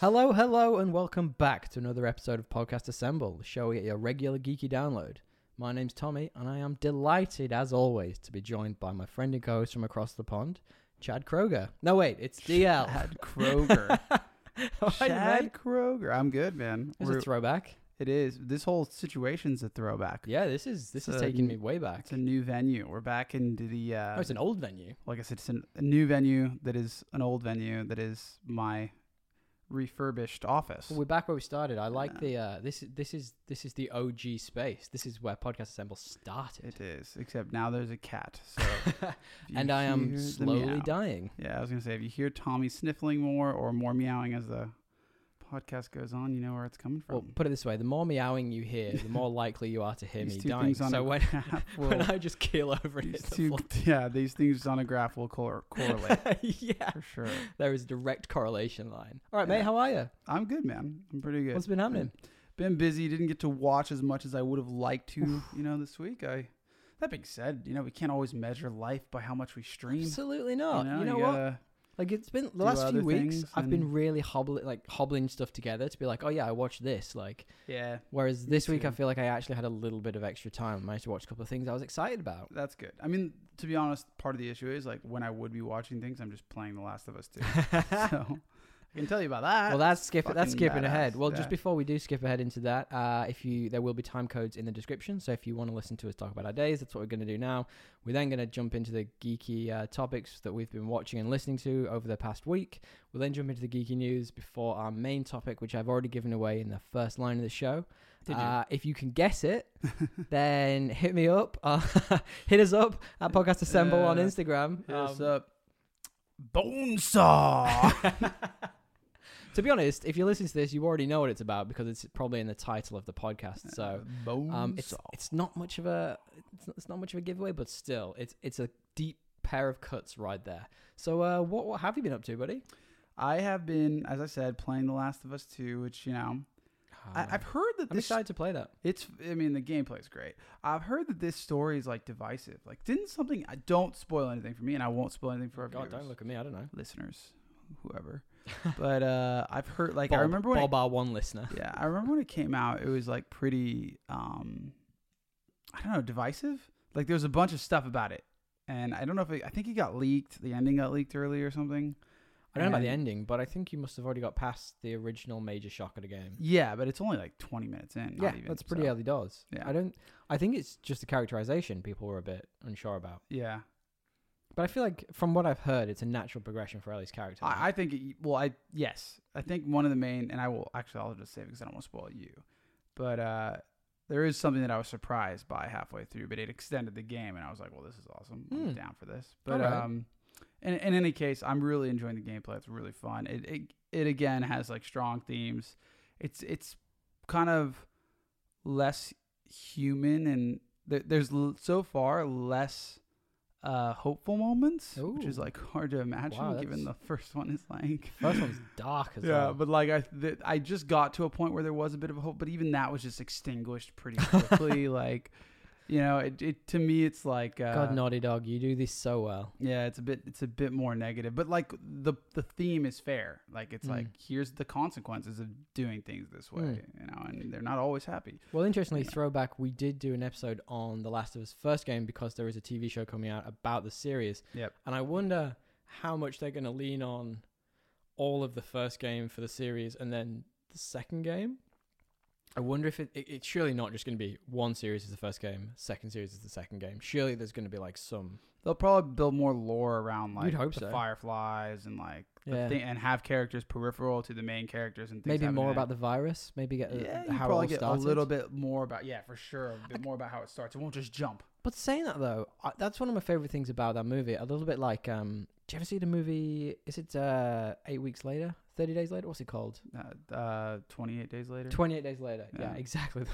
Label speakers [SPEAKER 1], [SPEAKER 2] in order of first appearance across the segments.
[SPEAKER 1] Hello, hello, and welcome back to another episode of Podcast Assemble, the show we get your regular geeky download. My name's Tommy, and I am delighted, as always, to be joined by my friend and co-host from across the pond, Chad Kroger. No, wait, it's DL.
[SPEAKER 2] Chad Kroger.
[SPEAKER 1] All right,
[SPEAKER 2] Chad
[SPEAKER 1] mate.
[SPEAKER 2] Kroger. I'm good, man.
[SPEAKER 1] It's a
[SPEAKER 2] We're-
[SPEAKER 1] throwback.
[SPEAKER 2] it is. This whole situation's a throwback.
[SPEAKER 1] Yeah, this is this
[SPEAKER 2] It's
[SPEAKER 1] is
[SPEAKER 2] a
[SPEAKER 1] taking
[SPEAKER 2] n-
[SPEAKER 1] me way back.
[SPEAKER 2] It's a new venue. We're back into the. Uh,
[SPEAKER 1] oh, it's an old venue.
[SPEAKER 2] like I said, it's an, a new venue that is an old venue that is my refurbished office.
[SPEAKER 1] Well, we're back where we started. I like
[SPEAKER 2] Yeah.
[SPEAKER 1] the uh, this this is this is the OG space. This is where Podcast Assemble started,
[SPEAKER 2] it is, except now there's a cat. So if you
[SPEAKER 1] and I
[SPEAKER 2] hear
[SPEAKER 1] am
[SPEAKER 2] the
[SPEAKER 1] slowly
[SPEAKER 2] meow-
[SPEAKER 1] dying.
[SPEAKER 2] Yeah, I was gonna say if you hear Tommy sniffling more or more meowing as the podcast goes on, you know where it's coming from.
[SPEAKER 1] Well, put it this way: the more meowing you hear, the more likely you are to hear
[SPEAKER 2] These
[SPEAKER 1] me
[SPEAKER 2] two
[SPEAKER 1] dying.
[SPEAKER 2] things on
[SPEAKER 1] So
[SPEAKER 2] a
[SPEAKER 1] when,
[SPEAKER 2] graph
[SPEAKER 1] when
[SPEAKER 2] will-
[SPEAKER 1] I just keel over and
[SPEAKER 2] these
[SPEAKER 1] hit the
[SPEAKER 2] two, yeah, these things on a graph will cor- correlate
[SPEAKER 1] floor, yeah,
[SPEAKER 2] for sure.
[SPEAKER 1] there is a direct correlation line. All right, mate,
[SPEAKER 2] Yeah.
[SPEAKER 1] how are you?
[SPEAKER 2] I'm good, man. I'm pretty good.
[SPEAKER 1] What's been happening?
[SPEAKER 2] been busy. Didn't get to watch as much as I would have liked to, you know, this week. I. That being said, you know we can't always measure life by how much we stream.
[SPEAKER 1] Absolutely not. You know,
[SPEAKER 2] you
[SPEAKER 1] what?
[SPEAKER 2] gotta-
[SPEAKER 1] Like it's been the
[SPEAKER 2] do
[SPEAKER 1] last few
[SPEAKER 2] other
[SPEAKER 1] weeks,
[SPEAKER 2] things
[SPEAKER 1] I've been
[SPEAKER 2] and-
[SPEAKER 1] really hobbling, like hobbling stuff together to be like, oh yeah, I watched this. Like,
[SPEAKER 2] Yeah,
[SPEAKER 1] whereas this week I
[SPEAKER 2] too.
[SPEAKER 1] feel like I actually had a little bit of extra time. I managed to watch a couple of things I was excited about.
[SPEAKER 2] that's good. I mean, to be honest, part of the issue is like when I would be watching things, I'm just playing The Last of Us 2. so I can tell you about that.
[SPEAKER 1] Well, that's skipping. That's
[SPEAKER 2] fucking
[SPEAKER 1] skipping
[SPEAKER 2] badass.
[SPEAKER 1] ahead. Well, just
[SPEAKER 2] Yeah.
[SPEAKER 1] before we do skip ahead into that, uh, if you there will be time codes in the description. So if you want to listen to us talk about our days, that's what we're going to do now. We're then going to jump into the geeky uh, topics that we've been watching and listening to over the past week. We'll then jump into the geeky news before our main topic, which I've already given away in the first line of the show.
[SPEAKER 2] Did you?
[SPEAKER 1] Uh, if you can guess it, then hit me up. Uh, hit us up at Podcast Assemble on
[SPEAKER 2] Uh,
[SPEAKER 1] Instagram.
[SPEAKER 2] Hit us
[SPEAKER 1] Um,
[SPEAKER 2] up. Bone saw.
[SPEAKER 1] to be honest, if you listen to this, you already know what it's about because it's probably in the title of the podcast. So
[SPEAKER 2] bone
[SPEAKER 1] Um, it's
[SPEAKER 2] saw.
[SPEAKER 1] it's not much of a it's not, it's not much of a giveaway, but still, it's it's a deep pair of cuts right there. So, uh, what what have you been up to, buddy?
[SPEAKER 2] I have been, as I said, playing The Last of Us 2, which you know
[SPEAKER 1] Oh.
[SPEAKER 2] I, I've heard that
[SPEAKER 1] am
[SPEAKER 2] this
[SPEAKER 1] excited to play that.
[SPEAKER 2] it's. I mean, the gameplay's great. I've heard that this story is like divisive. Like, didn't something? I don't spoil anything for me, and I won't spoil anything for our
[SPEAKER 1] God,
[SPEAKER 2] viewers,
[SPEAKER 1] don't look at me. I don't know.
[SPEAKER 2] listeners, whoever. but uh, I've heard like
[SPEAKER 1] Bob,
[SPEAKER 2] I remember when it-
[SPEAKER 1] Bob, our one listener.
[SPEAKER 2] yeah, I remember when it came out, it was like pretty, um, I don't know, divisive. Like there was a bunch of stuff about it, and I don't know if it, I think it got leaked. The ending got leaked early or something.
[SPEAKER 1] I don't know about the
[SPEAKER 2] And-
[SPEAKER 1] ending, but I think you must have already got past the original major shock of the game.
[SPEAKER 2] Yeah, but it's only like twenty minutes in. not
[SPEAKER 1] yeah,
[SPEAKER 2] even,
[SPEAKER 1] that's pretty
[SPEAKER 2] so-
[SPEAKER 1] early doors.
[SPEAKER 2] yeah.
[SPEAKER 1] I don't. I think it's just the characterization people were a bit unsure about.
[SPEAKER 2] Yeah,
[SPEAKER 1] But I feel like from what I've heard, it's a natural progression for Ellie's character.
[SPEAKER 2] I, I think. It, well, I yes, I think one of the main, and I will actually I'll just say because I don't want to spoil you, but uh, there is something that I was surprised by halfway through, but it extended the game, and I was like, well, this is awesome.
[SPEAKER 1] Hmm.
[SPEAKER 2] I'm down for this. But
[SPEAKER 1] Alright.
[SPEAKER 2] um, in, in any case, I'm really enjoying the gameplay. It's really fun. It it, it again has like strong themes. It's it's kind of less human and there, there's l- so far less uh, hopeful moments, which is
[SPEAKER 1] Ooh.
[SPEAKER 2] like hard to imagine
[SPEAKER 1] Wow,
[SPEAKER 2] given the
[SPEAKER 1] that's-
[SPEAKER 2] first one is like
[SPEAKER 1] First one's dark as
[SPEAKER 2] yeah,
[SPEAKER 1] well.
[SPEAKER 2] but like I th- I just got to a point where there was a bit of a hope, but even that was just extinguished pretty quickly. like you know, it, it to me it's like uh,
[SPEAKER 1] God, Naughty Dog, you do this so well.
[SPEAKER 2] yeah, it's a bit it's a bit more negative, but like the the theme is fair. Like it's like
[SPEAKER 1] Mm.
[SPEAKER 2] here's the consequences of doing things this way,
[SPEAKER 1] Mm.
[SPEAKER 2] you know, and they're not always happy.
[SPEAKER 1] Well, interestingly,
[SPEAKER 2] Yeah.
[SPEAKER 1] throwback, we did do an episode on The Last of Us first game because there is a TV show coming out about the series.
[SPEAKER 2] Yep.
[SPEAKER 1] And I wonder how much they're going to lean on all of the first game for the series and then the second game. I wonder if it, it it's surely not just going to be one series is the first game, second series is the second game. Surely there's going to be like some.
[SPEAKER 2] They'll probably build more lore around like
[SPEAKER 1] You'd hope
[SPEAKER 2] the
[SPEAKER 1] so.
[SPEAKER 2] fireflies and like the
[SPEAKER 1] Yeah.
[SPEAKER 2] thi- and have characters peripheral to the main characters and things
[SPEAKER 1] Maybe
[SPEAKER 2] happening
[SPEAKER 1] more
[SPEAKER 2] there.
[SPEAKER 1] about the virus. Maybe get uh,
[SPEAKER 2] yeah, you
[SPEAKER 1] how it all
[SPEAKER 2] probably get
[SPEAKER 1] started.
[SPEAKER 2] a little bit more about yeah for sure a bit more about how it starts. It won't just jump.
[SPEAKER 1] But saying that though, I, that's one of my favorite things about that movie. A little bit like, um, do you ever see the movie? Is it uh, eight weeks later, thirty days later? What's it called?
[SPEAKER 2] Uh, uh, Twenty eight days later.
[SPEAKER 1] Twenty eight days later. Yeah,
[SPEAKER 2] Yeah.
[SPEAKER 1] exactly.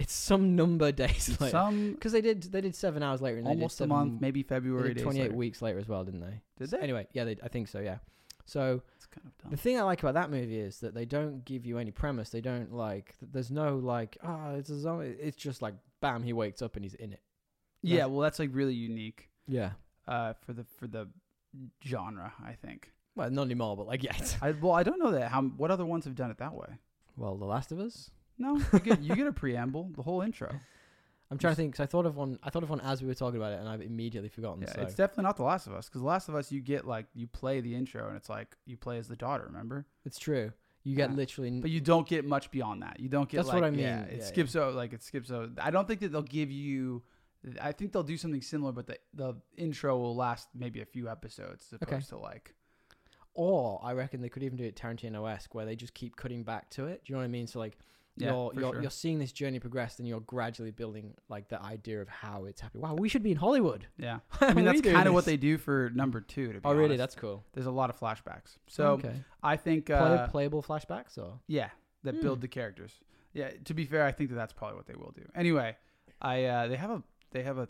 [SPEAKER 1] it's some number of days later.
[SPEAKER 2] Some
[SPEAKER 1] Because they did, they did seven hours later. And
[SPEAKER 2] almost
[SPEAKER 1] they
[SPEAKER 2] a
[SPEAKER 1] did
[SPEAKER 2] month, maybe February. days
[SPEAKER 1] Twenty eight
[SPEAKER 2] later.
[SPEAKER 1] weeks later as well, didn't they?
[SPEAKER 2] Did they?
[SPEAKER 1] Anyway, yeah, they, I think so. Yeah. So
[SPEAKER 2] It's kind of dumb.
[SPEAKER 1] the thing I like about that movie is that they don't give you any premise. They don't like. th- There's no like. Ah, it's a zombie. It's just like, bam, he wakes up and he's in it.
[SPEAKER 2] yeah, well, that's like really unique
[SPEAKER 1] Yeah.
[SPEAKER 2] uh, for the for the genre, I think.
[SPEAKER 1] Well, not anymore, but like yet.
[SPEAKER 2] I, well, I don't know that. How what other ones have done it that way?
[SPEAKER 1] Well, The Last of Us.
[SPEAKER 2] No, you get, you get a preamble, the whole intro.
[SPEAKER 1] I'm trying to think 'cause I thought of one. I thought of one as we were talking about it, and I've immediately forgotten.
[SPEAKER 2] Yeah,
[SPEAKER 1] so
[SPEAKER 2] it's definitely not The Last of Us because The Last of Us, you get like you play the intro and it's like you play as the daughter, remember?
[SPEAKER 1] it's true. You get
[SPEAKER 2] Yeah.
[SPEAKER 1] literally. n-
[SPEAKER 2] But you don't get much beyond that. You don't get.
[SPEAKER 1] That's
[SPEAKER 2] like,
[SPEAKER 1] what I mean.
[SPEAKER 2] Yeah, it
[SPEAKER 1] Yeah,
[SPEAKER 2] skips out like it skips out. I don't think that they'll give you. I think they'll do something similar, but the the intro will last maybe a few episodes, as
[SPEAKER 1] Okay.
[SPEAKER 2] opposed to like
[SPEAKER 1] or I reckon they could even do it Tarantino esque, where they just keep cutting back to it. Do you know what I mean? So like.
[SPEAKER 2] Yeah,
[SPEAKER 1] you're
[SPEAKER 2] for
[SPEAKER 1] you're,
[SPEAKER 2] sure.
[SPEAKER 1] you're seeing this journey progress, and you're gradually building like the idea of how it's happening. Wow, we should be in Hollywood.
[SPEAKER 2] yeah.
[SPEAKER 1] Why
[SPEAKER 2] I mean,
[SPEAKER 1] are
[SPEAKER 2] that's
[SPEAKER 1] we doing
[SPEAKER 2] kind of what
[SPEAKER 1] this?
[SPEAKER 2] they do for number two. To be
[SPEAKER 1] Oh, really?
[SPEAKER 2] honest.
[SPEAKER 1] That's cool.
[SPEAKER 2] there's a lot of flashbacks. So
[SPEAKER 1] okay.
[SPEAKER 2] I think
[SPEAKER 1] Play-
[SPEAKER 2] uh,
[SPEAKER 1] playable flashbacks, or
[SPEAKER 2] Yeah, that
[SPEAKER 1] Hmm.
[SPEAKER 2] build the characters. Yeah, to be fair, I think that that's probably what they will do. Anyway, I uh, they have a they have a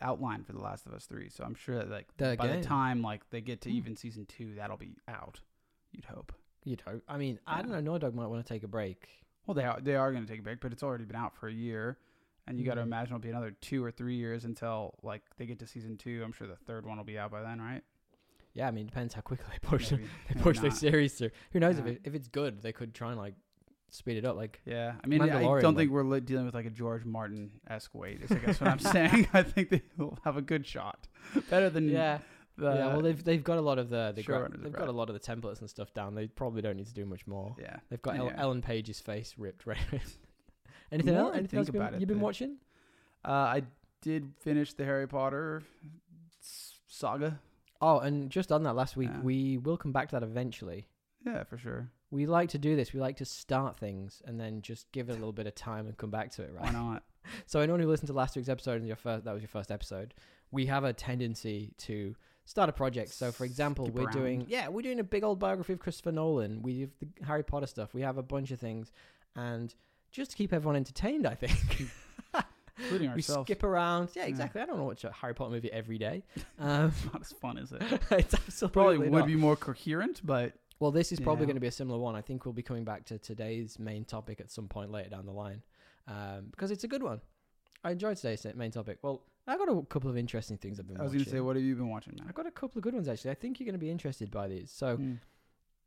[SPEAKER 2] outline for The Last of Us three, so I'm sure that like
[SPEAKER 1] The
[SPEAKER 2] by
[SPEAKER 1] game.
[SPEAKER 2] the time like they get to
[SPEAKER 1] Hmm.
[SPEAKER 2] even season two, that'll be out. You'd hope.
[SPEAKER 1] you know, I mean, I don't know.
[SPEAKER 2] Yeah.
[SPEAKER 1] Naughty Dog might want to take a break.
[SPEAKER 2] Well, they are they are going to take a break, but it's already been out for a year, and you got to
[SPEAKER 1] Hmm.
[SPEAKER 2] imagine it'll be another two or three years until like they get to season two. I'm sure the third one will be out by then, right?
[SPEAKER 1] Yeah, I mean, depends how quickly they push
[SPEAKER 2] Maybe,
[SPEAKER 1] they
[SPEAKER 2] maybe
[SPEAKER 1] push their
[SPEAKER 2] not.
[SPEAKER 1] series through. Who knows if
[SPEAKER 2] Yeah.
[SPEAKER 1] it, if it's good, they could try and like speed it up. Like
[SPEAKER 2] Yeah, I mean, I don't
[SPEAKER 1] Mandalorian,
[SPEAKER 2] think we're li- dealing with like a George Martin esque wait. Is I guess what I'm saying. I think they will have a good shot, better than
[SPEAKER 1] yeah,
[SPEAKER 2] The,
[SPEAKER 1] yeah. Well, they've they've got a lot of the, the gra-
[SPEAKER 2] Showrunners are
[SPEAKER 1] they've
[SPEAKER 2] right.
[SPEAKER 1] got a lot of the templates and stuff down. They probably don't need to do much more.
[SPEAKER 2] yeah.
[SPEAKER 1] They've got El-
[SPEAKER 2] Yeah.
[SPEAKER 1] Ellen Page's face ripped right. anything
[SPEAKER 2] more
[SPEAKER 1] else?
[SPEAKER 2] I
[SPEAKER 1] Anything else
[SPEAKER 2] think
[SPEAKER 1] been-
[SPEAKER 2] about it,
[SPEAKER 1] you've been
[SPEAKER 2] the-
[SPEAKER 1] watching?
[SPEAKER 2] Uh, I did finish the Harry Potter s- saga.
[SPEAKER 1] Oh, and just on that last week,
[SPEAKER 2] Yeah.
[SPEAKER 1] we will come back to that eventually.
[SPEAKER 2] Yeah, for sure.
[SPEAKER 1] We like to do this. We like to start things and then just give it a little bit of time and come back to it, right?
[SPEAKER 2] Why not?
[SPEAKER 1] So anyone who listened to last week's episode and your first that was your first episode, we have a tendency to start a project. So for example,
[SPEAKER 2] Skip
[SPEAKER 1] we're
[SPEAKER 2] around.
[SPEAKER 1] doing yeah, we're doing a big old biography of Christopher Nolan. We have the Harry Potter stuff. We have a bunch of things, and just to keep everyone entertained, I think.
[SPEAKER 2] Including
[SPEAKER 1] We
[SPEAKER 2] ourselves.
[SPEAKER 1] skip around. Yeah,
[SPEAKER 2] Yeah.
[SPEAKER 1] exactly. I don't want to watch a Harry Potter movie every day. Um,
[SPEAKER 2] It's not as fun, is it?
[SPEAKER 1] it's absolutely
[SPEAKER 2] Probably would
[SPEAKER 1] not.
[SPEAKER 2] be more coherent, but
[SPEAKER 1] Well, this is probably
[SPEAKER 2] Yeah.
[SPEAKER 1] going to be a similar one. I think we'll be coming back to today's main topic at some point later down the line um, because it's a good one. I enjoyed today's main topic. Well, I got a couple of interesting things I've been.
[SPEAKER 2] I was
[SPEAKER 1] going
[SPEAKER 2] going
[SPEAKER 1] to
[SPEAKER 2] to say, what have you been watching,
[SPEAKER 1] I
[SPEAKER 2] man?
[SPEAKER 1] got a couple of good ones actually. I think you're going to be interested by these. So
[SPEAKER 2] Hmm.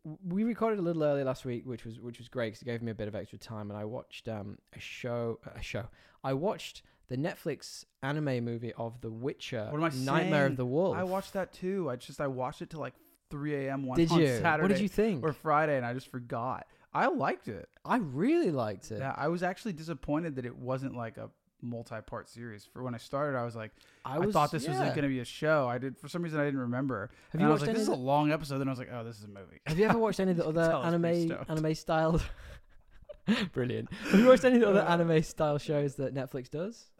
[SPEAKER 1] w- we recorded a little early last week, which was which was great because it gave me a bit of extra time, and I watched um, a show. A show. I watched the Netflix anime movie of The Witcher.
[SPEAKER 2] What am I
[SPEAKER 1] Nightmare
[SPEAKER 2] saying?
[SPEAKER 1] of the Wolf.
[SPEAKER 2] I watched that too. I just I watched it till like 3 a.m. one
[SPEAKER 1] Did
[SPEAKER 2] on
[SPEAKER 1] you?
[SPEAKER 2] Saturday
[SPEAKER 1] What did you think?
[SPEAKER 2] or Friday, and I just forgot. I liked it.
[SPEAKER 1] I really liked it.
[SPEAKER 2] Yeah, I was actually disappointed that it wasn't like a multi-part series. For when I started, I was like, I,
[SPEAKER 1] was,
[SPEAKER 2] thought this was
[SPEAKER 1] yeah.
[SPEAKER 2] going to be a show. I did for some reason I didn't remember.
[SPEAKER 1] Have
[SPEAKER 2] and
[SPEAKER 1] you
[SPEAKER 2] I was
[SPEAKER 1] watched
[SPEAKER 2] like,
[SPEAKER 1] any
[SPEAKER 2] this
[SPEAKER 1] of
[SPEAKER 2] is
[SPEAKER 1] the-
[SPEAKER 2] a long episode. Then I was like, oh, this is a movie.
[SPEAKER 1] Have you ever watched any of the
[SPEAKER 2] You can
[SPEAKER 1] other
[SPEAKER 2] tell I was pretty
[SPEAKER 1] anime
[SPEAKER 2] stoked.
[SPEAKER 1] anime style? Brilliant. Have you watched any of the other
[SPEAKER 2] Uh,
[SPEAKER 1] anime style shows that Netflix does,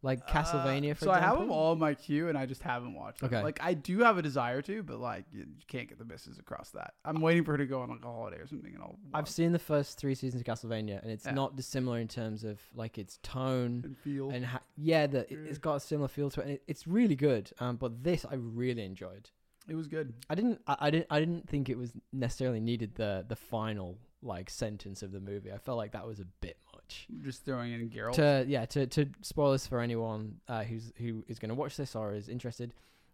[SPEAKER 1] like Castlevania?
[SPEAKER 2] Uh,
[SPEAKER 1] For example?
[SPEAKER 2] so I have them all in my queue, and I just haven't watched them.
[SPEAKER 1] Okay.
[SPEAKER 2] Like I do have a desire to, but like you can't get the misses across that. I'm waiting for her to go on like a holiday or something, and I'll.
[SPEAKER 1] Uh, I've
[SPEAKER 2] watch
[SPEAKER 1] seen the first three seasons of Castlevania, and it's
[SPEAKER 2] Yeah.
[SPEAKER 1] not dissimilar in terms of like its tone
[SPEAKER 2] and feel.
[SPEAKER 1] and ha- yeah, that it,
[SPEAKER 2] Yeah.
[SPEAKER 1] it's got a similar feel to it, and it, it's really good. Um, but this I really enjoyed.
[SPEAKER 2] it was good.
[SPEAKER 1] I didn't, I, I didn't, I didn't think it was necessarily needed the the final like sentence of the movie. I felt like that was a bit much.
[SPEAKER 2] Just throwing in Geralt.
[SPEAKER 1] to yeah to to spoilers for anyone uh, who's who is going to watch this or is interested.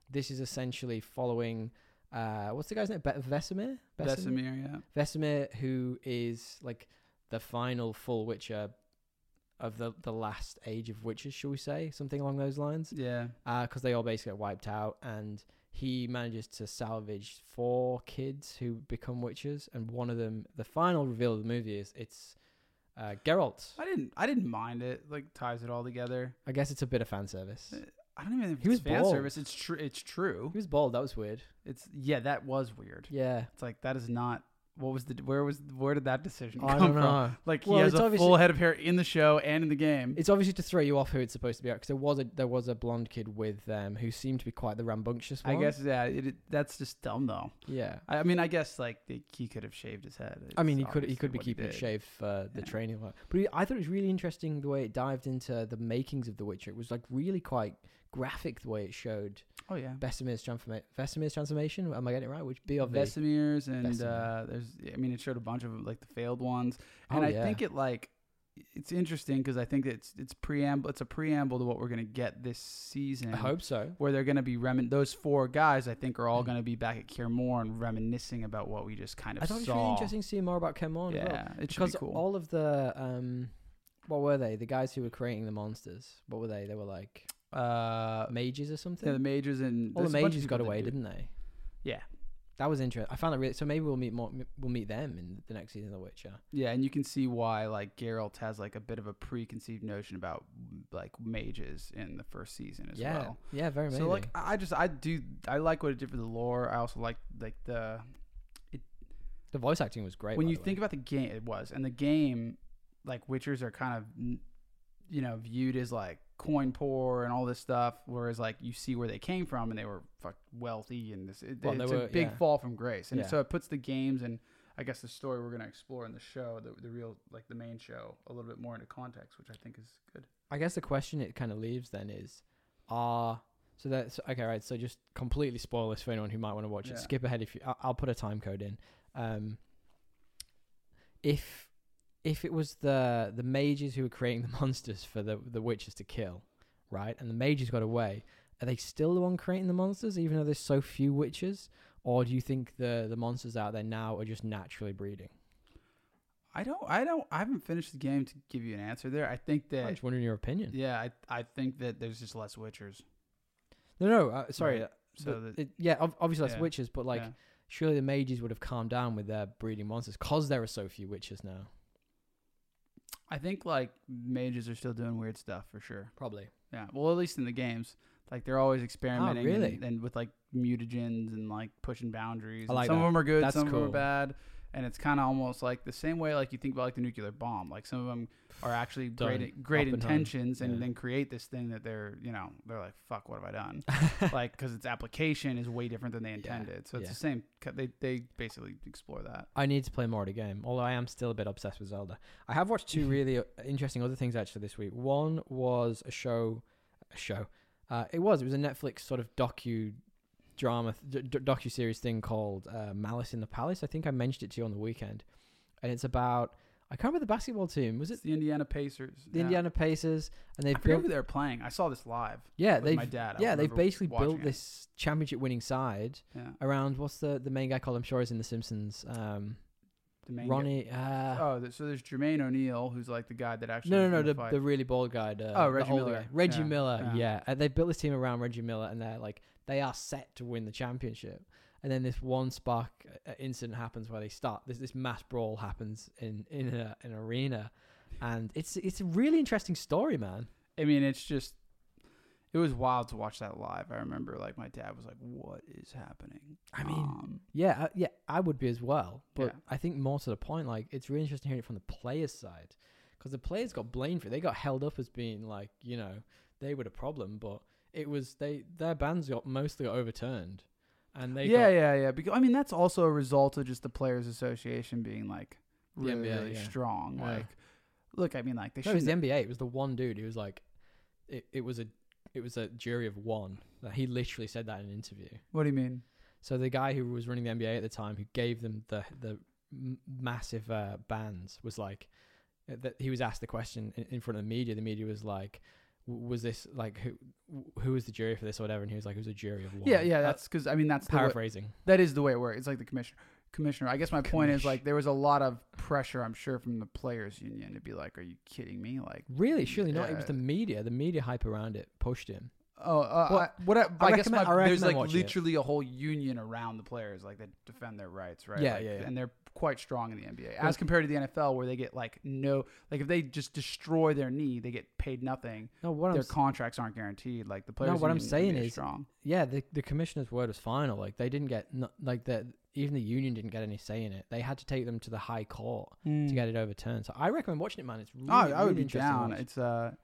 [SPEAKER 1] This is essentially following uh, what's the guy's name? Be- Vesemir.
[SPEAKER 2] Vesemir, yeah.
[SPEAKER 1] Vesemir, who is like the final full Witcher of the the last age of witches, shall we say something along those lines?
[SPEAKER 2] Yeah.
[SPEAKER 1] Because they all basically get wiped out, and he manages to salvage four kids who become witches, and one of them, the final reveal of the movie is it's uh, Geralt.
[SPEAKER 2] I didn't. I didn't mind it. Like ties it all together.
[SPEAKER 1] I guess it's a bit of fan service.
[SPEAKER 2] I don't even. Think
[SPEAKER 1] He was
[SPEAKER 2] it's fan
[SPEAKER 1] bald.
[SPEAKER 2] service. It's true. It's true.
[SPEAKER 1] He was bald. That was weird.
[SPEAKER 2] It's yeah. That was weird.
[SPEAKER 1] Yeah.
[SPEAKER 2] It's like that is not. What was the? Where was? Where did that decision
[SPEAKER 1] I don't
[SPEAKER 2] come from?
[SPEAKER 1] know.
[SPEAKER 2] Like
[SPEAKER 1] Well,
[SPEAKER 2] he has
[SPEAKER 1] it's
[SPEAKER 2] a
[SPEAKER 1] obviously-
[SPEAKER 2] full head of hair in the show and in the game.
[SPEAKER 1] It's obviously to throw you off who it's supposed to be because there was a there was a blonde kid with them who seemed to be quite the rambunctious
[SPEAKER 2] I
[SPEAKER 1] one.
[SPEAKER 2] guess yeah. It, it- that's just dumb though.
[SPEAKER 1] Yeah.
[SPEAKER 2] I, I mean, I guess like the, he could have shaved his head.
[SPEAKER 1] I mean, he
[SPEAKER 2] It's
[SPEAKER 1] could he
[SPEAKER 2] obviously
[SPEAKER 1] could be
[SPEAKER 2] what he
[SPEAKER 1] keeping it
[SPEAKER 2] did.
[SPEAKER 1] shaved for the
[SPEAKER 2] Yeah.
[SPEAKER 1] training, work. but he- I thought it was really interesting the way it dived into the makings of The Witcher. It was like really quite graphic the way it showed
[SPEAKER 2] Oh yeah.
[SPEAKER 1] Vesemir's transformation. Vesemir's transformation. Am I getting it right? Which B of V?
[SPEAKER 2] Vesemir's and
[SPEAKER 1] Vesemir.
[SPEAKER 2] uh, there's. I mean, it showed a bunch of like the failed ones,
[SPEAKER 1] Oh,
[SPEAKER 2] and I
[SPEAKER 1] yeah.
[SPEAKER 2] think it like it's interesting because I think it's it's preamble it's a preamble to what we're gonna get this season.
[SPEAKER 1] I hope so.
[SPEAKER 2] where they're gonna be remin those four guys I think are all gonna be back at Kiermore and reminiscing about what we just kind of
[SPEAKER 1] I thought it was
[SPEAKER 2] saw.
[SPEAKER 1] really interesting to see more about Kermon as well.
[SPEAKER 2] Yeah, it should be
[SPEAKER 1] because
[SPEAKER 2] cool.
[SPEAKER 1] all of the um what were they the guys who were creating the monsters what were they they were like
[SPEAKER 2] uh,
[SPEAKER 1] mages or
[SPEAKER 2] yeah,
[SPEAKER 1] something
[SPEAKER 2] the majors and
[SPEAKER 1] all the
[SPEAKER 2] there's a bunch of
[SPEAKER 1] mages
[SPEAKER 2] people
[SPEAKER 1] got
[SPEAKER 2] that
[SPEAKER 1] away
[SPEAKER 2] do-
[SPEAKER 1] didn't they
[SPEAKER 2] Yeah.
[SPEAKER 1] that was interesting i found that really so maybe we'll meet more we'll meet them in the next season of the witcher
[SPEAKER 2] Yeah, and you can see why like Geralt has like a bit of a preconceived notion about like mages in the first season as
[SPEAKER 1] yeah
[SPEAKER 2] well.
[SPEAKER 1] yeah very
[SPEAKER 2] So
[SPEAKER 1] maybe.
[SPEAKER 2] like I I just I do I like what it did for the lore. I also like like the
[SPEAKER 1] the voice acting was great
[SPEAKER 2] when
[SPEAKER 1] by
[SPEAKER 2] you
[SPEAKER 1] the way.
[SPEAKER 2] think about the game it was and the game like witchers are kind of n- you know viewed as like coin poor and all this stuff whereas like you see where they came from and they were fuck wealthy and this it,
[SPEAKER 1] Well, they
[SPEAKER 2] it's
[SPEAKER 1] were-
[SPEAKER 2] a big
[SPEAKER 1] yeah.
[SPEAKER 2] fall from grace and
[SPEAKER 1] Yeah.
[SPEAKER 2] so it puts the games and i guess the story we're going to explore in the show the, the real like the main show a little bit more into context which i think is good
[SPEAKER 1] I guess the question it kind of leaves then is, are so that's okay, right? So just completely spoil this for anyone who might want to watch
[SPEAKER 2] Yeah.
[SPEAKER 1] it. Skip ahead if you. I'll, I'll put a time code in. Um, if if it was the the mages who were creating the monsters for the the witches to kill, right? And the mages got away. Are they still the one creating the monsters, even though there's so few witches? Or do you think the the monsters out there now are just naturally breeding?
[SPEAKER 2] i don't i don't i haven't finished the game to give you an answer there i think
[SPEAKER 1] I'm
[SPEAKER 2] that
[SPEAKER 1] just wondering your opinion.
[SPEAKER 2] yeah i, I think that there's just less witchers
[SPEAKER 1] No, no, uh, sorry.
[SPEAKER 2] Right.
[SPEAKER 1] So
[SPEAKER 2] so that,
[SPEAKER 1] yeah, ob- obviously that's
[SPEAKER 2] yeah,
[SPEAKER 1] witches, but like
[SPEAKER 2] yeah.
[SPEAKER 1] surely the mages would have calmed down with their breeding monsters because there are so few witches now.
[SPEAKER 2] I think like mages are still doing weird stuff for sure.
[SPEAKER 1] Probably.
[SPEAKER 2] Yeah. Well, at least in the games, like they're always experimenting and-
[SPEAKER 1] Oh, really?
[SPEAKER 2] and, with like mutagens and like pushing boundaries.
[SPEAKER 1] I
[SPEAKER 2] And
[SPEAKER 1] like
[SPEAKER 2] some
[SPEAKER 1] that.
[SPEAKER 2] of them are good,
[SPEAKER 1] That's
[SPEAKER 2] some of them
[SPEAKER 1] cool.
[SPEAKER 2] are bad, and it's kind of almost like the same way like you think about like the nuclear bomb. Like some of them are actually
[SPEAKER 1] Done.
[SPEAKER 2] great great
[SPEAKER 1] Oppenheim.
[SPEAKER 2] intentions and
[SPEAKER 1] Yeah.
[SPEAKER 2] then create this thing that they're you know they're like fuck what have I done like because its application is way different than they intended. So it's
[SPEAKER 1] Yeah.
[SPEAKER 2] the same. They they basically explore that.
[SPEAKER 1] I need to play more of the game, although I am still a bit obsessed with Zelda. I have watched two really uh, interesting other things actually this week. One was a show, a show. Uh, it was it was a Netflix sort of docu drama th- docu series thing called uh, Malice in the Palace. I think I mentioned it to you on the weekend, and it's about I can't remember the basketball team. Was it
[SPEAKER 2] It's the Indiana Pacers.
[SPEAKER 1] the
[SPEAKER 2] yeah.
[SPEAKER 1] Indiana Pacers? And
[SPEAKER 2] I
[SPEAKER 1] they've
[SPEAKER 2] forget
[SPEAKER 1] built
[SPEAKER 2] who they're playing. I saw this live.
[SPEAKER 1] yeah
[SPEAKER 2] with my
[SPEAKER 1] they've
[SPEAKER 2] dad. I
[SPEAKER 1] yeah, they've
[SPEAKER 2] remember
[SPEAKER 1] basically built
[SPEAKER 2] watching it.
[SPEAKER 1] this championship winning side
[SPEAKER 2] Yeah,
[SPEAKER 1] around what's the the main guy called? I'm sure is in The Simpsons. Um,
[SPEAKER 2] the main
[SPEAKER 1] Ronnie.
[SPEAKER 2] guy.
[SPEAKER 1] Uh,
[SPEAKER 2] Oh, th- so there's Jermaine O'Neal, who's like the guy that actually.
[SPEAKER 1] no,
[SPEAKER 2] was
[SPEAKER 1] no, no,
[SPEAKER 2] in the,
[SPEAKER 1] the,
[SPEAKER 2] fight.
[SPEAKER 1] the really bald guy. The,
[SPEAKER 2] Oh,
[SPEAKER 1] the
[SPEAKER 2] Reggie
[SPEAKER 1] older
[SPEAKER 2] Miller.
[SPEAKER 1] guy. Reggie
[SPEAKER 2] Yeah,
[SPEAKER 1] Miller.
[SPEAKER 2] yeah.
[SPEAKER 1] Yeah, And they built this team around Reggie Miller, and they're like they are set to win the championship. And then this one spark uh, incident happens where they start this this mass brawl happens in in a, an arena, and it's it's a really interesting story, man.
[SPEAKER 2] I mean, it's just, it was wild to watch that live. I remember like my dad was like, "What is happening?"
[SPEAKER 1] I mean,
[SPEAKER 2] Um,
[SPEAKER 1] Yeah, I- yeah, I would be as well. But
[SPEAKER 2] Yeah.
[SPEAKER 1] I think more to the point, like it's really interesting hearing it from the players' side because the players got blamed for it. They got held up as being like, you know, they were the problem, but it was they their bans got mostly got overturned, and they got,
[SPEAKER 2] yeah, yeah, yeah. Because I mean, that's also a result of just the players' association being like
[SPEAKER 1] The
[SPEAKER 2] really,
[SPEAKER 1] NBA,
[SPEAKER 2] really
[SPEAKER 1] yeah.
[SPEAKER 2] strong.
[SPEAKER 1] Yeah.
[SPEAKER 2] Like, look, I mean, like they
[SPEAKER 1] No, it was
[SPEAKER 2] should.
[SPEAKER 1] the NBA. It was the one dude who was like, it, it was a it was a jury of one. Like, He literally said that in an interview.
[SPEAKER 2] What do you mean?
[SPEAKER 1] So the guy who was running the NBA at the time, who gave them the the m- massive uh, bans, was like uh, that. He was asked the question in, in front of the media. The media was like, w- "Was this like who w- who was the jury for this or whatever?" And he was like, "It was a jury of one."
[SPEAKER 2] Yeah, yeah.
[SPEAKER 1] Uh,
[SPEAKER 2] That's because I mean, that's the way,
[SPEAKER 1] paraphrasing.
[SPEAKER 2] that is the way it works. It's like the commissioner. Commissioner, I guess my point is
[SPEAKER 1] Commish.
[SPEAKER 2] like there was a lot of pressure, I'm sure, from the players' union to be like, "Are you kidding me?" Like,
[SPEAKER 1] Really, surely not. It was
[SPEAKER 2] Yeah.
[SPEAKER 1] the media. The media hype around it pushed him.
[SPEAKER 2] Oh, uh,
[SPEAKER 1] Well,
[SPEAKER 2] I, what I, I, guess
[SPEAKER 1] recommend-
[SPEAKER 2] my,
[SPEAKER 1] I recommend
[SPEAKER 2] there's like
[SPEAKER 1] watching it.
[SPEAKER 2] literally a whole union around the players, like that defend their rights, right?
[SPEAKER 1] Yeah,
[SPEAKER 2] Like,
[SPEAKER 1] yeah, yeah.
[SPEAKER 2] And they're quite strong in the NBA as compared to the NFL, where they get like no, like if they just destroy their knee, they get paid nothing.
[SPEAKER 1] No, what I'm
[SPEAKER 2] their
[SPEAKER 1] s-
[SPEAKER 2] contracts aren't guaranteed. Like the players.
[SPEAKER 1] what I'm
[SPEAKER 2] union in the
[SPEAKER 1] saying
[SPEAKER 2] NBA
[SPEAKER 1] is-
[SPEAKER 2] strong.
[SPEAKER 1] yeah, the the commissioner's word was final. Like they didn't get n- like that. Even the union didn't get any say in it. They had to take them to the high court to get it overturned. So I recommend watching it, man. It's really,
[SPEAKER 2] Mm. Oh, I, I would
[SPEAKER 1] really
[SPEAKER 2] be
[SPEAKER 1] interesting to
[SPEAKER 2] down.
[SPEAKER 1] watch.
[SPEAKER 2] It's uh,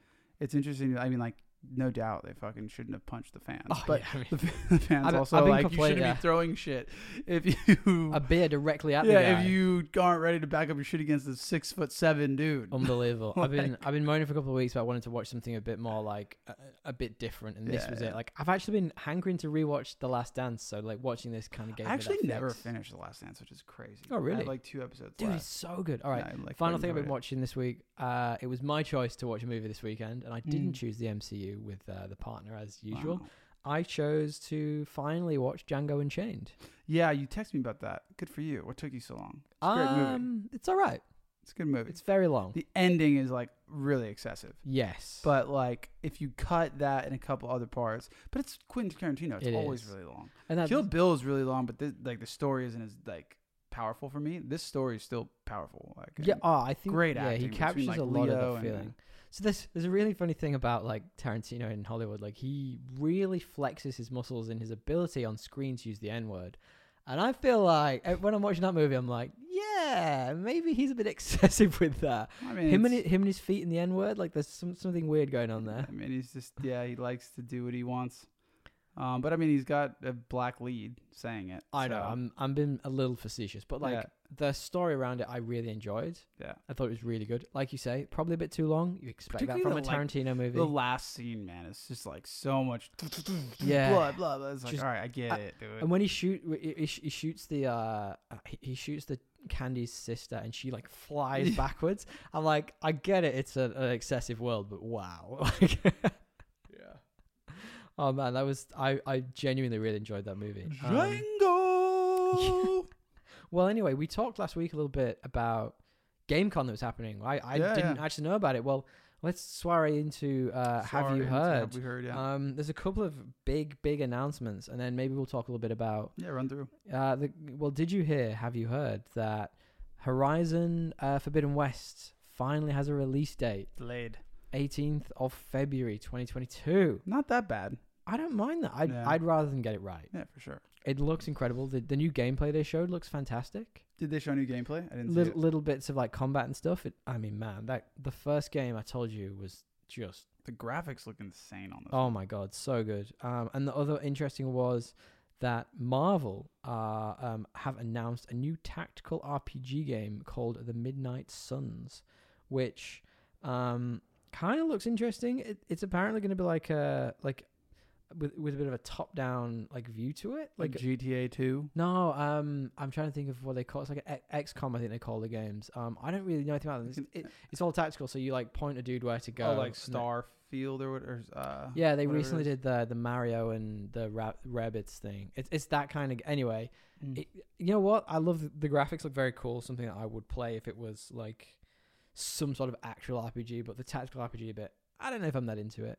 [SPEAKER 2] it's interesting. I mean, like no doubt they fucking shouldn't have punched the fans.
[SPEAKER 1] Oh,
[SPEAKER 2] but
[SPEAKER 1] yeah, I mean-
[SPEAKER 2] the, fa- the fans
[SPEAKER 1] I've been-
[SPEAKER 2] also
[SPEAKER 1] I've been
[SPEAKER 2] like you shouldn't
[SPEAKER 1] complaining-
[SPEAKER 2] be throwing shit if you
[SPEAKER 1] A beer directly at the
[SPEAKER 2] yeah
[SPEAKER 1] guy.
[SPEAKER 2] if you aren't ready to back up your shit against this six foot seven dude.
[SPEAKER 1] Oh Unbelievable. I've been
[SPEAKER 2] Like-
[SPEAKER 1] I've been moaning for a couple of weeks, but I wanted to watch something a bit more like a, a bit different, and this
[SPEAKER 2] Yeah,
[SPEAKER 1] was
[SPEAKER 2] yeah.
[SPEAKER 1] it. Like I've actually been hankering to rewatch The Last Dance, so like watching this kind of
[SPEAKER 2] I
[SPEAKER 1] gave
[SPEAKER 2] actually
[SPEAKER 1] me that
[SPEAKER 2] never
[SPEAKER 1] fix.
[SPEAKER 2] finished the last dance, which is crazy.
[SPEAKER 1] Oh,
[SPEAKER 2] I had,
[SPEAKER 1] really?
[SPEAKER 2] like two episodes
[SPEAKER 1] Dude, it's
[SPEAKER 2] left.
[SPEAKER 1] so good. All right,
[SPEAKER 2] And I, like,
[SPEAKER 1] Final
[SPEAKER 2] quite
[SPEAKER 1] thing I've been
[SPEAKER 2] enjoyed
[SPEAKER 1] watching this week. Uh, it was my choice to watch a movie this weekend, and I didn't
[SPEAKER 2] Mm.
[SPEAKER 1] choose the MCU with uh, the partner as
[SPEAKER 2] it.
[SPEAKER 1] usual.
[SPEAKER 2] Wow.
[SPEAKER 1] I chose to finally watch Django Unchained.
[SPEAKER 2] Yeah, you texted me about that. Good for you. What took you so long? It's a great movie.
[SPEAKER 1] Um, it's all right.
[SPEAKER 2] It's a good movie.
[SPEAKER 1] It's very long.
[SPEAKER 2] the ending is like really excessive.
[SPEAKER 1] yes,
[SPEAKER 2] But like if you cut that and a couple other parts, but it's Quentin Tarantino. It's
[SPEAKER 1] It
[SPEAKER 2] always
[SPEAKER 1] is.
[SPEAKER 2] really long.
[SPEAKER 1] and that's,
[SPEAKER 2] Kill Bill is really long, but this, like the story isn't as like powerful for me. This story is still powerful. Like
[SPEAKER 1] yeah,
[SPEAKER 2] and-
[SPEAKER 1] oh, I think
[SPEAKER 2] great
[SPEAKER 1] Yeah, he
[SPEAKER 2] acting between,
[SPEAKER 1] captures
[SPEAKER 2] like,
[SPEAKER 1] a lot
[SPEAKER 2] Leo
[SPEAKER 1] of the
[SPEAKER 2] and-
[SPEAKER 1] feeling. So there's there's a really funny thing about like Tarantino in Hollywood. Like he really flexes his muscles in his ability on screen to use the N word, and I feel like eh, when I'm watching that movie, I'm like, yeah, maybe he's a bit excessive with that.
[SPEAKER 2] I mean,
[SPEAKER 1] uh, him and
[SPEAKER 2] it's-
[SPEAKER 1] hi- him and his feet in the N word. Like there's some, something weird going on there.
[SPEAKER 2] I mean, he's just yeah, he likes to do what he wants. Um, but I mean, he's got a black lead saying it.
[SPEAKER 1] I know.
[SPEAKER 2] so,
[SPEAKER 1] I'm I'm being a little facetious, but like
[SPEAKER 2] yeah,
[SPEAKER 1] the story around it, I really enjoyed.
[SPEAKER 2] Yeah.
[SPEAKER 1] I thought it was really good. Like you say, probably a bit too long. You expect that from a
[SPEAKER 2] Particularly the, like,
[SPEAKER 1] Tarantino movie.
[SPEAKER 2] the last scene, man, it's just like so much.
[SPEAKER 1] Yeah.
[SPEAKER 2] blah blah. blah. It's like
[SPEAKER 1] Just-
[SPEAKER 2] all right, I get
[SPEAKER 1] I-
[SPEAKER 2] it, dude.
[SPEAKER 1] And when he shoot, he- he, sh- he shoots the uh, he- he shoots the Candy's sister, and she like flies
[SPEAKER 2] Yeah.
[SPEAKER 1] backwards. I'm like, I get it, it's an, an excessive world, but wow, like,
[SPEAKER 2] yeah.
[SPEAKER 1] oh man, that was I I genuinely really enjoyed that movie. Um,
[SPEAKER 2] Django.
[SPEAKER 1] well, anyway, we talked last week a little bit about GameCon that was happening. I I
[SPEAKER 2] Yeah,
[SPEAKER 1] didn't
[SPEAKER 2] yeah.
[SPEAKER 1] actually know about it. Well, let's soiree into uh, have
[SPEAKER 2] Sorry,
[SPEAKER 1] you
[SPEAKER 2] it's-
[SPEAKER 1] heard?
[SPEAKER 2] Have we heard? Yeah.
[SPEAKER 1] Um, there's a couple of big big announcements, and then maybe we'll talk a little bit about
[SPEAKER 2] yeah. Run through.
[SPEAKER 1] Uh, the, well, did you hear? Have you heard that Horizon uh, Forbidden West finally has a release date,
[SPEAKER 2] Delayed.
[SPEAKER 1] 18th of February 2022?
[SPEAKER 2] Not that bad.
[SPEAKER 1] I don't mind that. I'd,
[SPEAKER 2] Yeah.
[SPEAKER 1] I'd rather than get it right.
[SPEAKER 2] Yeah, for sure.
[SPEAKER 1] It looks incredible. The, the new gameplay they showed looks fantastic.
[SPEAKER 2] Did they show new gameplay? I didn't see
[SPEAKER 1] Little,
[SPEAKER 2] it.
[SPEAKER 1] little bits of like combat and stuff. It, I mean, man, that the first game I told you was just
[SPEAKER 2] The graphics look insane on this.
[SPEAKER 1] Oh my god, so good. Um, and the other interesting was that Marvel uh, um, have announced a new tactical RPG game called The Midnight Suns, which um, kind of looks interesting. It, it's apparently going to be like a like with with a bit of a top down like view to it. Like
[SPEAKER 2] like GTA Two.
[SPEAKER 1] no, um, I'm trying to think of what they call. It's like an X- XCOM, I think they call the games. Um, I don't really know anything about them. It's,
[SPEAKER 2] Can-
[SPEAKER 1] it, it's all tactical, so you like point a dude where to go.
[SPEAKER 2] Oh, like
[SPEAKER 1] and then-
[SPEAKER 2] Starfield or what? Or, uh,
[SPEAKER 1] yeah, they
[SPEAKER 2] whatever it
[SPEAKER 1] recently
[SPEAKER 2] is.
[SPEAKER 1] did the the Mario and the Ra- rabbits thing. It's it's that kind of anyway.
[SPEAKER 2] Mm.
[SPEAKER 1] It, you know what? I love the, the graphics look very cool. Something that I would play if it was like some sort of actual RPG. But the tactical RPG bit, I don't know if I'm that into it.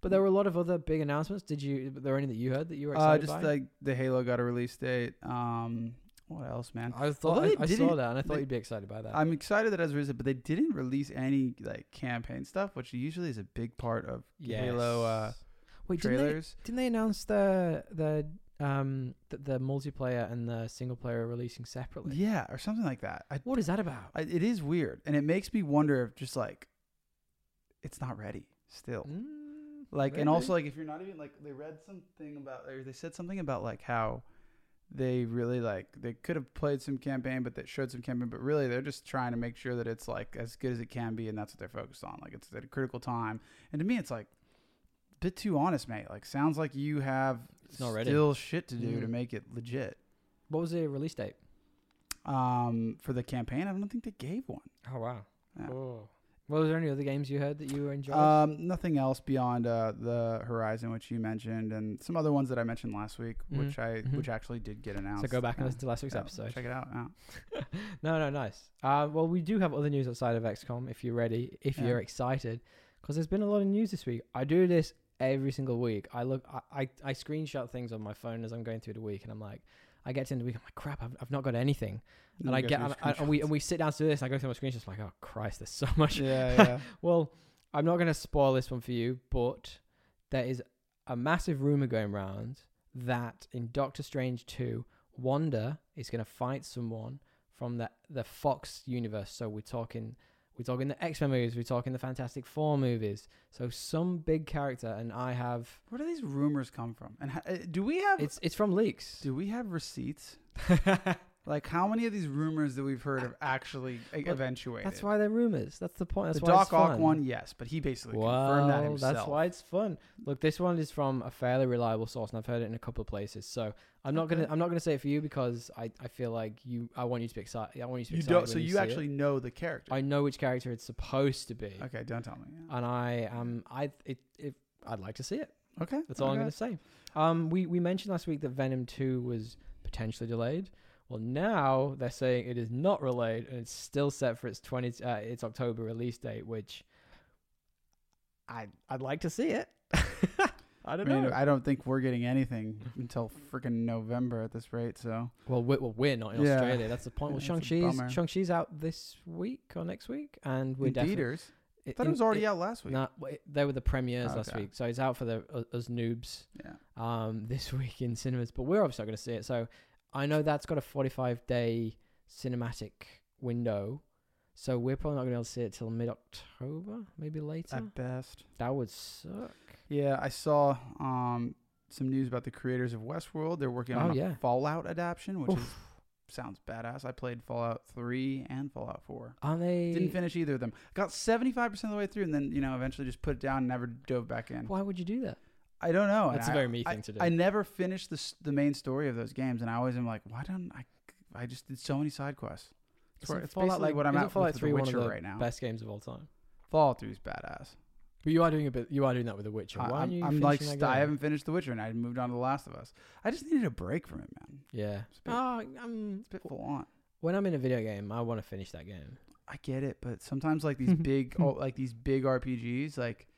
[SPEAKER 1] But there were a lot of other big announcements. Did you? Were there any that you heard that you were excited
[SPEAKER 2] Uh, just
[SPEAKER 1] by?
[SPEAKER 2] like the Halo got a release date. Um, what else, man?
[SPEAKER 1] I thought
[SPEAKER 2] Although they
[SPEAKER 1] I, I saw
[SPEAKER 2] didn't-
[SPEAKER 1] that and I thought
[SPEAKER 2] they-
[SPEAKER 1] you'd be excited by that.
[SPEAKER 2] I'm excited that it has released, but they didn't release any like campaign stuff, which usually is a big part of Halo uh,
[SPEAKER 1] Yes. Wait, didn't they,
[SPEAKER 2] trailers.
[SPEAKER 1] didn't they announce the the um the, the multiplayer and the single player are releasing separately?
[SPEAKER 2] Yeah, or something like that. I
[SPEAKER 1] What is that about?
[SPEAKER 2] I, it is weird, and it makes me wonder if just like it's not ready still.
[SPEAKER 1] Mm,
[SPEAKER 2] Like,
[SPEAKER 1] maybe.
[SPEAKER 2] and also like if you're not even like they read something about or they said something about like how they really like they could have played some campaign, but that showed some campaign, but really they're just trying to make sure that it's like as good as it can be, and that's what they're focused on. Like it's at a critical time, and to me it's like a bit too honest, mate. Like sounds like you have
[SPEAKER 1] It's not ready.
[SPEAKER 2] still shit to do to
[SPEAKER 1] Mm.
[SPEAKER 2] make it legit.
[SPEAKER 1] what was the release date?
[SPEAKER 2] Um, for the campaign, I don't think they gave one.
[SPEAKER 1] Oh wow.
[SPEAKER 2] Yeah.
[SPEAKER 1] Oh. Well, was there any other games you heard that you were enjoying?
[SPEAKER 2] Um, nothing else beyond uh, the Horizon, which you mentioned, and some other ones that I mentioned last week,
[SPEAKER 1] Mhm.
[SPEAKER 2] which I
[SPEAKER 1] Mhm.
[SPEAKER 2] which actually did get announced.
[SPEAKER 1] so go back and
[SPEAKER 2] Yeah.
[SPEAKER 1] listen to last week's
[SPEAKER 2] Yeah,
[SPEAKER 1] episode.
[SPEAKER 2] Check it out. yeah.
[SPEAKER 1] No, no, nice. Uh, well, we do have other news outside of XCOM. If you're ready, if
[SPEAKER 2] Yeah.
[SPEAKER 1] you're excited, because there's been a lot of news this week. I do this every single week. I look, I, I, I screenshot things on my phone as I'm going through the week, and I'm like, I get to the end of the week, I'm like, crap, I've, I've not got anything. And I
[SPEAKER 2] guess
[SPEAKER 1] get,
[SPEAKER 2] we
[SPEAKER 1] and, I- and we and
[SPEAKER 2] screenshots.
[SPEAKER 1] we sit down to do this, and I go through my screenshots, like, oh Christ, there's so much
[SPEAKER 2] yeah, yeah.
[SPEAKER 1] Well, I'm not going to spoil this one for you, but there is a massive rumor going around that in Doctor Strange 2, Wanda is going to fight someone from the, the Fox universe. So we're talking, We're talking the X Men movies. We're talking the Fantastic Four movies. So some big character, and I have
[SPEAKER 2] Where do these rumors come from? And ho- uh, do we have
[SPEAKER 1] it's it's from leaks.
[SPEAKER 2] do we have receipts? Like how many of these rumors that we've heard have actually e-
[SPEAKER 1] Well,
[SPEAKER 2] eventuated?
[SPEAKER 1] that's why they're rumors. That's the point. That's
[SPEAKER 2] the
[SPEAKER 1] why
[SPEAKER 2] Doc
[SPEAKER 1] it's fun.
[SPEAKER 2] Ock one, yes, but he basically
[SPEAKER 1] Well,
[SPEAKER 2] confirmed that himself.
[SPEAKER 1] that's why it's fun. Look, this one is from a fairly reliable source, and I've heard it in a couple of places. So I'm not
[SPEAKER 2] Okay.
[SPEAKER 1] gonna I'm not gonna say it for you because I, I feel like you I want you to be excited. I want you to be
[SPEAKER 2] you
[SPEAKER 1] excited.
[SPEAKER 2] don't. So
[SPEAKER 1] when
[SPEAKER 2] you
[SPEAKER 1] see it.
[SPEAKER 2] actually know the character.
[SPEAKER 1] I know which character it's supposed to be,
[SPEAKER 2] okay, don't tell me. Yeah.
[SPEAKER 1] and I um I it, it I'd like to see it.
[SPEAKER 2] Okay,
[SPEAKER 1] That's all I'm
[SPEAKER 2] okay.
[SPEAKER 1] gonna say. Um, we we mentioned last week that Venom Two was potentially delayed. Well, now they're saying it is not delayed and it's still set for its twenty uh, its October release date, which I I'd like to see it. I
[SPEAKER 2] I
[SPEAKER 1] don't
[SPEAKER 2] mean, uh,
[SPEAKER 1] know.
[SPEAKER 2] I don't think we're getting anything until freaking November at this rate. So
[SPEAKER 1] well, we're, well, we're not in
[SPEAKER 2] Yeah.
[SPEAKER 1] Australia. That's the point. Well,
[SPEAKER 2] That's a
[SPEAKER 1] Shang Chi's
[SPEAKER 2] bummer.
[SPEAKER 1] Shang Chi's out this week or next week, and we're
[SPEAKER 2] in
[SPEAKER 1] definitely.
[SPEAKER 2] theaters, I thought it was already out last week.
[SPEAKER 1] Nah, well, it- they were the premieres
[SPEAKER 2] Oh,
[SPEAKER 1] last
[SPEAKER 2] okay.
[SPEAKER 1] week, so it's out for the uh, us noobs.
[SPEAKER 2] Yeah.
[SPEAKER 1] um, this week in cinemas, but we're obviously not going to see it. So I know that's got a 45 day cinematic window. So we're probably not going to be able to see it till mid October, maybe later.
[SPEAKER 2] At best.
[SPEAKER 1] that would suck.
[SPEAKER 2] Yeah, I saw um, some news about the creators of Westworld. They're working on
[SPEAKER 1] Oh,
[SPEAKER 2] a
[SPEAKER 1] yeah.
[SPEAKER 2] Fallout adaptation, which
[SPEAKER 1] Oof.
[SPEAKER 2] is, sounds badass. I played Fallout 3 and Fallout 4.
[SPEAKER 1] Aren't they?
[SPEAKER 2] Didn't finish either of them. Got 75% of the way through and then, you know, eventually just put it down and never dove back in.
[SPEAKER 1] Why would you do that?
[SPEAKER 2] I don't know. and
[SPEAKER 1] That's a
[SPEAKER 2] I-
[SPEAKER 1] very me
[SPEAKER 2] I-
[SPEAKER 1] thing to do.
[SPEAKER 2] I never finished the, s- the main story of those games, and I always am like, why don't I? I just did so many side quests. It's,
[SPEAKER 1] Isn't
[SPEAKER 2] where- it's
[SPEAKER 1] Fallout,
[SPEAKER 2] basically
[SPEAKER 1] like-
[SPEAKER 2] what I'm
[SPEAKER 1] isn't
[SPEAKER 2] at
[SPEAKER 1] Fallout
[SPEAKER 2] with The
[SPEAKER 1] 3 one of
[SPEAKER 2] Witcher
[SPEAKER 1] the
[SPEAKER 2] right now.
[SPEAKER 1] Best games of all time.
[SPEAKER 2] Fallout 3 is badass.
[SPEAKER 1] But you are doing a bit. You are doing that with The Witcher.
[SPEAKER 2] I-
[SPEAKER 1] Why
[SPEAKER 2] I'm,
[SPEAKER 1] aren't you
[SPEAKER 2] I'm like,
[SPEAKER 1] finishing
[SPEAKER 2] st-
[SPEAKER 1] that
[SPEAKER 2] I
[SPEAKER 1] game?
[SPEAKER 2] haven't finished The Witcher, and I moved on to The Last of Us. I just needed a break from it, man.
[SPEAKER 1] Yeah.
[SPEAKER 2] It's a bit,
[SPEAKER 1] Oh, I'm,
[SPEAKER 2] it's a bit full on.
[SPEAKER 1] when I'm in a video game, I want to finish that game.
[SPEAKER 2] I get it, but sometimes like these big,
[SPEAKER 1] Hmm.
[SPEAKER 2] oh, like these big RPGs, like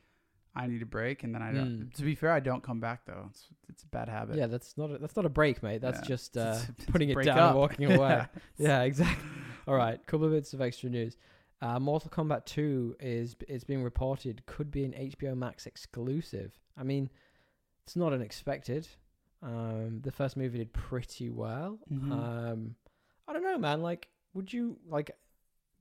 [SPEAKER 2] I need a break, and then I don't.
[SPEAKER 1] Mm.
[SPEAKER 2] To be fair, I don't come back though. It's it's a bad habit.
[SPEAKER 1] Yeah, that's not a, that's not a break, mate. That's
[SPEAKER 2] Yeah.
[SPEAKER 1] just uh,
[SPEAKER 2] It's- it's
[SPEAKER 1] putting it
[SPEAKER 2] break
[SPEAKER 1] down
[SPEAKER 2] up.
[SPEAKER 1] and walking
[SPEAKER 2] Yeah.
[SPEAKER 1] away. Yeah, exactly. All right, couple of bits of extra news. Uh, Mortal Kombat 2 is it's being reported could be an HBO Max exclusive. I mean, it's not unexpected. Um, the first movie did pretty well.
[SPEAKER 2] Mhm.
[SPEAKER 1] Um, I don't know, man. Like, would you like?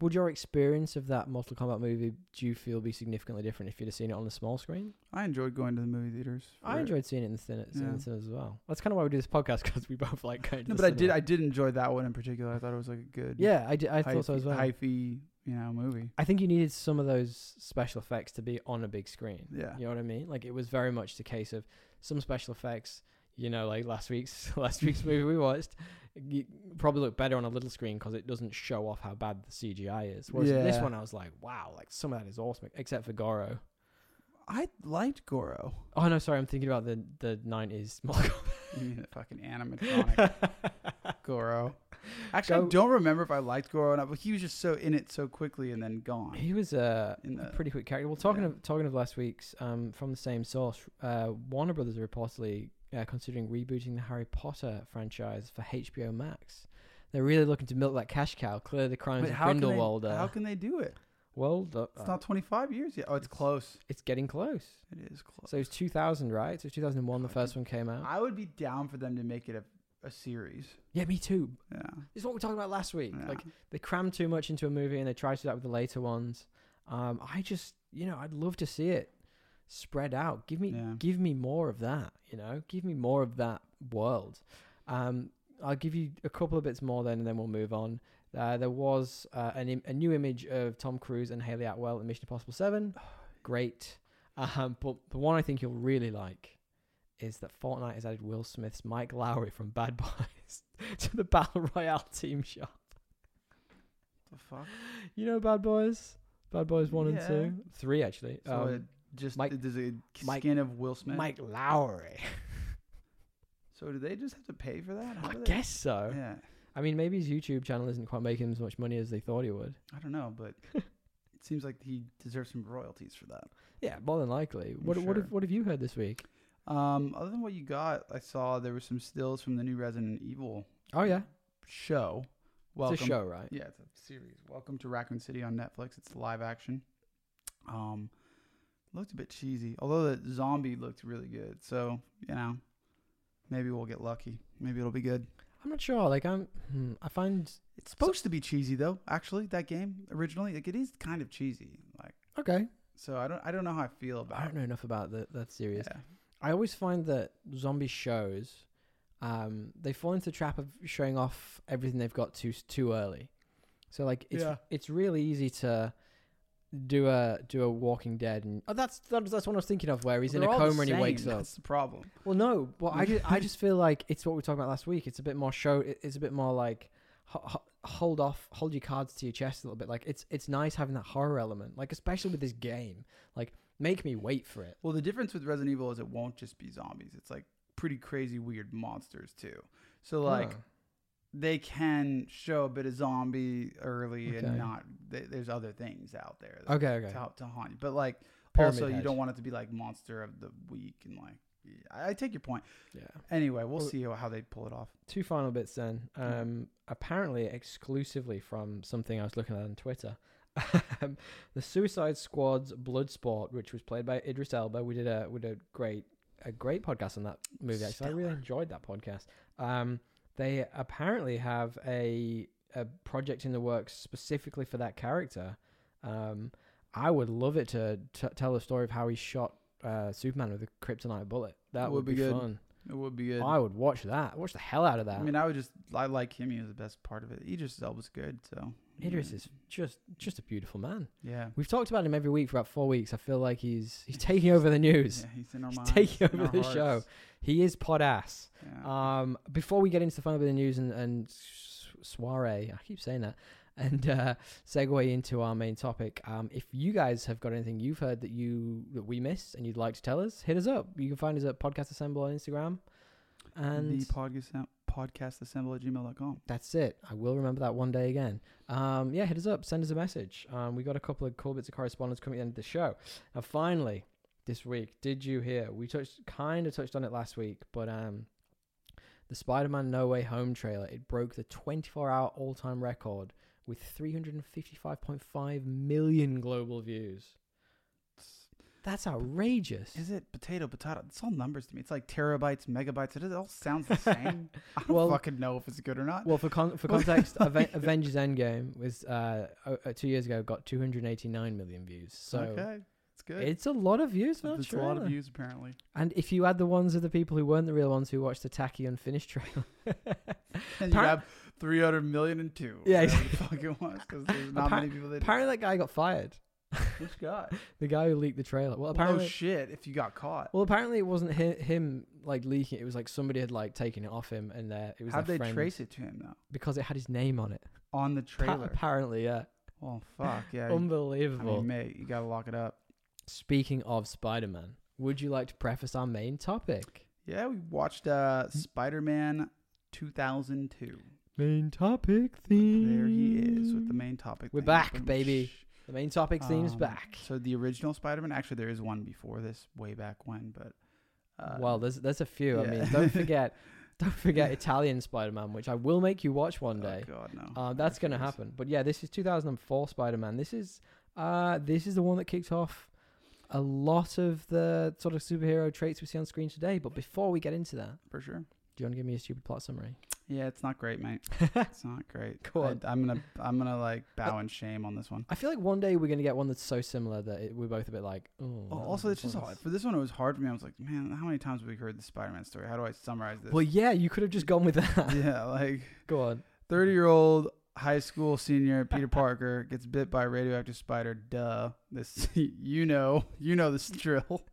[SPEAKER 1] Would your experience of that Mortal Kombat movie do you feel be significantly different if you'd have seen it on the small screen?
[SPEAKER 2] I enjoyed going to the movie theaters.
[SPEAKER 1] I
[SPEAKER 2] for-
[SPEAKER 1] enjoyed seeing it in the cine- in
[SPEAKER 2] Yeah.
[SPEAKER 1] the cinemas as well. That's kind of why we do this podcast because we both like going to
[SPEAKER 2] No,
[SPEAKER 1] the
[SPEAKER 2] but I did.
[SPEAKER 1] cinema.
[SPEAKER 2] I did enjoy that one in particular. I thought it was like a good.
[SPEAKER 1] yeah, I did. I thought so
[SPEAKER 2] hyphy-
[SPEAKER 1] as well.
[SPEAKER 2] Hyphy, you know, movie.
[SPEAKER 1] I think you needed some of those special effects to be on a big screen.
[SPEAKER 2] Yeah.
[SPEAKER 1] You know what I mean? Like it was very much the case of some special effects. You know, like last week's last week's movie we watched, you probably looked better on a little screen because it doesn't show off how bad the CGI is. Whereas in this
[SPEAKER 2] Yeah.
[SPEAKER 1] one, I was like, wow, like some of that is awesome, except for Goro.
[SPEAKER 2] I liked Goro.
[SPEAKER 1] Oh no, sorry, I'm thinking about the the nineties.
[SPEAKER 2] You mean the fucking animatronic Goro? Actually,
[SPEAKER 1] Go-
[SPEAKER 2] I don't remember if I liked Goro or not, but he was just so in it so quickly and then gone.
[SPEAKER 1] He was a,
[SPEAKER 2] In
[SPEAKER 1] a
[SPEAKER 2] the-
[SPEAKER 1] pretty quick character. Well, talking
[SPEAKER 2] yeah.
[SPEAKER 1] of talking of last week's um, from the same source, uh, Warner Brothers are reportedly uh, considering rebooting the Harry Potter franchise for HBO Max. They're really looking to milk that cash cow, clear the crimes
[SPEAKER 2] But
[SPEAKER 1] of
[SPEAKER 2] how can, they,
[SPEAKER 1] Grindelwald. uh,
[SPEAKER 2] how can they do it?
[SPEAKER 1] well, the-
[SPEAKER 2] It's
[SPEAKER 1] uh,
[SPEAKER 2] not 25 years yet. Oh, it's
[SPEAKER 1] it's-
[SPEAKER 2] close.
[SPEAKER 1] it's getting close.
[SPEAKER 2] It is close.
[SPEAKER 1] So it's 2000, right? So 2001, the
[SPEAKER 2] Fucking-
[SPEAKER 1] first one came out.
[SPEAKER 2] Oh. I would be down for them to make it a, a series.
[SPEAKER 1] Yeah, me too.
[SPEAKER 2] Yeah.
[SPEAKER 1] It's what we were talking about last week.
[SPEAKER 2] yeah.
[SPEAKER 1] Like they cram too much into a movie and they try to do that with the later ones. Um, I just, you know, I'd love to see it spread out. Give me,
[SPEAKER 2] Yeah.
[SPEAKER 1] give me more of that. You know, give me more of that world. Um, I'll give you a couple of bits more then, and then we'll move on. Uh, there was uh, an Im- a new image of Tom Cruise and Haley Atwell in Mission Impossible Seven. Great, um, but the one I think you'll really like is that Fortnite has added Will Smith's Mike Lowry from Bad Boys to the Battle Royale team shop.
[SPEAKER 2] the fuck?
[SPEAKER 1] You know Bad Boys? Bad Boys 1
[SPEAKER 2] Yeah.
[SPEAKER 1] and 2? 3, actually.
[SPEAKER 2] So
[SPEAKER 1] um,
[SPEAKER 2] it just
[SPEAKER 1] Mike-
[SPEAKER 2] there's a
[SPEAKER 1] Mike-
[SPEAKER 2] skin of Will Smith.
[SPEAKER 1] Mike Lowry.
[SPEAKER 2] So do they just have to pay for that? How
[SPEAKER 1] I
[SPEAKER 2] do they-
[SPEAKER 1] guess so.
[SPEAKER 2] Yeah.
[SPEAKER 1] I mean, maybe his YouTube channel isn't quite making him as much money as they thought he would.
[SPEAKER 2] I don't know, but it seems like he deserves some royalties for that.
[SPEAKER 1] Yeah, more than likely. What, what,
[SPEAKER 2] sure.
[SPEAKER 1] have, what have you heard this week?
[SPEAKER 2] Um, other than what you got, I saw there were some stills from the new Resident Evil.
[SPEAKER 1] Oh, yeah.
[SPEAKER 2] Show. Welcome.
[SPEAKER 1] It's a show, right?
[SPEAKER 2] Yeah, it's a series. Welcome to Raccoon City on Netflix. It's live action. Um, looked a bit cheesy, although the zombie looked really good. So you know, maybe we'll get lucky. Maybe it'll be good.
[SPEAKER 1] I'm not sure. Like I'm, hmm, I find
[SPEAKER 2] It's supposed to be cheesy though. Actually, that game originally, like it is kind of cheesy. Like
[SPEAKER 1] okay.
[SPEAKER 2] so, I don't I don't know how I feel about.
[SPEAKER 1] I don't know enough about that that
[SPEAKER 2] it.
[SPEAKER 1] series.
[SPEAKER 2] Yeah.
[SPEAKER 1] I always find that zombie shows, um, they fall into the trap of showing off everything they've got too too early. So like it's
[SPEAKER 2] Yeah.
[SPEAKER 1] it's really easy to do a do a Walking Dead and oh that's that's, that's what I was thinking of where he's
[SPEAKER 2] They're
[SPEAKER 1] in a
[SPEAKER 2] all the
[SPEAKER 1] coma and he
[SPEAKER 2] same,
[SPEAKER 1] wakes up.
[SPEAKER 2] That's the problem.
[SPEAKER 1] Well, no, but I just, I just feel like it's what we were talking about last week. It's a bit more show. it- It's a bit more like ho- ho- hold off, hold your cards to your chest a little bit. Like it's it's nice having that horror element, like especially with this game. Like make me wait for it.
[SPEAKER 2] Well, the difference with Resident Evil is it won't just be zombies. It's like pretty crazy, weird monsters too. So like
[SPEAKER 1] Oh.
[SPEAKER 2] they can show a bit of zombie early
[SPEAKER 1] Okay.
[SPEAKER 2] and not. Th- there's other things out there that,
[SPEAKER 1] okay, okay,
[SPEAKER 2] to, ha- to haunt you. But like
[SPEAKER 1] Pyramid
[SPEAKER 2] also, you
[SPEAKER 1] Head.
[SPEAKER 2] don't want it to be like monster of the week and like. I I take your point.
[SPEAKER 1] yeah.
[SPEAKER 2] Anyway, we'll
[SPEAKER 1] Well-
[SPEAKER 2] see how how they pull it off.
[SPEAKER 1] Two final bits then.
[SPEAKER 2] Yeah.
[SPEAKER 1] Um, apparently exclusively from something I was looking at on Twitter. um, the Suicide Squad's Bloodsport, which was played by Idris Elba, we did a we did a great a great podcast on that movie. Actually, I really
[SPEAKER 2] Stellar.
[SPEAKER 1] enjoyed that podcast. Um, they apparently have a a project in the works specifically for that character. Um, I would love it to t- tell the story of how he shot uh, Superman with a kryptonite bullet. That would, be,
[SPEAKER 2] good.
[SPEAKER 1] fun.
[SPEAKER 2] It would be good.
[SPEAKER 1] I would watch that. Watch the hell out of that.
[SPEAKER 2] I mean, I would just I like him. He was the best part of it. Idris Elba's good, so
[SPEAKER 1] Idris
[SPEAKER 2] yeah.
[SPEAKER 1] is just just a beautiful man.
[SPEAKER 2] yeah.
[SPEAKER 1] We've talked about him every week for about four weeks. I feel like he's he's taking over the news.
[SPEAKER 2] Yeah, he's in our
[SPEAKER 1] He's
[SPEAKER 2] minds.
[SPEAKER 1] taking
[SPEAKER 2] in
[SPEAKER 1] over the
[SPEAKER 2] our
[SPEAKER 1] show.
[SPEAKER 2] hearts.
[SPEAKER 1] He is pod ass.
[SPEAKER 2] Yeah.
[SPEAKER 1] Um, before we get into the fun of the news and, and s- soiree, I keep saying that, and uh, segue into our main topic. Um, if you guys have got anything you've heard that you that we missed and you'd like to tell us, hit us up. You can find us at Podcast Assemble on Instagram. And
[SPEAKER 2] the podcast podcast assemble at gmail.com.
[SPEAKER 1] that's it. I will remember that one day again. Um, yeah, hit us up. Send us a message. Um, we got a couple of cool bits of correspondence coming at the end of the show. Now, finally, this week, did you hear? We touched kind of touched on it last week, but um, the Spider-Man No Way Home trailer it broke the 24-hour all-time record with 355.5 million global views. That's outrageous.
[SPEAKER 2] Is it potato potato? It's all numbers to me. It's like terabytes, megabytes. It all sounds the same. I don't
[SPEAKER 1] Well-
[SPEAKER 2] fucking know if it's good or not.
[SPEAKER 1] Well, for con- for
[SPEAKER 2] Well,
[SPEAKER 1] context, Aven- Avengers Endgame was uh, o- uh, two years ago got 289 million views. So
[SPEAKER 2] okay, it's good.
[SPEAKER 1] it's a lot of views for that
[SPEAKER 2] It's a lot of
[SPEAKER 1] trailer.
[SPEAKER 2] views apparently.
[SPEAKER 1] And if you add the ones of the people who weren't the real ones who watched the tacky unfinished trailer,
[SPEAKER 2] And you
[SPEAKER 1] Appar-
[SPEAKER 2] have 300 million and two.
[SPEAKER 1] Yeah,
[SPEAKER 2] whatever the fuck it was because there's not
[SPEAKER 1] Appar-
[SPEAKER 2] many people that.
[SPEAKER 1] apparently that guy got fired.
[SPEAKER 2] Which guy?
[SPEAKER 1] The guy who leaked the trailer. Well, apparently.
[SPEAKER 2] Apparently, Oh, shit! If you got caught,
[SPEAKER 1] well, apparently it wasn't hi- him like leaking. It was like somebody had like taken it off him, and uh, it was
[SPEAKER 2] how'd
[SPEAKER 1] their
[SPEAKER 2] they
[SPEAKER 1] friend-
[SPEAKER 2] trace it to him though?
[SPEAKER 1] because it had his name on it.
[SPEAKER 2] On the
[SPEAKER 1] Pa-
[SPEAKER 2] trailer.
[SPEAKER 1] apparently, yeah,
[SPEAKER 2] Oh fuck yeah! you- I
[SPEAKER 1] unbelievable.
[SPEAKER 2] mean, mate, you gotta lock it up.
[SPEAKER 1] Speaking of Spider-Man, would you like to preface our main topic?
[SPEAKER 2] Yeah, we watched
[SPEAKER 1] Hmm.
[SPEAKER 2] uh, Spider Man 2002.
[SPEAKER 1] Main topic
[SPEAKER 2] There he is with the main topic.
[SPEAKER 1] We're
[SPEAKER 2] thing.
[SPEAKER 1] back,
[SPEAKER 2] Boom,
[SPEAKER 1] baby.
[SPEAKER 2] shh.
[SPEAKER 1] The main topic theme's
[SPEAKER 2] Um,
[SPEAKER 1] back.
[SPEAKER 2] So the original Spider Man. Actually, there is one before this, way back when. But uh,
[SPEAKER 1] well, there's there's a few. I
[SPEAKER 2] yeah.
[SPEAKER 1] mean, don't forget, don't forget Italian Spider-Man, which I will make you watch one day.
[SPEAKER 2] Oh God, no.
[SPEAKER 1] Uh, that's
[SPEAKER 2] Who
[SPEAKER 1] gonna
[SPEAKER 2] cares?
[SPEAKER 1] happen. But yeah, this is 2004 Spider-Man. This is uh this is the one that kicked off a lot of the sort of superhero traits we see on screen today. But before we get into that,
[SPEAKER 2] for sure.
[SPEAKER 1] do you want to give me a stupid plot summary?
[SPEAKER 2] Yeah, it's not great, mate. It's not great.
[SPEAKER 1] Go on. Uh,
[SPEAKER 2] I, am gonna, I'm gonna like bow in shame on this one.
[SPEAKER 1] I feel like one day we're gonna get one that's so similar that it, we're both a bit like, oh. that
[SPEAKER 2] Well,
[SPEAKER 1] was
[SPEAKER 2] also, it's just
[SPEAKER 1] pointless."
[SPEAKER 2] hard. for this one. It was hard for me. I was like, man, how many times have we heard the Spider Man story? How do I summarize this?
[SPEAKER 1] Well, yeah, you could have just gone with that.
[SPEAKER 2] yeah, like
[SPEAKER 1] Go on.
[SPEAKER 2] 30 year old high school senior Peter Parker gets bit by a radioactive spider. Duh. This, you know, you know this drill.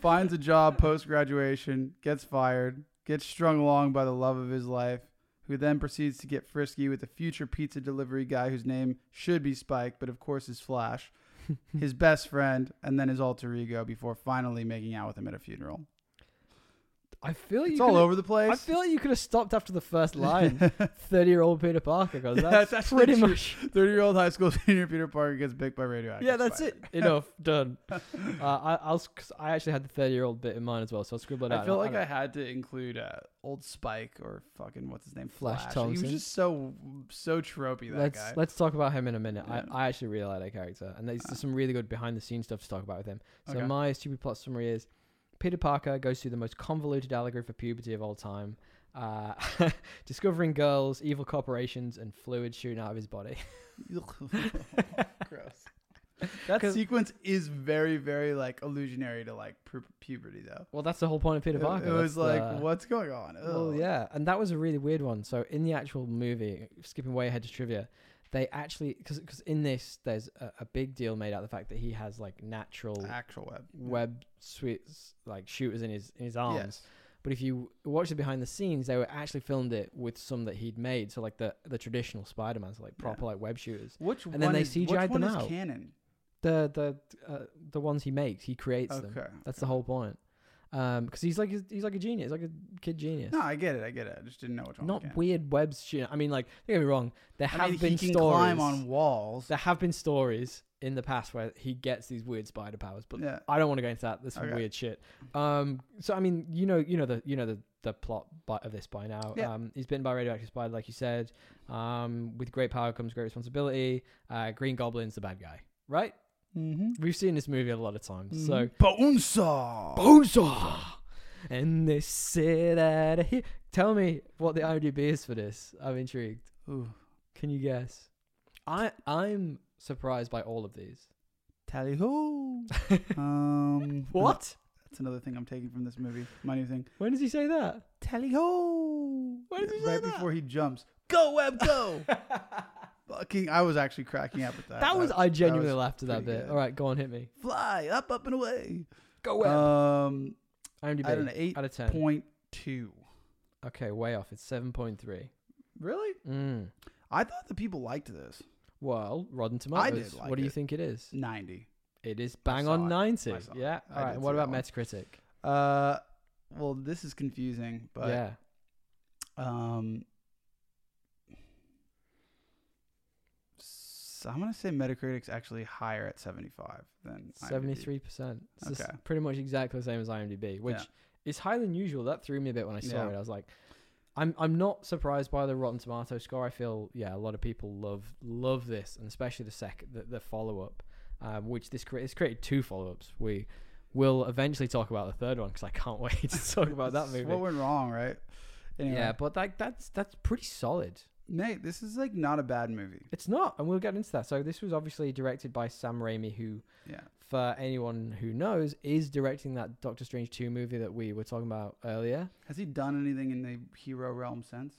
[SPEAKER 2] Finds a job post graduation, gets fired, gets strung along by the love of his life, who then proceeds to get frisky with a future pizza delivery guy whose name should be Spike, but of course is Flash, his best friend, and then his alter ego before finally making out with him at a funeral.
[SPEAKER 1] I feel you.
[SPEAKER 2] It's
[SPEAKER 1] could
[SPEAKER 2] all
[SPEAKER 1] have-
[SPEAKER 2] over the place.
[SPEAKER 1] I feel like you could have stopped after the first line. Thirty-year-old Peter Parker goes.
[SPEAKER 2] Yeah,
[SPEAKER 1] that's,
[SPEAKER 2] that's actually
[SPEAKER 1] pretty
[SPEAKER 2] true.
[SPEAKER 1] much.
[SPEAKER 2] 30 year old high school senior Peter Parker gets bit by radioactive.
[SPEAKER 1] Yeah, that's
[SPEAKER 2] spider.
[SPEAKER 1] it. Enough. Done. Uh, I, I'll. sc- 'cause I actually had the thirty-year-old bit in mind as well, so I'll scribble it out.
[SPEAKER 2] I feel
[SPEAKER 1] and
[SPEAKER 2] like
[SPEAKER 1] I'll-
[SPEAKER 2] I had to include uh, old Spike or fucking what's his name,
[SPEAKER 1] Flash
[SPEAKER 2] He
[SPEAKER 1] Thompson.
[SPEAKER 2] was just so so tropey that
[SPEAKER 1] let's
[SPEAKER 2] guy.
[SPEAKER 1] let's talk about him in a minute.
[SPEAKER 2] Yeah.
[SPEAKER 1] I, I actually really like that character, and there's
[SPEAKER 2] Uh.
[SPEAKER 1] some really good behind-the-scenes stuff to talk about with him. So
[SPEAKER 2] Okay.
[SPEAKER 1] my stupid plot summary is: Peter Parker goes through the most convoluted allegory for puberty of all time. uh, discovering girls, evil corporations, and fluid shooting out of his body.
[SPEAKER 2] Gross. That
[SPEAKER 1] 'Cause-
[SPEAKER 2] sequence is very, very like illusionary to like pu- puberty though.
[SPEAKER 1] Well, that's the whole point of Peter
[SPEAKER 2] It,
[SPEAKER 1] Parker.
[SPEAKER 2] it was
[SPEAKER 1] That's
[SPEAKER 2] like,
[SPEAKER 1] the-
[SPEAKER 2] what's going on?
[SPEAKER 1] Well,
[SPEAKER 2] Ugh.
[SPEAKER 1] yeah, and that was a really weird one. So in the actual movie, skipping way ahead to trivia, they actually because in this there's a, a big deal made out of the fact that he has like natural
[SPEAKER 2] Actual web.
[SPEAKER 1] web sweets like shooters in his in his arms.
[SPEAKER 2] Yes.
[SPEAKER 1] But if you watch the behind the scenes, they were actually filmed it with some that he'd made. So like the the traditional Spider Man's like proper
[SPEAKER 2] Yeah.
[SPEAKER 1] like web shooters.
[SPEAKER 2] Which
[SPEAKER 1] And then
[SPEAKER 2] one
[SPEAKER 1] they
[SPEAKER 2] is, which
[SPEAKER 1] CGI'd
[SPEAKER 2] one
[SPEAKER 1] them
[SPEAKER 2] is
[SPEAKER 1] out.
[SPEAKER 2] canon?
[SPEAKER 1] The the uh, the ones he makes, he creates
[SPEAKER 2] Okay.
[SPEAKER 1] them. That's the whole point. Um, because he's like he's like a genius, like a kid genius.
[SPEAKER 2] No, I get it. I get it. I just didn't know which one. was
[SPEAKER 1] not
[SPEAKER 2] canon.
[SPEAKER 1] weird web shooting. I mean, like don't get me wrong, there have
[SPEAKER 2] I mean,
[SPEAKER 1] been
[SPEAKER 2] he can
[SPEAKER 1] stories.
[SPEAKER 2] climb on walls.
[SPEAKER 1] There have been stories in the past where he gets these weird spider powers, but
[SPEAKER 2] yeah.
[SPEAKER 1] I don't want to go into that. That's some
[SPEAKER 2] Okay.
[SPEAKER 1] weird shit. Um, so I mean, you know, you know the you know the the plot by, of this by now.
[SPEAKER 2] Yeah.
[SPEAKER 1] Um, he's bitten by a radioactive spider, like you said. Um, with great power comes great responsibility. Uh, Green Goblin's the bad guy, right?
[SPEAKER 2] Mm-hmm.
[SPEAKER 1] We've seen this movie a lot of times. So
[SPEAKER 2] Bonesaw.
[SPEAKER 1] Bonesaw, and they say that he- tell me what the IMDb is for this. I'm intrigued.
[SPEAKER 2] Ooh,
[SPEAKER 1] Can you guess? I I'm surprised by all of these.
[SPEAKER 2] tally ho. um,
[SPEAKER 1] what?
[SPEAKER 2] That's another thing I'm taking from this movie. My new thing.
[SPEAKER 1] When does he say that?
[SPEAKER 2] Tally ho.
[SPEAKER 1] Why does he say
[SPEAKER 2] Right
[SPEAKER 1] that?
[SPEAKER 2] before he jumps. Go web go. Fucking, I was actually cracking up at that.
[SPEAKER 1] That was
[SPEAKER 2] I-
[SPEAKER 1] I genuinely laughed at that
[SPEAKER 2] pretty
[SPEAKER 1] bit.
[SPEAKER 2] good.
[SPEAKER 1] All right, go on, hit me.
[SPEAKER 2] fly up, up and away.
[SPEAKER 1] Go
[SPEAKER 2] Um,
[SPEAKER 1] IMDb
[SPEAKER 2] I don't know. Eight
[SPEAKER 1] out of ten.
[SPEAKER 2] point two.
[SPEAKER 1] Okay, way off. It's seven point three.
[SPEAKER 2] Really?
[SPEAKER 1] Mm.
[SPEAKER 2] I thought the people liked this.
[SPEAKER 1] Well, Rotten Tomatoes.
[SPEAKER 2] I did like
[SPEAKER 1] what do you
[SPEAKER 2] it.
[SPEAKER 1] think it is?
[SPEAKER 2] Ninety.
[SPEAKER 1] It is bang
[SPEAKER 2] saw
[SPEAKER 1] on
[SPEAKER 2] it.
[SPEAKER 1] ninety.
[SPEAKER 2] I saw it.
[SPEAKER 1] Yeah.
[SPEAKER 2] I
[SPEAKER 1] All right.
[SPEAKER 2] did
[SPEAKER 1] What
[SPEAKER 2] see that
[SPEAKER 1] about
[SPEAKER 2] one.
[SPEAKER 1] Metacritic?
[SPEAKER 2] Uh, well, this is confusing, but
[SPEAKER 1] yeah.
[SPEAKER 2] Um, s- I'm gonna say Metacritic's actually higher at 75 than IMDb.
[SPEAKER 1] Seventy-three percent. It's just
[SPEAKER 2] Okay.
[SPEAKER 1] pretty much exactly the same as IMDb, which
[SPEAKER 2] Yeah.
[SPEAKER 1] is highly unusual. That threw me a bit when I saw
[SPEAKER 2] Yeah.
[SPEAKER 1] it. I was like, I'm I'm not surprised by the Rotten Tomato score. I feel yeah, a lot of people love love this, and especially the second the, the follow up, um, which this cre- it's created two follow ups. We will eventually talk about the third one because I can't wait to talk about that
[SPEAKER 2] That's
[SPEAKER 1] movie.
[SPEAKER 2] What went wrong, right? Anyway,
[SPEAKER 1] Yeah, but like that's that's pretty solid.
[SPEAKER 2] Nate, this is like not a bad movie.
[SPEAKER 1] It's not, and we'll get into that. So this was obviously directed by Sam Raimi, who
[SPEAKER 2] Yeah,
[SPEAKER 1] for anyone who knows, is directing that Doctor Strange 2 movie that we were talking about earlier.
[SPEAKER 2] has he done anything in the hero realm since?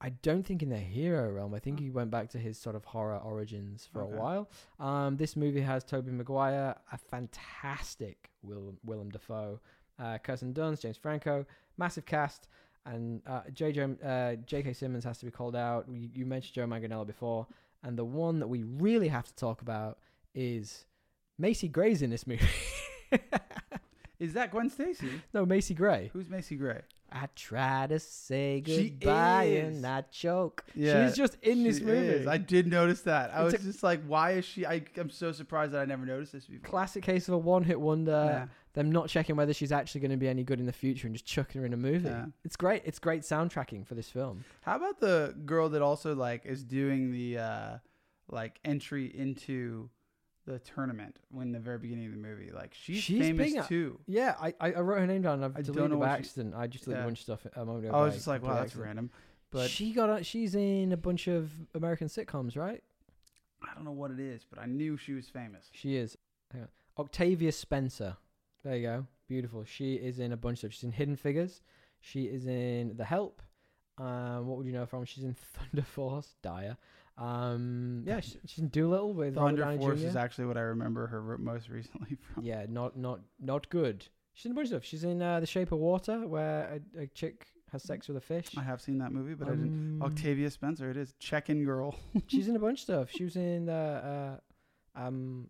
[SPEAKER 1] I don't think in the hero realm. I think
[SPEAKER 2] Oh.
[SPEAKER 1] he went back to his sort of horror origins for
[SPEAKER 2] Okay.
[SPEAKER 1] a while. Um, this movie has Toby Maguire, a fantastic Will, Willem Dafoe, uh, Kirsten Dunst, James Franco, massive cast, and uh, JJ, uh, J.K. Simmons has to be called out. You, you mentioned Joe Manganiello before, and the one that we really have to talk about is Macy Gray's in this movie.
[SPEAKER 2] Is that Gwen Stacy?
[SPEAKER 1] no, Macy Gray.
[SPEAKER 2] Who's Macy Gray?
[SPEAKER 1] I try to say
[SPEAKER 2] She
[SPEAKER 1] goodbye
[SPEAKER 2] is.
[SPEAKER 1] and I choke.
[SPEAKER 2] Yeah,
[SPEAKER 1] She's just in this
[SPEAKER 2] She
[SPEAKER 1] movie.
[SPEAKER 2] is. I did notice that. I
[SPEAKER 1] It's
[SPEAKER 2] was just like, why is she? I, I'm so surprised that I never noticed this before.
[SPEAKER 1] Classic case of a one hit wonder.
[SPEAKER 2] Yeah.
[SPEAKER 1] Them not checking whether she's actually going to be any good in the future and just chucking her in a movie.
[SPEAKER 2] Yeah.
[SPEAKER 1] It's great. It's great soundtracking for this film.
[SPEAKER 2] How about the girl that also like is doing the uh like entry into the tournament when the very beginning of the movie? Like she's,
[SPEAKER 1] She's
[SPEAKER 2] famous
[SPEAKER 1] being a-
[SPEAKER 2] too.
[SPEAKER 1] Yeah, I, I I wrote her name down and I've
[SPEAKER 2] I don't
[SPEAKER 1] deleted
[SPEAKER 2] know
[SPEAKER 1] it by
[SPEAKER 2] what she-
[SPEAKER 1] accident. I just deleted
[SPEAKER 2] Yeah.
[SPEAKER 1] a bunch of stuff a moment ago.
[SPEAKER 2] I was
[SPEAKER 1] by
[SPEAKER 2] just like, wow,
[SPEAKER 1] complete
[SPEAKER 2] that's
[SPEAKER 1] accident.
[SPEAKER 2] random. But
[SPEAKER 1] she got on, she's in a bunch of American sitcoms, right?
[SPEAKER 2] I don't know what it is, but I knew she was famous.
[SPEAKER 1] She is. Hang on. Octavia Spencer. There you go. Beautiful. She is in a bunch of stuff. She's in Hidden Figures. She is in The Help. Um, what would you know from? She's in Thunder Force. Dire. Um, yeah, she, she's in Doolittle with Robert
[SPEAKER 2] Thunder
[SPEAKER 1] Downey
[SPEAKER 2] Force
[SPEAKER 1] Jr.
[SPEAKER 2] is actually what I remember her re- most recently from.
[SPEAKER 1] yeah, not not not good. She's in a bunch of stuff. She's in uh, The Shape of Water, where a, a chick has sex with a fish.
[SPEAKER 2] I have seen that movie, but I didn't.
[SPEAKER 1] Um,
[SPEAKER 2] Octavia Spencer, it is check-in girl.
[SPEAKER 1] She's in a bunch of stuff. She was in the uh, um,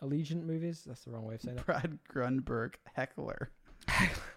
[SPEAKER 1] Allegiant movies. That's the wrong way of saying that.
[SPEAKER 2] Brad Grundberg, heckler.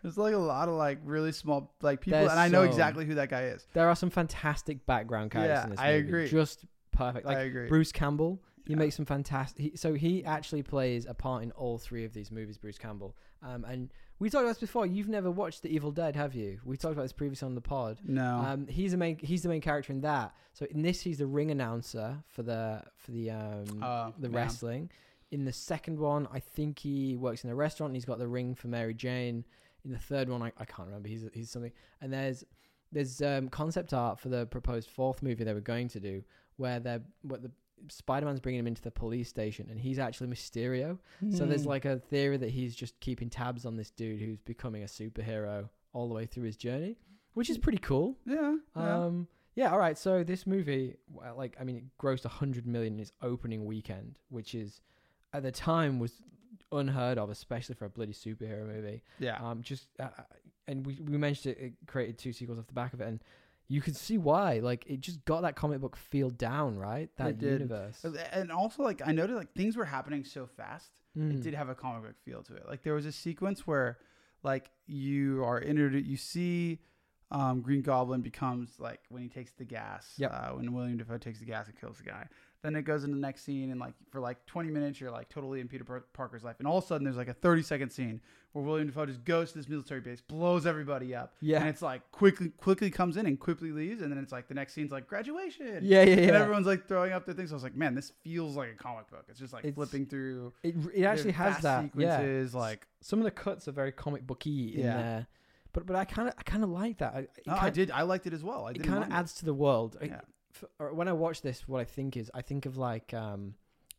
[SPEAKER 2] There's like a lot of like really small like people,
[SPEAKER 1] There's
[SPEAKER 2] and I know
[SPEAKER 1] some.
[SPEAKER 2] exactly who that guy is.
[SPEAKER 1] There are some fantastic background characters
[SPEAKER 2] Yeah,
[SPEAKER 1] in this
[SPEAKER 2] I
[SPEAKER 1] movie.
[SPEAKER 2] agree.
[SPEAKER 1] Just perfect.
[SPEAKER 2] I
[SPEAKER 1] Like
[SPEAKER 2] agree.
[SPEAKER 1] Bruce Campbell, he
[SPEAKER 2] Yeah.
[SPEAKER 1] makes some fantastic. He, so he actually plays a part in all three of these movies. Bruce Campbell. Um, and we talked about this before. You've never watched The Evil Dead, have you? We talked about this previously on the pod.
[SPEAKER 2] no,
[SPEAKER 1] Um, he's the main. He's the main character in that. So in this, he's the ring announcer for the for the um,
[SPEAKER 2] Uh,
[SPEAKER 1] the
[SPEAKER 2] yeah.
[SPEAKER 1] wrestling. In the second one, I think he works in a restaurant and he's got the ring for Mary Jane. In the third one, I, I can't remember. He's he's something. And there's there's um, concept art for the proposed fourth movie they were going to do, where they're what the Spider-Man's bringing him into the police station, and he's actually Mysterio. So
[SPEAKER 2] Mm. Hmm.
[SPEAKER 1] there's like a theory that he's just keeping tabs on this dude who's becoming a superhero all the way through his journey, which is pretty cool.
[SPEAKER 2] yeah, yeah.
[SPEAKER 1] Um, yeah, all right. So this movie, well, like, I mean, it grossed 100 million in its opening weekend, which is at the time was unheard of, especially for a bloody superhero movie.
[SPEAKER 2] yeah.
[SPEAKER 1] Um, just uh, uh, and we we mentioned it, it created two sequels off the back of it, and you can see why. Like, it just got that comic book feel down, right? That
[SPEAKER 2] It did.
[SPEAKER 1] universe.
[SPEAKER 2] and also like I noticed like things were happening so fast.
[SPEAKER 1] Mm.
[SPEAKER 2] it did have a comic book feel to it. Like there was a sequence where like you are introduced, you see um, Green Goblin becomes like when he takes the gas,
[SPEAKER 1] Yep.
[SPEAKER 2] uh, when William Defoe takes the gas and kills the guy. Then it goes into the next scene, and like for like 20 minutes, you're like totally in Peter Par- Parker's life. And all of a sudden, there's like a 30 second scene where William Defoe just goes to this military base, blows everybody up, and
[SPEAKER 1] Yeah.
[SPEAKER 2] it's like quickly, quickly comes in and quickly leaves. And then it's like the next scene's like graduation,
[SPEAKER 1] Yeah, yeah,
[SPEAKER 2] and
[SPEAKER 1] yeah.
[SPEAKER 2] everyone's like throwing up their things. I was like, man, this feels like a comic book. It's just like
[SPEAKER 1] It's-
[SPEAKER 2] flipping through
[SPEAKER 1] It, it actually
[SPEAKER 2] there's
[SPEAKER 1] has
[SPEAKER 2] fast
[SPEAKER 1] that. Yeah.
[SPEAKER 2] sequences like
[SPEAKER 1] Some of the cuts are very comic booky in
[SPEAKER 2] Yeah.
[SPEAKER 1] there, but but I kind of I kind of like that. I, it
[SPEAKER 2] No, I
[SPEAKER 1] kinda-
[SPEAKER 2] did I liked it as well. I
[SPEAKER 1] it
[SPEAKER 2] didn't
[SPEAKER 1] kind of
[SPEAKER 2] mind
[SPEAKER 1] adds to the world. I-
[SPEAKER 2] Yeah.
[SPEAKER 1] f- or when I watch this, what I think is, I think of like, um,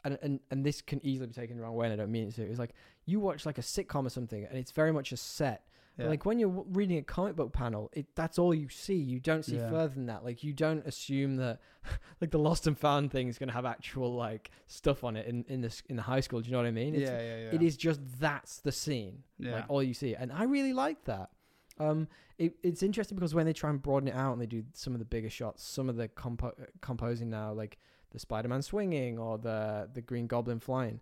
[SPEAKER 1] and, and and this can easily be taken the wrong way, and I don't mean it to. It's like you watch like a sitcom or something, and it's very much a set. But
[SPEAKER 2] Yeah.
[SPEAKER 1] Like when you're w- reading a comic book panel, it that's all you see. You don't see
[SPEAKER 2] Yeah.
[SPEAKER 1] further than that. Like you don't assume that, like the lost and found thing is going to have actual like stuff on it in in this in the high school. Do you know what I mean?
[SPEAKER 2] yeah,
[SPEAKER 1] It's,
[SPEAKER 2] yeah, yeah.
[SPEAKER 1] It is just that's the scene
[SPEAKER 2] yeah.
[SPEAKER 1] like all you see and i really like that um it, it's interesting because when they try and broaden it out and they do some of the bigger shots some of the compo- composing now like the spider-man swinging or the the green goblin flying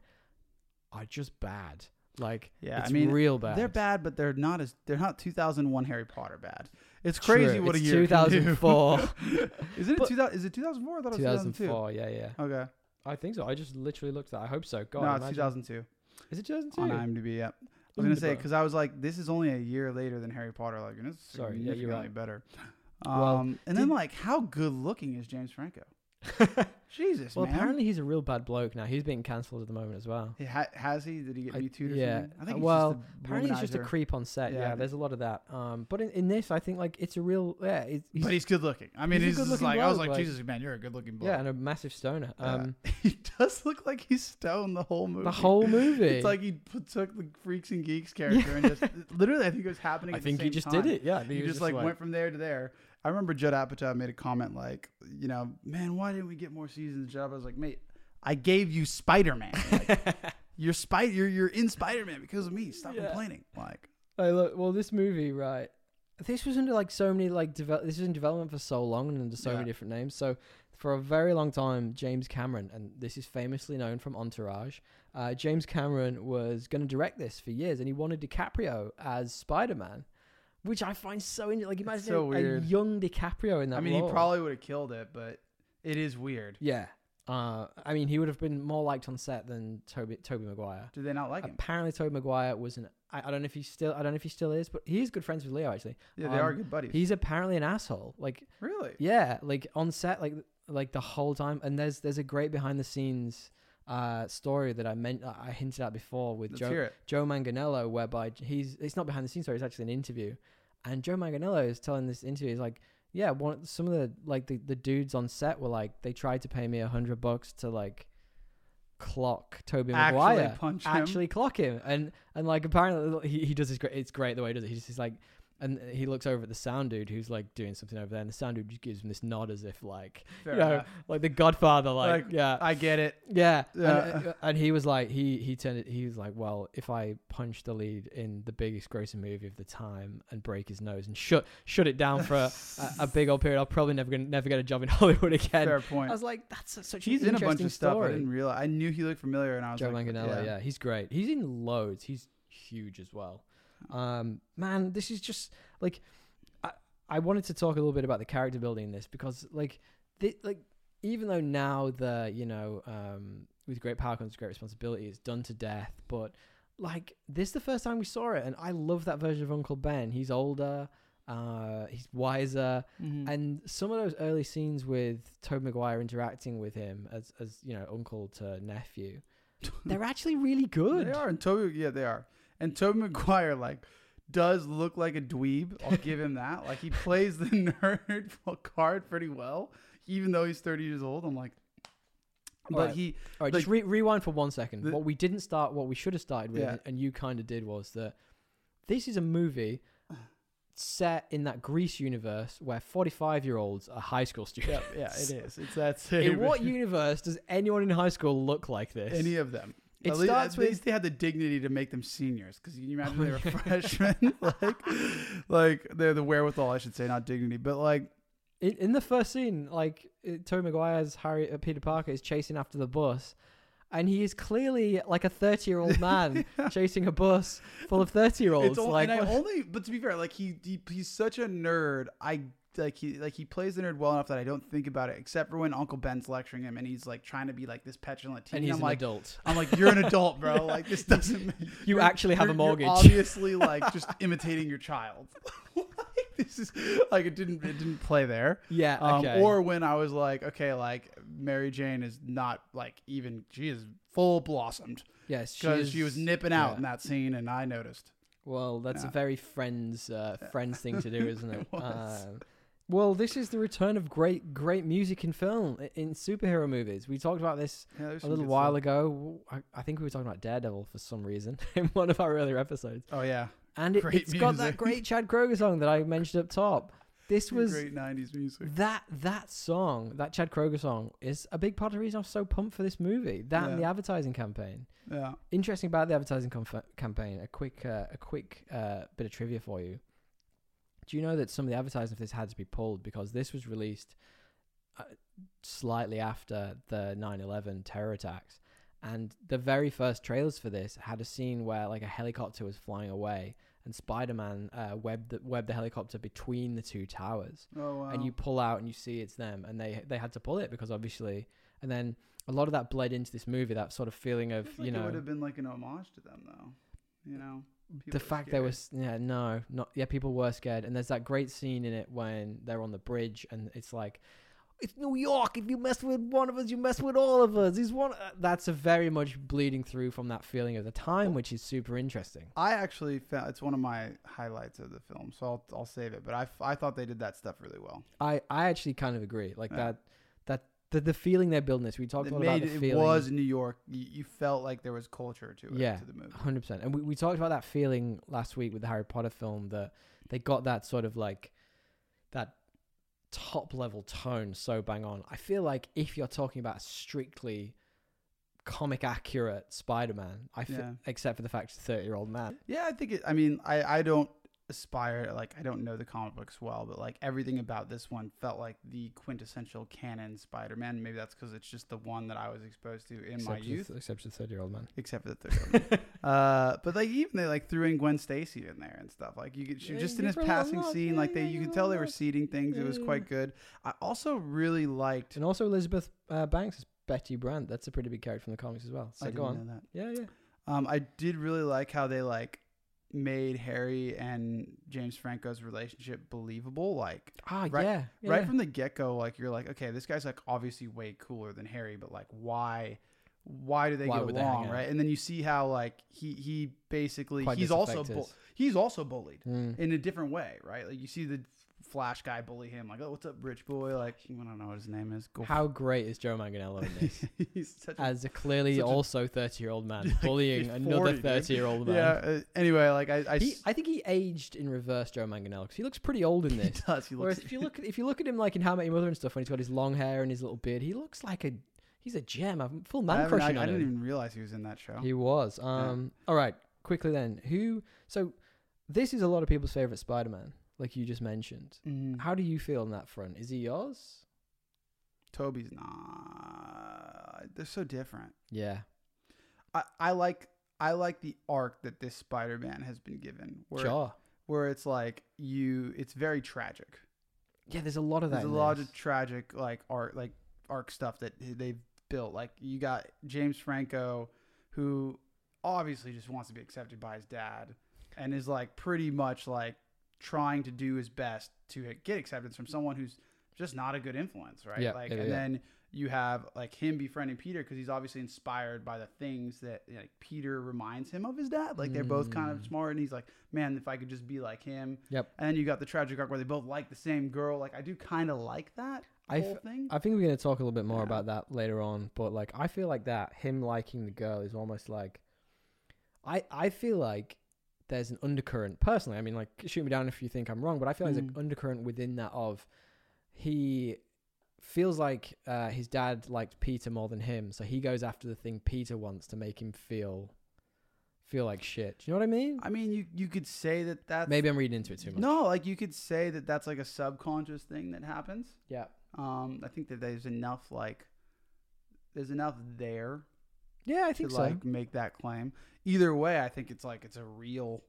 [SPEAKER 1] are just bad like
[SPEAKER 2] yeah,
[SPEAKER 1] it's
[SPEAKER 2] I mean
[SPEAKER 1] real bad
[SPEAKER 2] they're bad, but they're not as they're not 2001 Harry Potter bad. It's crazy
[SPEAKER 1] True.
[SPEAKER 2] what
[SPEAKER 1] It's
[SPEAKER 2] a year can do.
[SPEAKER 1] 2004
[SPEAKER 2] Isn't it
[SPEAKER 1] But-
[SPEAKER 2] 2000 is it 2004? I thought it was 2002.
[SPEAKER 1] 2004 yeah yeah
[SPEAKER 2] Okay.
[SPEAKER 1] i think so i just literally looked at i hope so god
[SPEAKER 2] no, it's Oh,
[SPEAKER 1] imagine-
[SPEAKER 2] 2002
[SPEAKER 1] is it 2002
[SPEAKER 2] on IMDb. Yeah. I was going to say
[SPEAKER 1] Wunderbar.
[SPEAKER 2] cuz I was like this is only a year later than Harry Potter like and it's
[SPEAKER 1] Sorry, yeah, you're
[SPEAKER 2] significantly
[SPEAKER 1] right.
[SPEAKER 2] better. Um,
[SPEAKER 1] Well,
[SPEAKER 2] and then
[SPEAKER 1] did-
[SPEAKER 2] like how good looking is James Franco? Jesus,
[SPEAKER 1] well
[SPEAKER 2] man.
[SPEAKER 1] apparently he's a real bad bloke now he's being cancelled at the moment as well
[SPEAKER 2] He ha- has he? Did he get
[SPEAKER 1] I-
[SPEAKER 2] Me Too? or
[SPEAKER 1] yeah.
[SPEAKER 2] something? I
[SPEAKER 1] Uh,
[SPEAKER 2] think he's
[SPEAKER 1] well,
[SPEAKER 2] just a
[SPEAKER 1] Apparently he's just a
[SPEAKER 2] womanizer.
[SPEAKER 1] creep on set.
[SPEAKER 2] Yeah,
[SPEAKER 1] Yeah,
[SPEAKER 2] I
[SPEAKER 1] there's a lot of that. Um, but in, in this, I think like it's a real yeah. It's, he's,
[SPEAKER 2] but he's good looking. I mean,
[SPEAKER 1] he's a
[SPEAKER 2] he's, just
[SPEAKER 1] good-looking
[SPEAKER 2] like I was
[SPEAKER 1] bloke,
[SPEAKER 2] like,
[SPEAKER 1] like-
[SPEAKER 2] Jesus, man, you're a good looking
[SPEAKER 1] yeah,
[SPEAKER 2] bloke.
[SPEAKER 1] and a massive stoner.
[SPEAKER 2] Yeah.
[SPEAKER 1] Um,
[SPEAKER 2] he does look like he's stoned the whole movie.
[SPEAKER 1] the whole movie.
[SPEAKER 2] It's like he put, took the freaks and geeks character and just literally, I think it was happening.
[SPEAKER 1] I
[SPEAKER 2] at the
[SPEAKER 1] think he
[SPEAKER 2] same
[SPEAKER 1] just
[SPEAKER 2] time.
[SPEAKER 1] did it. Yeah,
[SPEAKER 2] He, just, like, went from there to there. I remember Judd Apatow made a comment like, you know, man, why didn't we get more seasons? Judd Apatow was like, mate, I gave you Spider Man. you're spider, you're, you're in Spider Man because of me. Stop
[SPEAKER 1] Yeah.
[SPEAKER 2] complaining. Like,
[SPEAKER 1] I look, well, this movie, right? This was under like so many like develop. This was in development for so long and under so
[SPEAKER 2] Yeah.
[SPEAKER 1] many different names. So for a very long time, James Cameron, and this is famously known from Entourage. Uh, James Cameron was going to direct this for years, and he wanted DiCaprio as Spider Man, which I find so in Like imagine
[SPEAKER 2] so
[SPEAKER 1] a- a,
[SPEAKER 2] weird.
[SPEAKER 1] young DiCaprio in that.
[SPEAKER 2] I mean,
[SPEAKER 1] role.
[SPEAKER 2] he probably would have killed it, but it is weird.
[SPEAKER 1] Yeah. Uh, I mean, he would have been more liked on set than Toby Toby Maguire.
[SPEAKER 2] Do they not like him?
[SPEAKER 1] Apparently, Toby Maguire was an. I, I don't know if he still. I don't know if he still is, but he is good friends with Leo. Actually,
[SPEAKER 2] Yeah, they are
[SPEAKER 1] um,
[SPEAKER 2] good buddies.
[SPEAKER 1] he's apparently an asshole. Like,
[SPEAKER 2] really?
[SPEAKER 1] yeah, like on set, like like the whole time. And there's there's a great behind the scenes uh story that I meant I hinted at before with
[SPEAKER 2] Let's
[SPEAKER 1] Joe
[SPEAKER 2] hear it.
[SPEAKER 1] Joe Manganello, whereby he's it's not behind the scenes story, it's actually an interview, and Joe Manganello is telling this interview he's like, yeah, one some of the like the, the dudes on set were like they tried to pay me a hundred bucks to like clock Toby
[SPEAKER 2] Actually
[SPEAKER 1] Maguire,
[SPEAKER 2] punch him.
[SPEAKER 1] actually clock him, and and like apparently he, he does his great, it's great the way he does it. He's just like. And he looks over at the sound dude who's like doing something over there, and the sound dude just gives him this nod as if like,
[SPEAKER 2] Fair
[SPEAKER 1] you know,
[SPEAKER 2] enough.
[SPEAKER 1] like the Godfather, like,
[SPEAKER 2] Like,
[SPEAKER 1] yeah,
[SPEAKER 2] I get it.
[SPEAKER 1] yeah. And,
[SPEAKER 2] Yeah.
[SPEAKER 1] uh, and he was like, he he turned it. He was like, well, if I punch the lead in the biggest grossing movie of the time and break his nose and shut shut it down for a, a, a big old period, I'll probably never gonna never get a job in Hollywood again.
[SPEAKER 2] Fair
[SPEAKER 1] I
[SPEAKER 2] point.
[SPEAKER 1] was like, that's a- such
[SPEAKER 2] He's
[SPEAKER 1] an
[SPEAKER 2] in a
[SPEAKER 1] interesting
[SPEAKER 2] bunch of stuff. I
[SPEAKER 1] story.
[SPEAKER 2] didn't realize. I knew he looked familiar, and I was
[SPEAKER 1] Joe
[SPEAKER 2] like,
[SPEAKER 1] Manganiello, yeah. he's great. He's in loads. He's huge as well. Um, man, this is just like I, I wanted to talk a little bit about the character building in this because like thi- like even though now the you know um, with great power comes great responsibility it's done to death, but like this is the first time we saw it, and I love that version of Uncle Ben. He's older. Uh, he's wiser,
[SPEAKER 2] Mhm.
[SPEAKER 1] and some of those early scenes with Tobey Maguire interacting with him as, as you know, uncle to nephew, they're actually really good.
[SPEAKER 2] They are, and Toby, yeah, they are. And Toby Maguire, like, does look like a dweeb. I'll give him that. Like he plays the nerd card pretty well, even though he's 30 years old. I'm like, but
[SPEAKER 1] Alright.
[SPEAKER 2] he
[SPEAKER 1] All right, just re- rewind for one second.
[SPEAKER 2] The-
[SPEAKER 1] what we didn't start, what we should have started with,
[SPEAKER 2] Yeah.
[SPEAKER 1] and you kind of did, was that this is a movie set in that Greece universe where 45 year olds are high school students.
[SPEAKER 2] yeah, yeah, it is. It's that same.
[SPEAKER 1] In what universe does anyone in high school look like this?
[SPEAKER 2] any of them.
[SPEAKER 1] It
[SPEAKER 2] at least,
[SPEAKER 1] starts
[SPEAKER 2] at
[SPEAKER 1] with-
[SPEAKER 2] least they had the dignity to make them seniors because you imagine they were
[SPEAKER 1] my
[SPEAKER 2] freshmen, like, like they're the wherewithal, I should say, not dignity, but like,
[SPEAKER 1] in, in the first scene, like it- Tobey Maguire's Harry uh, Peter Parker is chasing after the bus, and he is clearly like a thirty-year-old man chasing a bus full of thirty-year-olds.
[SPEAKER 2] it's only,
[SPEAKER 1] Like,
[SPEAKER 2] and I
[SPEAKER 1] what-
[SPEAKER 2] only, but to be fair, like he, he, he's such a nerd. I like he, like he plays the nerd well enough that I don't think about it, except for when Uncle Ben's lecturing him and he's like trying to be like this petulant teen.
[SPEAKER 1] and he's
[SPEAKER 2] I'm
[SPEAKER 1] an
[SPEAKER 2] like,
[SPEAKER 1] adult.
[SPEAKER 2] I'm like, you're an adult, bro. Like this doesn't. make-
[SPEAKER 1] You
[SPEAKER 2] you're-
[SPEAKER 1] actually have a
[SPEAKER 2] you're-
[SPEAKER 1] mortgage.
[SPEAKER 2] you're obviously, like just imitating your child. like this is like it didn't it didn't play there.
[SPEAKER 1] yeah.
[SPEAKER 2] Um,
[SPEAKER 1] Okay.
[SPEAKER 2] Or when I was like, okay, like Mary Jane is not like even she is full blossomed
[SPEAKER 1] yes,
[SPEAKER 2] because
[SPEAKER 1] is-
[SPEAKER 2] she was nipping out
[SPEAKER 1] yeah.
[SPEAKER 2] in that scene, and I noticed.
[SPEAKER 1] Well, that's a
[SPEAKER 2] Yeah.
[SPEAKER 1] very friends uh, friends thing to do, isn't it?
[SPEAKER 2] It was.
[SPEAKER 1] Um, well, this is the return of great great music in film i- in superhero movies. We talked about this
[SPEAKER 2] Yeah, there's
[SPEAKER 1] a
[SPEAKER 2] some
[SPEAKER 1] little
[SPEAKER 2] good
[SPEAKER 1] while
[SPEAKER 2] stuff.
[SPEAKER 1] ago. I, I think we were talking about Daredevil for some reason in one of our earlier episodes.
[SPEAKER 2] Oh yeah,
[SPEAKER 1] And it,
[SPEAKER 2] Great
[SPEAKER 1] it's got that
[SPEAKER 2] music.
[SPEAKER 1] great Chad Kroger song that I mentioned up top. This was
[SPEAKER 2] great '90s music.
[SPEAKER 1] that that song, that Chad Kroger song, is a big part of the reason I was so pumped for this movie. That and
[SPEAKER 2] Yeah.
[SPEAKER 1] the advertising campaign.
[SPEAKER 2] Yeah,
[SPEAKER 1] Interesting about the advertising comf- campaign. A quick uh, a quick uh, bit of trivia for you. Do you know that some of the advertising for this had to be pulled because this was released uh, slightly after the 9/11 terror attacks, and the very first trailers for this had a scene where like a helicopter was flying away, and Spider-Man uh, webbed the, webbed the helicopter between the two towers,
[SPEAKER 2] oh wow.
[SPEAKER 1] and you pull out and you see it's them, and they they had to pull it because obviously, and then a lot of that bled into this movie. That sort of feeling
[SPEAKER 2] I
[SPEAKER 1] of
[SPEAKER 2] guess,
[SPEAKER 1] you
[SPEAKER 2] like, it
[SPEAKER 1] know
[SPEAKER 2] would have been like an homage to them though. You know, people
[SPEAKER 1] the
[SPEAKER 2] are
[SPEAKER 1] fact there
[SPEAKER 2] scared.
[SPEAKER 1] was yeah no not yeah people were scared and there's that great scene in it when they're on the bridge and it's like it's New York if you mess with one of us you mess with all of us he's one uh, that's a very much bleeding through from that feeling of the time which is super interesting
[SPEAKER 2] I actually found it's one of my highlights of the film, so I'll I'll save it. But I, I thought they did that stuff really well.
[SPEAKER 1] I I actually kind of agree like
[SPEAKER 2] Yeah.
[SPEAKER 1] that that the, the feeling they're building this we talked
[SPEAKER 2] It,
[SPEAKER 1] a lot about
[SPEAKER 2] made,
[SPEAKER 1] the
[SPEAKER 2] it
[SPEAKER 1] feeling
[SPEAKER 2] was New York. You, you felt like there was culture to it.
[SPEAKER 1] Yeah.
[SPEAKER 2] to the movie.
[SPEAKER 1] Hundred percent, and we, we talked about that feeling last week with the Harry Potter film that they got that sort of like that top level tone so bang on. I feel like if you're talking about strictly comic accurate Spider Man, I feel
[SPEAKER 2] Yeah.
[SPEAKER 1] except for the fact it's a thirty year old man.
[SPEAKER 2] Yeah, I think it. I mean, I I don't aspire like I don't know the comic books well, but like everything about this one felt like the quintessential canon Spider-Man. Maybe that's because it's just the one that I was exposed to in my
[SPEAKER 1] except
[SPEAKER 2] youth,
[SPEAKER 1] for the, except for the thirty year old man.
[SPEAKER 2] except for the third one. Uh, but like even they like threw in Gwen Stacy in there and stuff. Like you could she
[SPEAKER 1] Yeah,
[SPEAKER 2] just
[SPEAKER 1] give
[SPEAKER 2] in his
[SPEAKER 1] her a
[SPEAKER 2] passing
[SPEAKER 1] look.
[SPEAKER 2] scene,
[SPEAKER 1] Yeah,
[SPEAKER 2] like
[SPEAKER 1] yeah,
[SPEAKER 2] they you
[SPEAKER 1] give
[SPEAKER 2] could
[SPEAKER 1] her
[SPEAKER 2] tell
[SPEAKER 1] a
[SPEAKER 2] they were
[SPEAKER 1] look.
[SPEAKER 2] seeding things. It was
[SPEAKER 1] Yeah.
[SPEAKER 2] quite good. I also really liked.
[SPEAKER 1] and also Elizabeth uh, Banks is Betty Brandt. That's a pretty big character from the comics as well. So
[SPEAKER 2] I
[SPEAKER 1] go
[SPEAKER 2] didn't
[SPEAKER 1] on.
[SPEAKER 2] know that.
[SPEAKER 1] Yeah, yeah.
[SPEAKER 2] Um, I did really like how they like made Harry and James Franco's relationship believable. Like
[SPEAKER 1] Ah,
[SPEAKER 2] Right-
[SPEAKER 1] yeah, yeah.
[SPEAKER 2] right from the get go, like you're like, okay, this guy's like obviously way cooler than Harry, but like why why do they
[SPEAKER 1] Why
[SPEAKER 2] get
[SPEAKER 1] would they hang
[SPEAKER 2] along,
[SPEAKER 1] out?
[SPEAKER 2] right? And then you see how like he he basically
[SPEAKER 1] Quite
[SPEAKER 2] he's also
[SPEAKER 1] disaffected.
[SPEAKER 2] bu- he's also bullied
[SPEAKER 1] Mm.
[SPEAKER 2] in a different way, right? Like you see the Flash guy bully him, like, oh, what's up, rich boy? Like, I don't know what his name is. Go
[SPEAKER 1] How great is Joe Manganello in this?
[SPEAKER 2] he's such a
[SPEAKER 1] as a clearly
[SPEAKER 2] Such a-
[SPEAKER 1] also 30 year old man bullying
[SPEAKER 2] he's
[SPEAKER 1] another
[SPEAKER 2] 40, dude.
[SPEAKER 1] 30 year old man.
[SPEAKER 2] yeah. Uh, anyway, like I, I
[SPEAKER 1] He,
[SPEAKER 2] s-
[SPEAKER 1] I think he aged in reverse Joe Manganiello because he looks pretty old in
[SPEAKER 2] he
[SPEAKER 1] this.
[SPEAKER 2] does. He
[SPEAKER 1] Whereas
[SPEAKER 2] looks
[SPEAKER 1] if you look at if you look at him like in How I Met Your Mother and stuff when he's got his long hair and his little beard, he looks like a he's a gem. I'm full
[SPEAKER 2] I,
[SPEAKER 1] man
[SPEAKER 2] haven't- I-
[SPEAKER 1] crushing
[SPEAKER 2] I
[SPEAKER 1] on
[SPEAKER 2] didn't
[SPEAKER 1] him.
[SPEAKER 2] even realize he was in that show.
[SPEAKER 1] He was. Um, All right, quickly then. Who? So this is a lot of people's favorite Spider Man, like you just mentioned.
[SPEAKER 2] Mhm.
[SPEAKER 1] How do you feel on that front? Is he yours?
[SPEAKER 2] Toby's not. They're so different.
[SPEAKER 1] Yeah.
[SPEAKER 2] I, I like I like the arc that this Spider Man has been given, where
[SPEAKER 1] Sure.
[SPEAKER 2] where it's like you, it's very tragic.
[SPEAKER 1] Yeah, there's a lot of that.
[SPEAKER 2] There's a
[SPEAKER 1] in
[SPEAKER 2] lot
[SPEAKER 1] this.
[SPEAKER 2] of tragic like art, like arc stuff that they've built. Like you got James Franco, who obviously just wants to be accepted by his dad, and is like pretty much like trying to do his best to get acceptance from someone who's just not a good influence, right?
[SPEAKER 1] Yeah,
[SPEAKER 2] like,
[SPEAKER 1] yeah,
[SPEAKER 2] and
[SPEAKER 1] yeah.
[SPEAKER 2] then you have like him befriending Peter because he's obviously inspired by the things that like Peter reminds him of his dad. Like they're both kind of
[SPEAKER 1] Mm.
[SPEAKER 2] smart, and he's like, "Man, if I could just be like him."
[SPEAKER 1] Yep.
[SPEAKER 2] And then you got the tragic arc where they both like the same girl. Like I do kind of like that
[SPEAKER 1] I
[SPEAKER 2] whole
[SPEAKER 1] f-
[SPEAKER 2] thing.
[SPEAKER 1] I think we're going to talk a little bit more
[SPEAKER 2] Yeah.
[SPEAKER 1] about that later on, but like I feel like that him liking the girl is almost like I I feel like there's an undercurrent personally. I mean like shoot me down if you think I'm wrong, but I feel like there's
[SPEAKER 2] Mm.
[SPEAKER 1] an undercurrent within that of he feels like uh, his dad liked Peter more than him, so he goes after the thing Peter wants to make him feel feel like shit. Do you know what I mean?
[SPEAKER 2] I mean, you you could say that that's
[SPEAKER 1] Maybe I'm reading into it too much.
[SPEAKER 2] no, like you could say that that's like a subconscious thing that happens.
[SPEAKER 1] Yeah.
[SPEAKER 2] Um, I think that there's enough like there's enough there
[SPEAKER 1] Yeah, I
[SPEAKER 2] to
[SPEAKER 1] think so.
[SPEAKER 2] like make that claim. Either way, I think it's like it's a real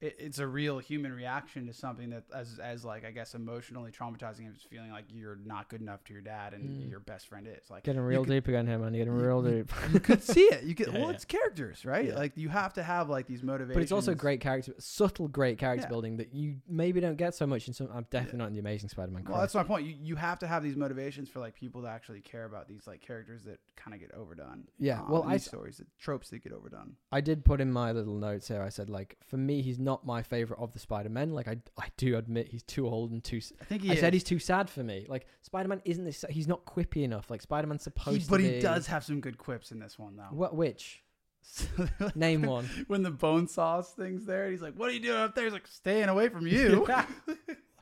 [SPEAKER 2] it, it's a real human reaction to something that as as like I guess emotionally traumatizing him is feeling like you're not good enough to your dad and
[SPEAKER 1] Mm.
[SPEAKER 2] your best friend is. Like
[SPEAKER 1] getting
[SPEAKER 2] you
[SPEAKER 1] real
[SPEAKER 2] could-
[SPEAKER 1] deep again here, man. You're getting
[SPEAKER 2] you-
[SPEAKER 1] real
[SPEAKER 2] you-
[SPEAKER 1] deep.
[SPEAKER 2] you could see it. You could
[SPEAKER 1] Yeah,
[SPEAKER 2] well
[SPEAKER 1] yeah.
[SPEAKER 2] it's characters, right?
[SPEAKER 1] Yeah.
[SPEAKER 2] Like you have to have like these motivations.
[SPEAKER 1] But it's also great character, subtle great character
[SPEAKER 2] Yeah.
[SPEAKER 1] building that you maybe don't get so much in some. I'm definitely not in the Amazing Spider-Man.
[SPEAKER 2] Well,
[SPEAKER 1] Christ.
[SPEAKER 2] that's my point. You, you have to have these motivations for like people to actually care about these like characters that kind of get overdone.
[SPEAKER 1] Yeah,
[SPEAKER 2] um,
[SPEAKER 1] well,
[SPEAKER 2] and
[SPEAKER 1] I
[SPEAKER 2] these
[SPEAKER 1] s-
[SPEAKER 2] stories, that tropes that get overdone.
[SPEAKER 1] I did put in my little notes here. I said like, for me, he's not my favorite of the Spider-Men. Like I, I do admit he's too old and too. s
[SPEAKER 2] I think
[SPEAKER 1] I
[SPEAKER 2] he
[SPEAKER 1] I said
[SPEAKER 2] is.
[SPEAKER 1] he's too sad for me. Like Spider-Man isn't this. He's not quippy enough. Like Spider-Man's supposed
[SPEAKER 2] He- but
[SPEAKER 1] to be.
[SPEAKER 2] he does have some good quips in this one though.
[SPEAKER 1] What? Which? Name one.
[SPEAKER 2] when the bone sauce thing's there, and he's like, "What are you doing up there?" He's like, "Staying away from you."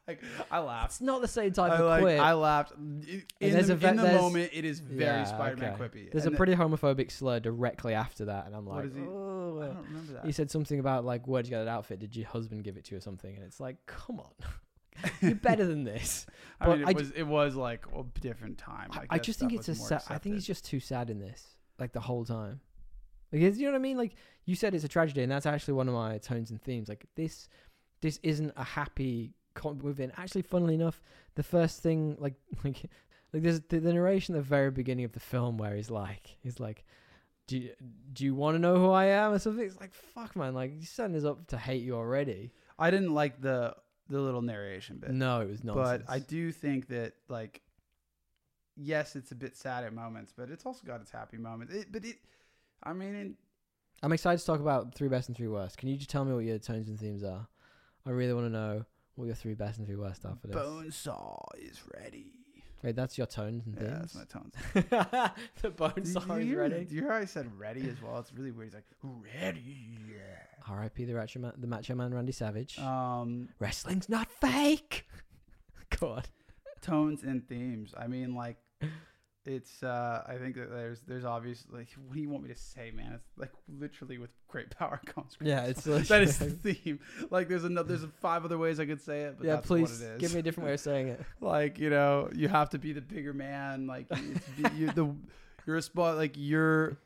[SPEAKER 2] like I laughed.
[SPEAKER 1] It's not the same type
[SPEAKER 2] I,
[SPEAKER 1] of
[SPEAKER 2] like,
[SPEAKER 1] quip.
[SPEAKER 2] I laughed. In
[SPEAKER 1] there's
[SPEAKER 2] the,
[SPEAKER 1] a ve-
[SPEAKER 2] in the
[SPEAKER 1] there's-
[SPEAKER 2] moment, it is very
[SPEAKER 1] Yeah,
[SPEAKER 2] Spider-Man
[SPEAKER 1] okay.
[SPEAKER 2] quippy.
[SPEAKER 1] There's
[SPEAKER 2] And
[SPEAKER 1] a
[SPEAKER 2] the-
[SPEAKER 1] pretty homophobic slur directly after that, and I'm
[SPEAKER 2] What
[SPEAKER 1] like,
[SPEAKER 2] is he-
[SPEAKER 1] "Oh,
[SPEAKER 2] I
[SPEAKER 1] well."
[SPEAKER 2] don't remember that.
[SPEAKER 1] He said something about like, where'd you get that outfit? Did your husband give it to you or something? And it's like, come on, you're better than this.
[SPEAKER 2] I
[SPEAKER 1] but
[SPEAKER 2] mean, it
[SPEAKER 1] I d-
[SPEAKER 2] was it was like a different time.
[SPEAKER 1] I,
[SPEAKER 2] Like,
[SPEAKER 1] I
[SPEAKER 2] that
[SPEAKER 1] just
[SPEAKER 2] stuff
[SPEAKER 1] think it's a
[SPEAKER 2] was more
[SPEAKER 1] sad. I think
[SPEAKER 2] accepted.
[SPEAKER 1] he's just too sad in this, like the whole time. Like, it's- you know what I mean? Like you said, it's a tragedy, and that's actually one of my tones and themes. Like this, this isn't a happy comic movie. And actually, funnily enough, the first thing, like, like, like there's the, the narration at the very beginning of the film where he's like, he's like. Do you, do you want to know who I am or something? It's like fuck, man. Like you're setting us up to hate you already.
[SPEAKER 2] I didn't like the the little narration bit,
[SPEAKER 1] No, it was nonsense.
[SPEAKER 2] but I do think that like, yes, it's a bit sad at moments, but it's also got its happy moments. It, but it, I mean, it,
[SPEAKER 1] I'm excited to talk about three best and three worst. Can you just tell me what your tones and themes are? I really want to know what your three best and three worst are for this.
[SPEAKER 2] bone saw is ready.
[SPEAKER 1] Wait, that's your tones and
[SPEAKER 2] Yeah, that's
[SPEAKER 1] themes.
[SPEAKER 2] my tones.
[SPEAKER 1] the bone
[SPEAKER 2] Do you-
[SPEAKER 1] song
[SPEAKER 2] do
[SPEAKER 1] is
[SPEAKER 2] you hear-
[SPEAKER 1] ready.
[SPEAKER 2] Do you hear how I said ready as well? It's really weird. He's like ready. Yeah.
[SPEAKER 1] R.I.P. the Macho Man, the Macho Man Randy Savage.
[SPEAKER 2] Um,
[SPEAKER 1] Wrestling's not fake. God.
[SPEAKER 2] tones and themes. I mean, like. It's. uh I think that there's. There's obviously. Like, what do you want me to say, man? It's like literally with great power comes great
[SPEAKER 1] Yeah, it's like,
[SPEAKER 2] that is the theme. Like there's another there's five other ways I could say it, but
[SPEAKER 1] yeah,
[SPEAKER 2] that's
[SPEAKER 1] please
[SPEAKER 2] what it is.
[SPEAKER 1] give me a different way of saying it.
[SPEAKER 2] like, you know, you have to be the bigger man, like it's be, you the your spot like your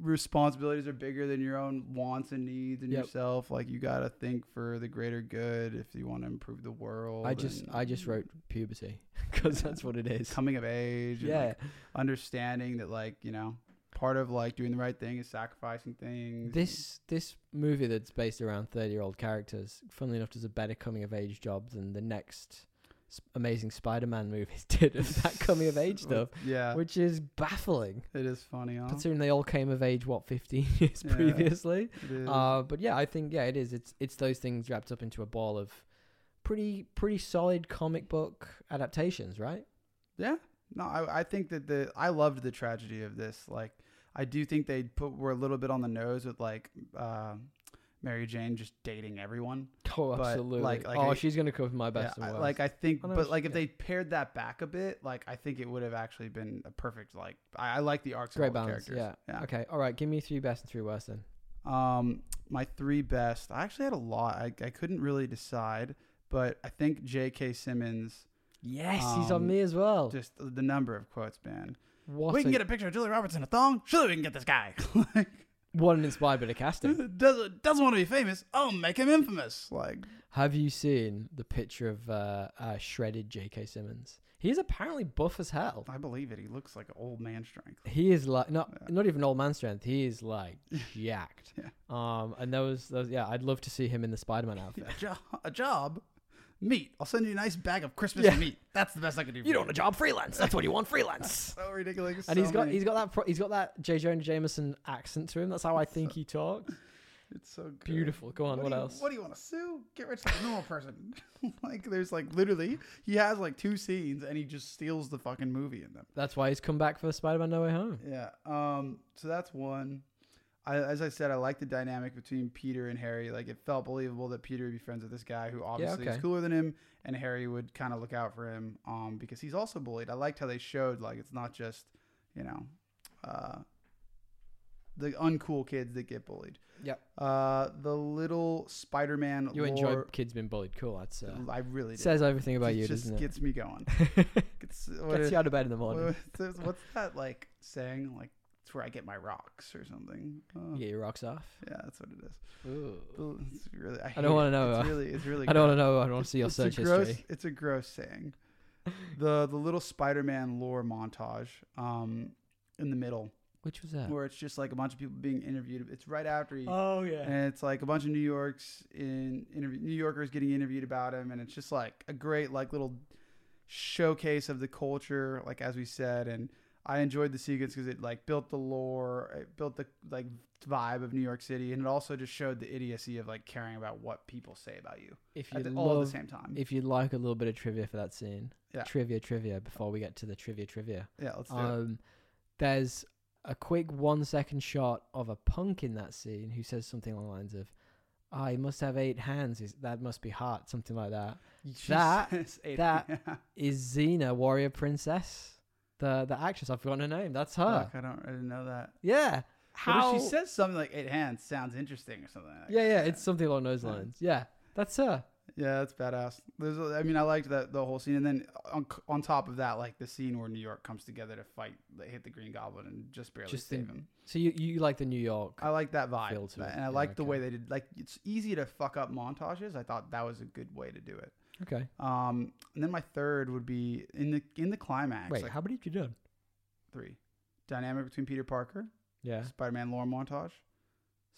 [SPEAKER 2] responsibilities are bigger than your own wants and needs and
[SPEAKER 1] Yep.
[SPEAKER 2] yourself. Like you got to think for the greater good if you want to improve the world.
[SPEAKER 1] I just,
[SPEAKER 2] and
[SPEAKER 1] I just wrote puberty because
[SPEAKER 2] Yeah.
[SPEAKER 1] that's what it is.
[SPEAKER 2] coming of age and
[SPEAKER 1] yeah,
[SPEAKER 2] like, understanding that like, you know, part of like doing the right thing is sacrificing things.
[SPEAKER 1] This this movie that's based around thirty year old characters, funnily enough, does a better coming of age job than the next s- Amazing Spider Man movies did of that coming of age stuff,
[SPEAKER 2] Yeah.
[SPEAKER 1] which is baffling.
[SPEAKER 2] it is funny, huh?
[SPEAKER 1] Considering they all came of age what fifteen years
[SPEAKER 2] uh-huh. Yeah.
[SPEAKER 1] previously.
[SPEAKER 2] It is.
[SPEAKER 1] Uh, but yeah, I think yeah, it is. It's it's those things wrapped up into a ball of pretty pretty solid comic book adaptations, right?
[SPEAKER 2] Yeah. No, I, I think that the I loved the tragedy of this. Like I do think they put were a little bit on the nose with like uh, Mary Jane just dating everyone.
[SPEAKER 1] Oh,
[SPEAKER 2] But,
[SPEAKER 1] absolutely.
[SPEAKER 2] like- like
[SPEAKER 1] oh,
[SPEAKER 2] I-
[SPEAKER 1] she's gonna cover my best and
[SPEAKER 2] Yeah, I-
[SPEAKER 1] worst.
[SPEAKER 2] like I think
[SPEAKER 1] Oh, no,
[SPEAKER 2] but
[SPEAKER 1] she-
[SPEAKER 2] like if
[SPEAKER 1] yeah.
[SPEAKER 2] they paired that back a bit, like I think it would have actually been a perfect like I, I like the arcs of
[SPEAKER 1] great
[SPEAKER 2] all the
[SPEAKER 1] balance. Yeah.
[SPEAKER 2] characters. Yeah.
[SPEAKER 1] Okay. All right. Give me three best and three worst then.
[SPEAKER 2] Um my three best. I actually had a lot. I, I couldn't really decide, but I think J.K. Simmons
[SPEAKER 1] Yes, he's on
[SPEAKER 2] Um,
[SPEAKER 1] me as well.
[SPEAKER 2] just the number of quotes, man.
[SPEAKER 1] What,
[SPEAKER 2] we
[SPEAKER 1] a-
[SPEAKER 2] can get a picture of Julia Roberts in a thong. Surely we can get this guy. like
[SPEAKER 1] what an inspired bit of casting.
[SPEAKER 2] doesn't doesn't want to be famous. I'll make him infamous. Like
[SPEAKER 1] Have you seen the picture of uh, uh, shredded J.K. Simmons? He is apparently buff as hell.
[SPEAKER 2] I believe it. He looks like an old man strength.
[SPEAKER 1] He is like not
[SPEAKER 2] Yeah.
[SPEAKER 1] not even old man strength. He is like jacked.
[SPEAKER 2] Yeah.
[SPEAKER 1] Um, and those those yeah, I'd love to see him in the Spider Man outfit.
[SPEAKER 2] A, jo- a job meat. I'll send you a nice bag of Christmas
[SPEAKER 1] Yeah.
[SPEAKER 2] meat. That's the best I could do. for
[SPEAKER 3] You don't want a job freelance. That's what you want freelance.
[SPEAKER 2] So ridiculous.
[SPEAKER 1] And
[SPEAKER 2] so
[SPEAKER 1] he's got
[SPEAKER 2] many-
[SPEAKER 1] he's got that pro- he's got that J. Jonah Jameson accent to him. That's how I think he talks.
[SPEAKER 2] It's so good.
[SPEAKER 1] Beautiful. Go on. What,
[SPEAKER 2] do you-
[SPEAKER 1] else?
[SPEAKER 2] What do you want to sue? Get rich like a normal person. like there's like literally he has like two scenes and he just steals the fucking movie in them.
[SPEAKER 1] That's why he's come back for Spider-Man: No Way Home.
[SPEAKER 2] Yeah. Um. So that's one. I, as I said, I like the dynamic between Peter and Harry. Like it felt believable that Peter would be friends with this guy who obviously
[SPEAKER 1] okay.
[SPEAKER 2] is cooler than him, and Harry would kind of look out for him. Um. Because he's also bullied. I liked how they showed like it's not just, you know, uh, the uncool kids that get bullied.
[SPEAKER 1] Yep.
[SPEAKER 2] Uh, the little Spider-Man.
[SPEAKER 1] You enjoy
[SPEAKER 2] lore-
[SPEAKER 1] kids being bullied. Cool. That's uh,
[SPEAKER 2] I really did.
[SPEAKER 1] says everything about
[SPEAKER 2] It
[SPEAKER 1] you,
[SPEAKER 2] just
[SPEAKER 1] doesn't
[SPEAKER 2] gets me going.
[SPEAKER 1] it?
[SPEAKER 2] Gets, what
[SPEAKER 1] Gets
[SPEAKER 2] is-
[SPEAKER 1] you out of bed in the morning.
[SPEAKER 2] what- what's what's that like saying? Like it's where I get my rocks or something. Uh,
[SPEAKER 1] You
[SPEAKER 2] yeah.
[SPEAKER 1] get your rocks off.
[SPEAKER 2] that's what it is.
[SPEAKER 1] Ooh.
[SPEAKER 2] Ooh, It's really, I,
[SPEAKER 1] don't
[SPEAKER 2] hate
[SPEAKER 1] wanna
[SPEAKER 2] it.
[SPEAKER 1] know,
[SPEAKER 2] It's
[SPEAKER 1] uh,
[SPEAKER 2] really, it's really.
[SPEAKER 1] I don't want
[SPEAKER 2] gross.
[SPEAKER 1] to know. I don't want to see your
[SPEAKER 2] It's a
[SPEAKER 1] search
[SPEAKER 2] gross-
[SPEAKER 1] history.
[SPEAKER 2] It's a gross saying. The the little Spider-Man lore montage um in the middle
[SPEAKER 1] Which was that?
[SPEAKER 2] where it's just like a bunch of people being interviewed. It's right after he
[SPEAKER 1] Oh yeah.
[SPEAKER 2] and it's like a bunch of New York's in interview, New Yorkers getting interviewed about him, and it's just like a great like little showcase of the culture, like as we said. And I enjoyed the sequence because it like built the lore, it built the like vibe of New York City, and it also just showed the idiocy of like caring about what people say about you,
[SPEAKER 1] If you
[SPEAKER 2] at the, all at the
[SPEAKER 1] love,
[SPEAKER 2] same time.
[SPEAKER 1] if you'd like a little bit of trivia for that scene,
[SPEAKER 2] Yeah.
[SPEAKER 1] trivia, trivia. Before we get to the trivia, trivia.
[SPEAKER 2] yeah, let's do it.
[SPEAKER 1] Um, there's a quick one second shot of a punk in that scene who says something along the lines of, I must have eight hands. Is That must be hot. Something like that. that-
[SPEAKER 2] Jesus, Aiden.
[SPEAKER 1] that-
[SPEAKER 2] Yeah.
[SPEAKER 1] Is Xena Warrior Princess the the actress? I've forgotten her name. That's her.
[SPEAKER 2] Fuck, I don't, I didn't know that.
[SPEAKER 1] Yeah. How?
[SPEAKER 2] What if she says something like eight hands sounds interesting or something. Like
[SPEAKER 1] yeah, yeah.
[SPEAKER 2] that?
[SPEAKER 1] It's something along those
[SPEAKER 2] Yeah.
[SPEAKER 1] lines. Yeah, that's her.
[SPEAKER 2] Yeah, that's badass. There's, a- I mean, I liked that the whole scene, and then on, on top of that, like the scene where New York comes together to fight, they hit the Green Goblin and just barely
[SPEAKER 1] Just
[SPEAKER 2] save
[SPEAKER 1] the-
[SPEAKER 2] him.
[SPEAKER 1] So you you like the New York?
[SPEAKER 2] I like that vibe,
[SPEAKER 1] Feel to it.
[SPEAKER 2] and I
[SPEAKER 1] Yeah,
[SPEAKER 2] like the
[SPEAKER 1] okay.
[SPEAKER 2] way they did. Like, it's easy to fuck up montages. I thought that was a good way to do it.
[SPEAKER 1] Okay.
[SPEAKER 2] Um, and then my third would be in the in the climax,
[SPEAKER 1] Wait,
[SPEAKER 2] like
[SPEAKER 1] how many have you done?
[SPEAKER 2] three, dynamic between Peter Parker,
[SPEAKER 1] Yeah.
[SPEAKER 2] Spider-Man lore montage,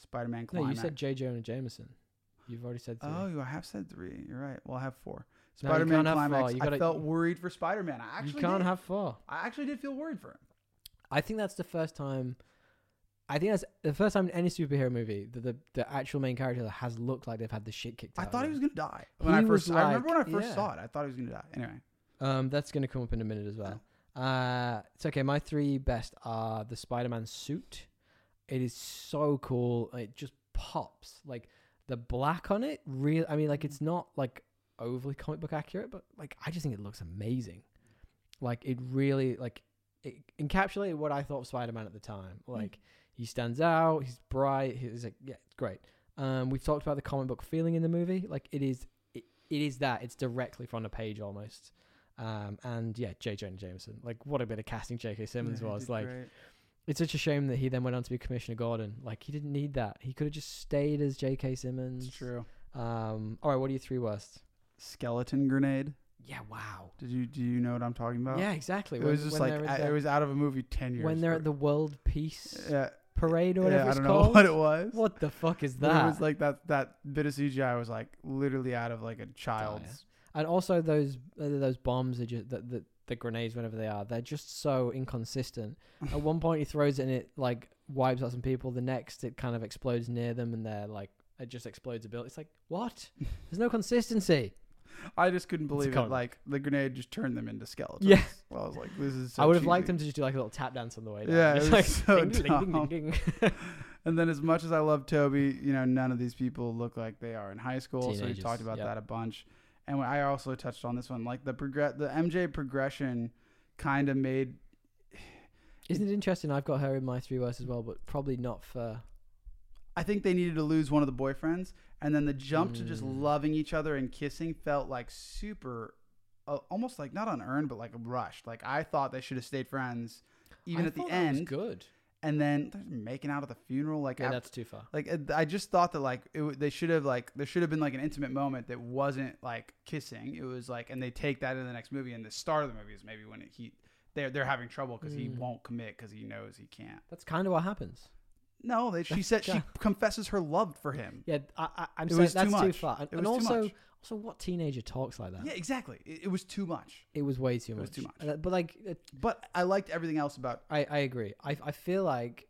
[SPEAKER 2] Spider-Man
[SPEAKER 1] No, you
[SPEAKER 2] climax.
[SPEAKER 1] said J. Jonah Jameson. You've already said three.
[SPEAKER 2] Oh, you I have said three. You're right. Well, I have four.
[SPEAKER 1] No, you
[SPEAKER 2] Spider-Man
[SPEAKER 1] can't have four.
[SPEAKER 2] climax.
[SPEAKER 1] You gotta-
[SPEAKER 2] I felt worried for Spider-Man. I
[SPEAKER 1] you
[SPEAKER 2] actually
[SPEAKER 1] can't
[SPEAKER 2] did.
[SPEAKER 1] have four.
[SPEAKER 2] I actually did feel worried for him.
[SPEAKER 1] I think that's the first time. I think that's the first time in any superhero movie that the, the actual main character has looked like they've had the shit kicked
[SPEAKER 2] I
[SPEAKER 1] out. of
[SPEAKER 2] thought he was
[SPEAKER 1] them.
[SPEAKER 2] gonna die when
[SPEAKER 1] He
[SPEAKER 2] I first.
[SPEAKER 1] was
[SPEAKER 2] I remember when I
[SPEAKER 1] like-
[SPEAKER 2] first
[SPEAKER 1] yeah.
[SPEAKER 2] saw it. I thought he was gonna die. Anyway,
[SPEAKER 1] Um, that's going to come up in a minute as well.
[SPEAKER 2] Oh.
[SPEAKER 1] Uh, it's okay. My three best are the Spider-Man suit. It is so cool. It just pops. Like the black on it. Real. I mean, like it's not like overly comic book accurate, but like I just think it looks amazing. Like it really like it encapsulated what I thought of Spider-Man at the time.
[SPEAKER 2] Hmm.
[SPEAKER 1] Like he stands out. He's bright. He's like yeah, it's great. Um, we've talked about the comic book feeling in the movie. Like it is. It, it is that. It's directly from the page almost. Um, and yeah, J. Jonah Jameson. Like, what a bit of casting J.K. Simmons
[SPEAKER 2] Yeah, he
[SPEAKER 1] was.
[SPEAKER 2] did
[SPEAKER 1] Like,
[SPEAKER 2] great.
[SPEAKER 1] it's such a shame that he then went on to be Commissioner Gordon. Like, he didn't need that. He could have just stayed as J.K. Simmons.
[SPEAKER 2] it's true.
[SPEAKER 1] Um, all right, what are your three worst?
[SPEAKER 2] Skeleton grenade.
[SPEAKER 1] Yeah, wow.
[SPEAKER 2] Did you do you know what I'm talking about?
[SPEAKER 1] yeah, exactly.
[SPEAKER 2] It was just like
[SPEAKER 1] they're at
[SPEAKER 2] I-
[SPEAKER 1] the-
[SPEAKER 2] it was out of a movie ten years.
[SPEAKER 1] when they're at the World Peace
[SPEAKER 2] yeah,
[SPEAKER 1] Parade or
[SPEAKER 2] yeah,
[SPEAKER 1] whatever
[SPEAKER 2] I
[SPEAKER 1] it's
[SPEAKER 2] don't
[SPEAKER 1] called.
[SPEAKER 2] know what it was.
[SPEAKER 1] What the fuck is
[SPEAKER 2] But
[SPEAKER 1] that?
[SPEAKER 2] It was like that that bit of CGI was like literally out of like a child's.
[SPEAKER 1] and also those uh, those bombs are just the, the the grenades whenever they are they're just so inconsistent at one point he throws it and it like wipes out some people the next it kind of explodes near them and they're like it just explodes a building it's like what there's no consistency
[SPEAKER 2] I just couldn't believe it.
[SPEAKER 1] comic.
[SPEAKER 2] Like the grenade just turned them into skeletons.
[SPEAKER 1] Yeah.
[SPEAKER 2] I was like, this is. So
[SPEAKER 1] i would have
[SPEAKER 2] cheesy.
[SPEAKER 1] liked him to just do like a little tap dance on the way down.
[SPEAKER 2] Yeah, it
[SPEAKER 1] Just
[SPEAKER 2] was
[SPEAKER 1] like
[SPEAKER 2] so
[SPEAKER 1] ding, ding, ding, ding, ding, ding.
[SPEAKER 2] And then, as much as I love Toby, you know, none of these people look like they are in high school. So we've
[SPEAKER 1] Teenagers,
[SPEAKER 2] talked about
[SPEAKER 1] yep.
[SPEAKER 2] that a bunch. And when- I also touched on this one, like the progress, the MJ progression, kind of made.
[SPEAKER 1] isn't it interesting i've got her in my three worst as well but probably not for
[SPEAKER 2] I think they needed to lose one of the boyfriends, and then the jump to just
[SPEAKER 1] Mm.
[SPEAKER 2] loving each other and kissing felt like super, uh, almost like not unearned, but like rushed. Like I thought they should have stayed friends, even
[SPEAKER 1] I
[SPEAKER 2] at the
[SPEAKER 1] thought that was
[SPEAKER 2] end.
[SPEAKER 1] good
[SPEAKER 2] And then they're making out at the funeral. Like
[SPEAKER 1] yeah
[SPEAKER 2] af-
[SPEAKER 1] that's too far
[SPEAKER 2] Like uh, I just thought that like it, w- they should have like there should have been like an intimate moment that wasn't like kissing. It was like and they take that in the next movie and the start of the movie is maybe when he they're they're having trouble because he
[SPEAKER 1] Mm.
[SPEAKER 2] won't commit because he knows he can't.
[SPEAKER 1] that's kind of what happens
[SPEAKER 2] No, they, she said she confesses her love for him.
[SPEAKER 1] Yeah, I, I, I'm
[SPEAKER 2] It
[SPEAKER 1] saying
[SPEAKER 2] was too
[SPEAKER 1] that's too,
[SPEAKER 2] much.
[SPEAKER 1] far. And,
[SPEAKER 2] It
[SPEAKER 1] and
[SPEAKER 2] was too
[SPEAKER 1] also,
[SPEAKER 2] much.
[SPEAKER 1] also, what teenager talks like that?
[SPEAKER 2] Yeah, exactly. It, it was too much.
[SPEAKER 1] It was way too
[SPEAKER 2] It
[SPEAKER 1] much.
[SPEAKER 2] was too much.
[SPEAKER 1] And that- But like, it-
[SPEAKER 2] But I liked everything else about.
[SPEAKER 1] I, I agree. I, I feel like,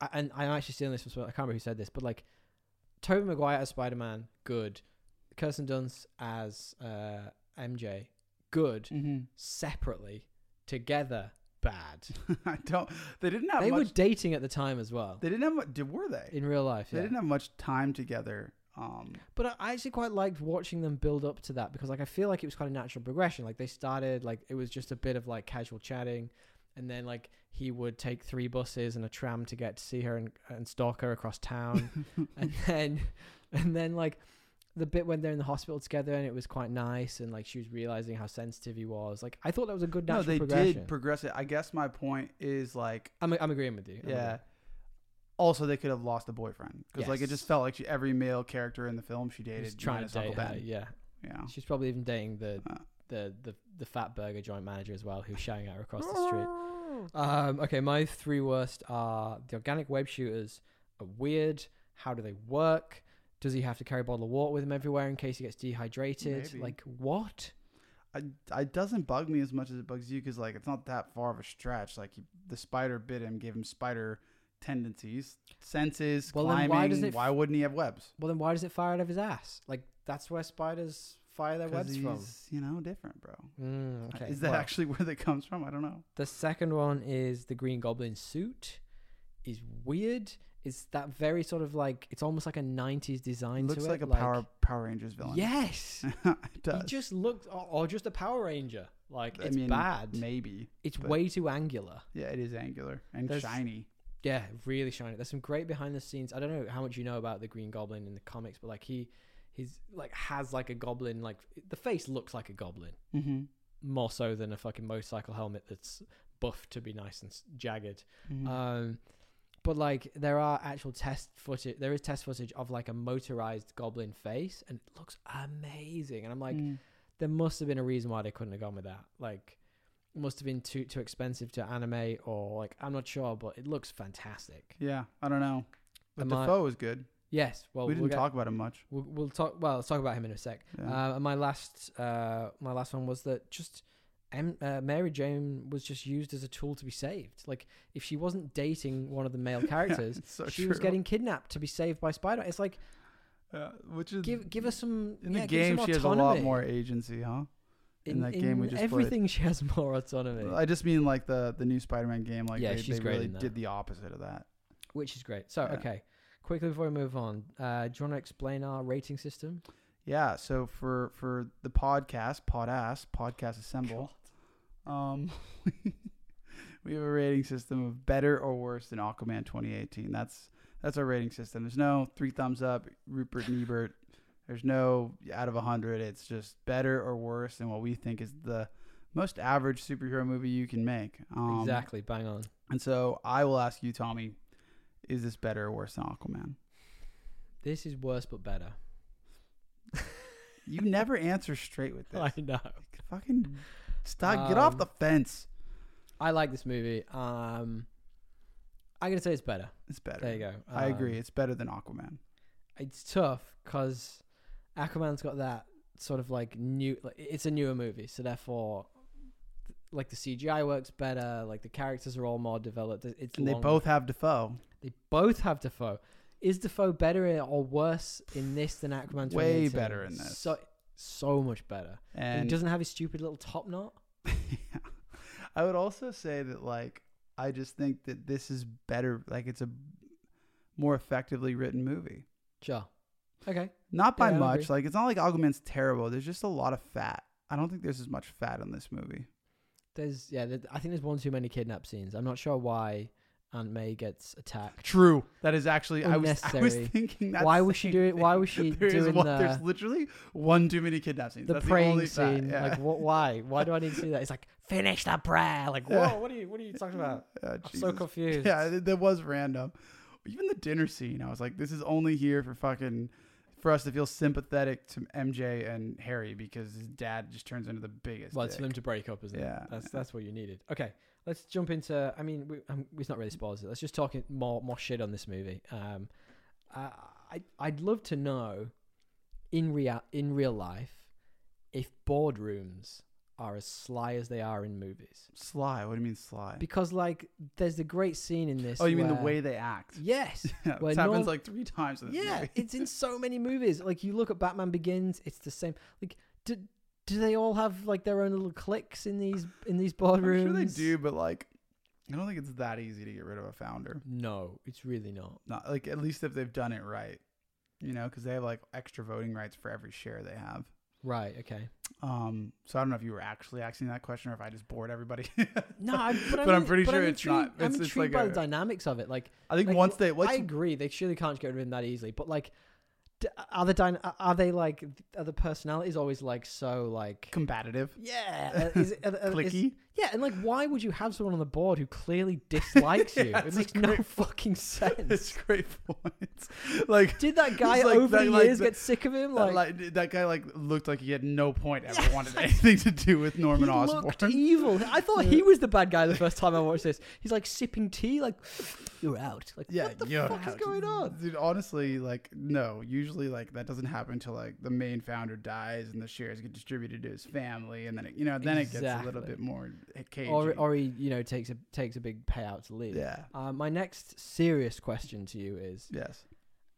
[SPEAKER 1] I- and I'm actually stealing this from someone. I can't remember who said this, but like, Tobey Maguire as Spider Man, good. Kirsten Dunst as uh, MJ, good. Separately, together, bad.
[SPEAKER 2] I don't. They didn't have
[SPEAKER 1] they
[SPEAKER 2] much.
[SPEAKER 1] were dating at the time as well
[SPEAKER 2] They didn't have. mu- Did were they?
[SPEAKER 1] in real life.
[SPEAKER 2] They
[SPEAKER 1] yeah.
[SPEAKER 2] didn't have much time together. Um,
[SPEAKER 1] But I- I actually quite liked watching them build up to that because, like, I feel like it was kind of natural progression. Like they started, like it was just a bit of like casual chatting, and then like he would take three buses and a tram to get to see her and, and stalk her across town, and then, and then like the bit when they're in the hospital together and it was quite nice and like she was realizing how sensitive he was. Like I thought that was a good
[SPEAKER 2] no,
[SPEAKER 1] natural
[SPEAKER 2] they
[SPEAKER 1] progression.
[SPEAKER 2] did progress it. I guess my point is like,
[SPEAKER 1] I'm I'm agreeing with you. I'm
[SPEAKER 2] yeah.
[SPEAKER 1] agreeing.
[SPEAKER 2] Also, they could have lost a boyfriend because like it
[SPEAKER 1] Yes.
[SPEAKER 2] just felt like she, every male character in the film she
[SPEAKER 1] He was
[SPEAKER 2] dated
[SPEAKER 1] trying
[SPEAKER 2] minus
[SPEAKER 1] to date
[SPEAKER 2] Uncle
[SPEAKER 1] her.
[SPEAKER 2] Ben.
[SPEAKER 1] Yeah,
[SPEAKER 2] Yeah.
[SPEAKER 1] she's probably even dating the
[SPEAKER 2] Oh. Uh.
[SPEAKER 1] the the the fat burger joint manager as well, who's shouting at her across the street. Um, okay, my three worst are the organic web shooters are weird. How do they work? Does he have to carry a bottle of water with him everywhere in case he gets dehydrated?
[SPEAKER 2] Maybe.
[SPEAKER 1] Like what?
[SPEAKER 2] I, I it doesn't bug me as much as it bugs you because like it's not that far of a stretch. Like he, the spider bit him, gave him spider tendencies, senses,
[SPEAKER 1] Well, then why
[SPEAKER 2] climbing.
[SPEAKER 1] does it f-
[SPEAKER 2] why wouldn't he have webs?
[SPEAKER 1] Well, then why does it fire out of his ass? Like that's where spiders fire their
[SPEAKER 2] Because
[SPEAKER 1] webs
[SPEAKER 2] he's
[SPEAKER 1] from.
[SPEAKER 2] you know different, bro.
[SPEAKER 1] Mm, okay.
[SPEAKER 2] Is that
[SPEAKER 1] well,
[SPEAKER 2] actually where that comes from? I don't know.
[SPEAKER 1] the second one? Is the Green Goblin suit is weird? Is that very sort of like it's almost like a '90s design
[SPEAKER 2] looks
[SPEAKER 1] to
[SPEAKER 2] like
[SPEAKER 1] it?
[SPEAKER 2] a Power Power Rangers villain.
[SPEAKER 1] Yes,
[SPEAKER 2] it
[SPEAKER 1] he
[SPEAKER 2] does.
[SPEAKER 1] just looks or, or just a Power Ranger. Like
[SPEAKER 2] I
[SPEAKER 1] it's
[SPEAKER 2] mean,
[SPEAKER 1] bad.
[SPEAKER 2] Maybe.
[SPEAKER 1] It's
[SPEAKER 2] but-
[SPEAKER 1] way too angular.
[SPEAKER 2] Yeah, it is angular and
[SPEAKER 1] There's-
[SPEAKER 2] shiny.
[SPEAKER 1] Yeah, really shiny. There's some great behind the scenes. I don't know how much you know about the Green Goblin in the comics, but like he, he's like has like a goblin. Like the face looks like a goblin
[SPEAKER 2] Mm-hmm.
[SPEAKER 1] more so than a fucking motorcycle helmet that's buffed to be nice and s- jagged.
[SPEAKER 2] Mm-hmm. Mm.
[SPEAKER 1] Um, but like there are actual test footage. There is test footage of like a motorized goblin face, and it looks amazing. And I'm like,
[SPEAKER 2] Mm.
[SPEAKER 1] there must have been a reason why they couldn't have gone with that. Like, it must have been too too expensive to animate, or like I'm not sure, but it looks fantastic.
[SPEAKER 2] yeah, I don't know. But
[SPEAKER 1] Am I-
[SPEAKER 2] Defoe is good.
[SPEAKER 1] Yes. Well,
[SPEAKER 2] we
[SPEAKER 1] will
[SPEAKER 2] didn't talk about him much.
[SPEAKER 1] We'll, we'll talk. Well, let's talk about him in a sec.
[SPEAKER 2] Yeah.
[SPEAKER 1] Oh, Uh, and my last, uh, my last one was that just M- uh, Mary Jane was just used as a tool to be saved. Like if she wasn't dating one of the male characters,
[SPEAKER 2] It's so
[SPEAKER 1] she was
[SPEAKER 2] true.
[SPEAKER 1] getting kidnapped to be saved by Spider. It's like
[SPEAKER 2] Yeah, which is
[SPEAKER 1] give give us some
[SPEAKER 2] in
[SPEAKER 1] yeah,
[SPEAKER 2] the
[SPEAKER 1] give us
[SPEAKER 2] game.
[SPEAKER 1] some
[SPEAKER 2] She has a lot
[SPEAKER 1] autonomy.
[SPEAKER 2] more agency, huh? in that game we just played.
[SPEAKER 1] everything she has more autonomy,
[SPEAKER 2] I just mean like the the new Spider-Man game. Like
[SPEAKER 1] Yeah,
[SPEAKER 2] they,
[SPEAKER 1] she's
[SPEAKER 2] they
[SPEAKER 1] great
[SPEAKER 2] really
[SPEAKER 1] in that.
[SPEAKER 2] did the opposite of that.
[SPEAKER 1] which is great. So
[SPEAKER 2] Yeah.
[SPEAKER 1] okay, quickly before we move on, uh, do you want to explain our rating system?
[SPEAKER 2] Yeah. So for for the podcast, Podass, Podcast Assemble, um, we have a rating system of better or worse than Aquaman 2018. That's that's our rating system. There's no three thumbs up, Rupert Niebert. There's no out of a hundred. It's just better or worse than what we think is the most average superhero movie you can make. Um,
[SPEAKER 1] exactly, bang on.
[SPEAKER 2] And so I will ask you, Tommy, is this better or worse than Aquaman?
[SPEAKER 1] This is worse but better.
[SPEAKER 2] You never answer straight with this.
[SPEAKER 1] I know.
[SPEAKER 2] Fucking stop. get off
[SPEAKER 1] Mm. Um,
[SPEAKER 2] the fence.
[SPEAKER 1] I like this movie. Um, I'm gonna say it's better.
[SPEAKER 2] It's better.
[SPEAKER 1] There you go.
[SPEAKER 2] I
[SPEAKER 1] Um,
[SPEAKER 2] agree. It's better than Aquaman.
[SPEAKER 1] It's tough because Aquaman's got that sort of like new. Like, it's a newer movie, so therefore, like the CGI works better. Like the characters are all more developed. it- It's
[SPEAKER 2] And they
[SPEAKER 1] longer.
[SPEAKER 2] both have Defoe.
[SPEAKER 1] they both have Defoe. Is Defoe better or worse in this than Aquaman?
[SPEAKER 2] Way
[SPEAKER 1] 2018?
[SPEAKER 2] better in this.
[SPEAKER 1] So so much better. And he
[SPEAKER 2] And
[SPEAKER 1] doesn't have his stupid little top knot.
[SPEAKER 2] I would also say that like I just think that this is better. Like it's a more effectively written movie.
[SPEAKER 1] Sure. Okay.
[SPEAKER 2] Not by
[SPEAKER 1] Yeah, I
[SPEAKER 2] much.
[SPEAKER 1] agree.
[SPEAKER 2] Like it's not like Aquaman's terrible. There's just a lot of fat. I don't think there's as much fat in this movie.
[SPEAKER 1] There's yeah, th- I think there's one too many kidnap scenes. I'm not sure why Aunt May gets attacked.
[SPEAKER 2] True. That is actually I was, I was
[SPEAKER 1] Unnecessary.
[SPEAKER 2] thinking that.
[SPEAKER 1] Why was she
[SPEAKER 2] same
[SPEAKER 1] doing- why
[SPEAKER 2] thing.
[SPEAKER 1] was she
[SPEAKER 2] There is
[SPEAKER 1] doing
[SPEAKER 2] one-
[SPEAKER 1] the-
[SPEAKER 2] There's literally one too many kidnap scenes.
[SPEAKER 1] The
[SPEAKER 2] That's the
[SPEAKER 1] praying
[SPEAKER 2] only fat,
[SPEAKER 1] scene,
[SPEAKER 2] yeah.
[SPEAKER 1] like what? Why? Why do I need to see that? It's like finish that prayer. Like whoa,
[SPEAKER 2] Yeah.
[SPEAKER 1] what are you? What are you talking about?
[SPEAKER 2] Yeah,
[SPEAKER 1] I'm so
[SPEAKER 2] Jesus.
[SPEAKER 1] confused.
[SPEAKER 2] Yeah, th- that was random. Even the dinner scene, I was like, this is only here for fucking for us to feel sympathetic to MJ and Harry because his dad just turns into the biggest.
[SPEAKER 1] well, it's for
[SPEAKER 2] dick.
[SPEAKER 1] them to break up, isn't it?
[SPEAKER 2] Yeah.
[SPEAKER 1] That's that's what you needed. Okay, let's jump into. I mean, we, um, it's not really spoilers. Let's just talk it- more more shit on this movie. Um, I, I I'd love to know in real in real life if boardrooms are as sly as they are in movies.
[SPEAKER 2] Sly. What do you mean sly?
[SPEAKER 1] Because like, there's the great scene in this.
[SPEAKER 2] oh, you mean the
[SPEAKER 1] where-
[SPEAKER 2] way they act?
[SPEAKER 1] Yes.
[SPEAKER 2] Yeah,
[SPEAKER 1] where
[SPEAKER 2] it happens
[SPEAKER 1] norm-
[SPEAKER 2] like three times. In this
[SPEAKER 1] Yeah,
[SPEAKER 2] movie.
[SPEAKER 1] it's in so many movies. Like you look at Batman Begins, it's the same. Like do do they all have like their own little cliques in these in these boardrooms?
[SPEAKER 2] I'm sure they do, but like, I don't think it's that easy to get rid of a founder.
[SPEAKER 1] No, it's really not.
[SPEAKER 2] Not like at least if they've done it right, you know, because they have like extra voting rights for every share they have.
[SPEAKER 1] Right. Okay.
[SPEAKER 2] Um, so I don't know if you were actually asking that question or if I just bored everybody.
[SPEAKER 1] No, I, but,
[SPEAKER 2] But
[SPEAKER 1] I'm,
[SPEAKER 2] I'm pretty
[SPEAKER 1] but
[SPEAKER 2] sure
[SPEAKER 1] I'm
[SPEAKER 2] it's not.
[SPEAKER 1] intrigued- I'm
[SPEAKER 2] It's- it's
[SPEAKER 1] intrigued
[SPEAKER 2] like
[SPEAKER 1] by
[SPEAKER 2] a-
[SPEAKER 1] the dynamics of it. Like,
[SPEAKER 2] I think
[SPEAKER 1] like,
[SPEAKER 2] once they once
[SPEAKER 1] I agree, they surely can't get rid of him that easily. But like, d- are the dyna- are they like are the personalities always like so like?
[SPEAKER 2] combative,
[SPEAKER 1] yeah, uh, is, it- uh, uh, is-
[SPEAKER 2] clicky.
[SPEAKER 1] yeah, and like, why would you have someone on the board who clearly dislikes you?
[SPEAKER 2] Yeah,
[SPEAKER 1] it
[SPEAKER 2] it's
[SPEAKER 1] makes
[SPEAKER 2] a
[SPEAKER 1] no
[SPEAKER 2] great-
[SPEAKER 1] fucking
[SPEAKER 2] It's
[SPEAKER 1] sense.
[SPEAKER 2] great points. Like
[SPEAKER 1] Did that guy
[SPEAKER 2] It's like
[SPEAKER 1] over
[SPEAKER 2] that-
[SPEAKER 1] the
[SPEAKER 2] like
[SPEAKER 1] years
[SPEAKER 2] the-
[SPEAKER 1] get sick of him?
[SPEAKER 2] That,
[SPEAKER 1] Like,
[SPEAKER 2] like, that guy like looked like he had no point ever
[SPEAKER 1] Yes.
[SPEAKER 2] wanted anything to do with
[SPEAKER 1] he
[SPEAKER 2] Norman Osborn.
[SPEAKER 1] looked evil. I thought he was the bad guy the first time I watched this. He's like sipping tea, like you're out. Like,
[SPEAKER 2] yeah,
[SPEAKER 1] what the
[SPEAKER 2] you're
[SPEAKER 1] fuck is
[SPEAKER 2] out.
[SPEAKER 1] going on?
[SPEAKER 2] dude? Honestly, like no. Usually, like that doesn't happen until like the main founder dies and the shares get distributed to his family, and then it, you know then it gets a little
[SPEAKER 1] Exactly.
[SPEAKER 2] bit more cagey.
[SPEAKER 1] Or, or he, you know, takes a takes a big payout to leave.
[SPEAKER 2] yeah,
[SPEAKER 1] Uh, my next serious question to you is:
[SPEAKER 2] yes.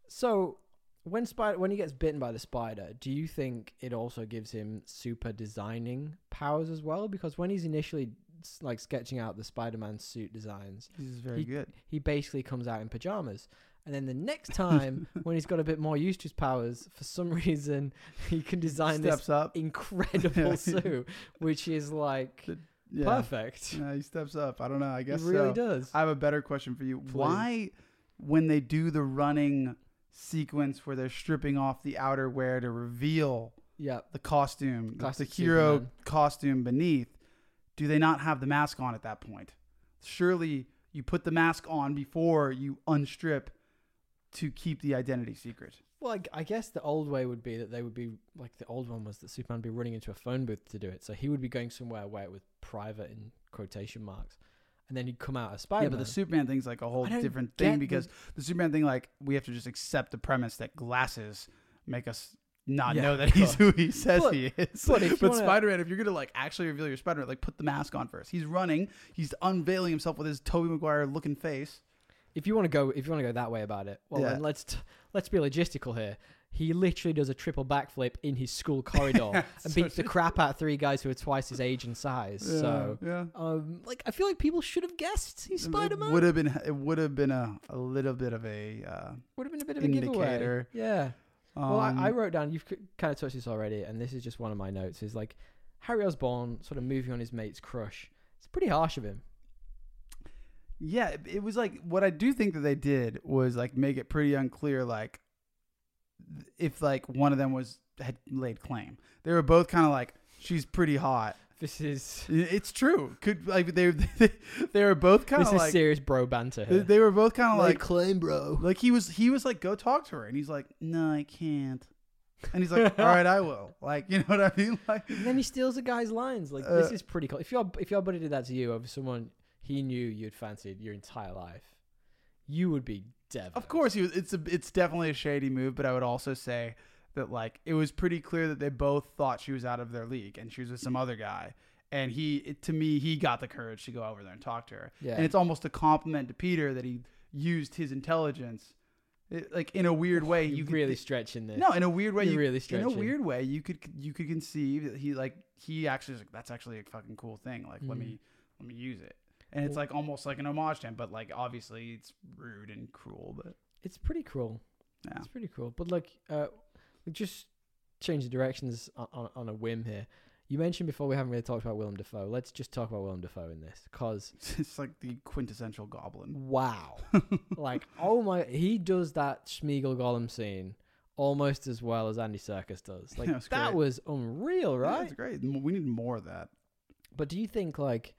[SPEAKER 1] So, when spider when he gets bitten by the spider, do you think it also gives him super designing powers as well? Because when he's initially s- like sketching out the Spider-Man suit designs,
[SPEAKER 2] This is
[SPEAKER 1] very
[SPEAKER 2] very good.
[SPEAKER 1] he basically comes out in pajamas. And then the next time, when he's got a bit more used to his powers, for some reason, he can design
[SPEAKER 2] steps up.
[SPEAKER 1] this incredible suit, which is like
[SPEAKER 2] Yeah.
[SPEAKER 1] perfect.
[SPEAKER 2] Yeah, he steps up. I don't know. I
[SPEAKER 1] It
[SPEAKER 2] guess
[SPEAKER 1] really
[SPEAKER 2] so.
[SPEAKER 1] does.
[SPEAKER 2] I have a better question for you. Why, when they do the running sequence where they're stripping off the outerwear to reveal
[SPEAKER 1] yeah.
[SPEAKER 2] the costume, the-
[SPEAKER 1] Classic
[SPEAKER 2] the hero
[SPEAKER 1] Superman.
[SPEAKER 2] costume beneath, do they not have the mask on at that point? Surely you put the mask on before you unstrip to keep the identity secret.
[SPEAKER 1] Well, I, I guess the old way would be that they would be like the old one was that Superman would be running into a phone booth to do it. So he would be going somewhere where it was private in quotation marks, and then he'd come out as Spider
[SPEAKER 2] Yeah,
[SPEAKER 1] Man.
[SPEAKER 2] but the Superman thing's like a whole
[SPEAKER 1] I don't
[SPEAKER 2] different
[SPEAKER 1] get
[SPEAKER 2] thing
[SPEAKER 1] the-
[SPEAKER 2] because the Superman thing, like, we have to just accept the premise that glasses make us not
[SPEAKER 1] Yeah,
[SPEAKER 2] know
[SPEAKER 1] of
[SPEAKER 2] that he's who
[SPEAKER 1] course.
[SPEAKER 2] he says
[SPEAKER 1] But-
[SPEAKER 2] he is.
[SPEAKER 1] but if you wanna-
[SPEAKER 2] Spider-Man, if you're gonna like actually reveal your Spider-Man, like put the mask on first. He's running. He's unveiling himself with his Tobey Maguire looking face.
[SPEAKER 1] if you want to go, if you want to go that way about it, well,
[SPEAKER 2] Yeah.
[SPEAKER 1] then let's t- let's be logistical here. He literally does a triple backflip in his school corridor and beats the crap out of three guys who are twice his age and size. So,
[SPEAKER 2] yeah.
[SPEAKER 1] um, like, I feel like people should have guessed he's Spider Man. Would
[SPEAKER 2] Would have been it would have been a, a little bit of a uh,
[SPEAKER 1] have been a bit of a giveaway.
[SPEAKER 2] indicator.
[SPEAKER 1] Yeah. well,
[SPEAKER 2] um,
[SPEAKER 1] I, I wrote down. You've kind of touched this already, and this is just one of my notes. Is like Harry Osborn sort of moving on his mate's crush. It's pretty harsh of him.
[SPEAKER 2] Yeah, it- it was like what I do think that they did was like make it pretty unclear, like th- if like one of them was had laid claim. They were both kind of like she's pretty hot.
[SPEAKER 1] This is
[SPEAKER 2] I- It's true. Could like they they, they were both kind
[SPEAKER 1] this
[SPEAKER 2] of
[SPEAKER 1] is
[SPEAKER 2] like
[SPEAKER 1] serious bro banter.
[SPEAKER 2] they,
[SPEAKER 1] Here.
[SPEAKER 2] they were both kind of like
[SPEAKER 3] claim, bro.
[SPEAKER 2] like he was he was like go talk to her and he's like no I can't and he's like all right I will like you know what I mean like
[SPEAKER 1] And then he steals the guy's lines. Like
[SPEAKER 2] Uh,
[SPEAKER 1] this is pretty cool. If your if your buddy did that to you over someone he knew you'd fancied your entire life, you would be devastated.
[SPEAKER 2] Of course, he was, it's a, it's definitely a shady move, but I would also say that like it was pretty clear that they both thought she was out of their league and she was with some other guy. And he, it, to me, he got the courage to go over there and talk to her.
[SPEAKER 1] Yeah.
[SPEAKER 2] And it's almost a compliment to Peter that he used his intelligence, it, like in a weird way.
[SPEAKER 1] you
[SPEAKER 2] You could-
[SPEAKER 1] really stretching this.
[SPEAKER 2] no, in a weird way,
[SPEAKER 1] You're
[SPEAKER 2] you,
[SPEAKER 1] really
[SPEAKER 2] in a
[SPEAKER 1] stretching.
[SPEAKER 2] weird way, you could you could conceive that he like he actually is like that's actually a fucking cool thing. Like let
[SPEAKER 1] Mhm.
[SPEAKER 2] me let me use it, and it's like almost like an homage to him, but like obviously it's rude and cruel. But
[SPEAKER 1] It's pretty cool.
[SPEAKER 2] Yeah.
[SPEAKER 1] It's pretty cool. But look, uh, we just change the directions on, on, on a whim here. You mentioned before we haven't really talked about Willem Dafoe. Let's just talk about Willem Dafoe in this because
[SPEAKER 2] It's like the quintessential goblin.
[SPEAKER 1] wow, like oh my, he does that Schmiegel Golem scene almost as well as Andy Circus does. Like
[SPEAKER 2] That's
[SPEAKER 1] that
[SPEAKER 2] great.
[SPEAKER 1] was unreal, right?
[SPEAKER 2] That's great. M- We need more of that.
[SPEAKER 1] But do you think like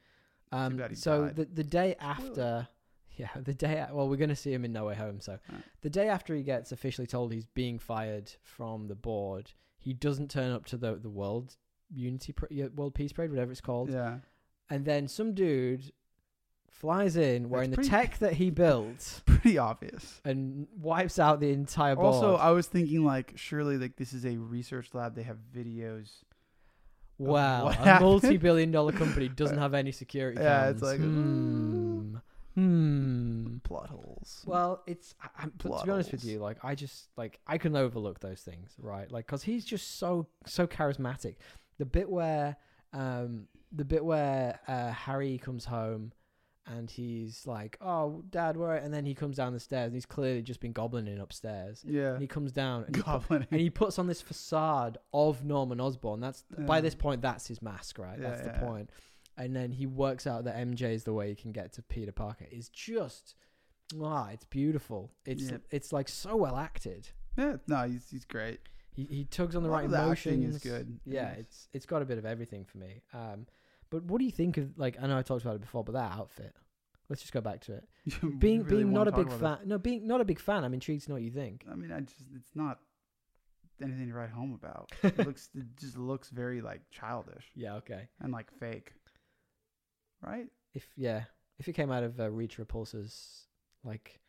[SPEAKER 1] um
[SPEAKER 2] bad he
[SPEAKER 1] so
[SPEAKER 2] died.
[SPEAKER 1] the the day after yeah, the day a- well we're going to see him in No Way Home so
[SPEAKER 2] Right.
[SPEAKER 1] the day after he gets officially told he's being fired from the board, he doesn't turn up to the the world unity Par- yeah, world peace parade whatever it's called.
[SPEAKER 2] Yeah.
[SPEAKER 1] And then some dude flies in wearing
[SPEAKER 2] pretty-
[SPEAKER 1] the tech that he built
[SPEAKER 2] Pretty obvious.
[SPEAKER 1] and wipes out the entire board.
[SPEAKER 2] Also, uh, I was thinking like surely like this is a research lab. They have videos.
[SPEAKER 1] wow,
[SPEAKER 2] what
[SPEAKER 1] a
[SPEAKER 2] happened?
[SPEAKER 1] multi-billion dollar company doesn't have any security.
[SPEAKER 2] Yeah,
[SPEAKER 1] cams.
[SPEAKER 2] it's like,
[SPEAKER 1] hmm. Hmm.
[SPEAKER 2] Plot holes.
[SPEAKER 1] Well, it's I, I'm, but to
[SPEAKER 2] Plot
[SPEAKER 1] be honest with
[SPEAKER 2] holes.
[SPEAKER 1] you, like I just like I can overlook those things, right? Like because he's just so so charismatic. The bit where um the bit where uh, Harry comes home and he's like, "Oh, Dad, where?" And then he comes down the stairs and he's clearly just been goblining upstairs.
[SPEAKER 2] Yeah.
[SPEAKER 1] And he comes down and he, pu-
[SPEAKER 2] Goblin.
[SPEAKER 1] and he puts on this facade of Norman Osborn. That's by
[SPEAKER 2] Yeah.
[SPEAKER 1] this point, that's his mask, right?
[SPEAKER 2] Yeah,
[SPEAKER 1] that's the
[SPEAKER 2] yeah.
[SPEAKER 1] point. And then he works out that MJ is the way he can get to Peter Parker. It's just, ah, it's beautiful. It's
[SPEAKER 2] Yep.
[SPEAKER 1] it's like so well acted.
[SPEAKER 2] Yeah. No, he's he's great.
[SPEAKER 1] He he tugs on the
[SPEAKER 2] A lot
[SPEAKER 1] right
[SPEAKER 2] of the acting
[SPEAKER 1] emotions.
[SPEAKER 2] is good. It
[SPEAKER 1] Yeah,
[SPEAKER 2] is.
[SPEAKER 1] it's it's got a bit of everything for me. Um, but what do you think of like? I know I talked about it before, but that outfit. Let's just go back to it.
[SPEAKER 2] You
[SPEAKER 1] Being
[SPEAKER 2] really
[SPEAKER 1] being
[SPEAKER 2] wanna
[SPEAKER 1] not a
[SPEAKER 2] talk
[SPEAKER 1] big
[SPEAKER 2] about
[SPEAKER 1] fan. No, being not a big fan. I'm intrigued to know what you think.
[SPEAKER 2] it. I mean, I just it's not anything to write home about. It looks it just looks very like childish
[SPEAKER 1] yeah. Okay.
[SPEAKER 2] and like fake. Right?
[SPEAKER 1] if yeah, if it came out of uh, Reach Repulsor's like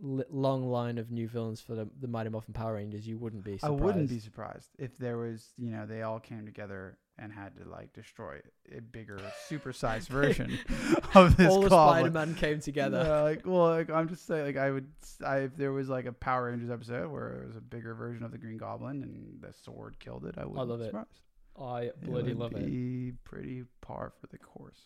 [SPEAKER 1] li- long line of new villains for the, the Mighty Morphin Power Rangers, you wouldn't be. Surprised.
[SPEAKER 2] I wouldn't be surprised if there was, you know, they all came together and had to like destroy a bigger, supersized version of this
[SPEAKER 1] All the
[SPEAKER 2] goblin.
[SPEAKER 1] Spider-Man came together.
[SPEAKER 2] Yeah, like, well, like, I'm just saying, like, I would, s- I, if there was like a Power Rangers episode where it was a bigger version of the Green Goblin and the sword killed it, I would.
[SPEAKER 1] love
[SPEAKER 2] be
[SPEAKER 1] it.
[SPEAKER 2] surprised.
[SPEAKER 1] I bloody
[SPEAKER 2] would
[SPEAKER 1] love it.
[SPEAKER 2] be Pretty par for the course.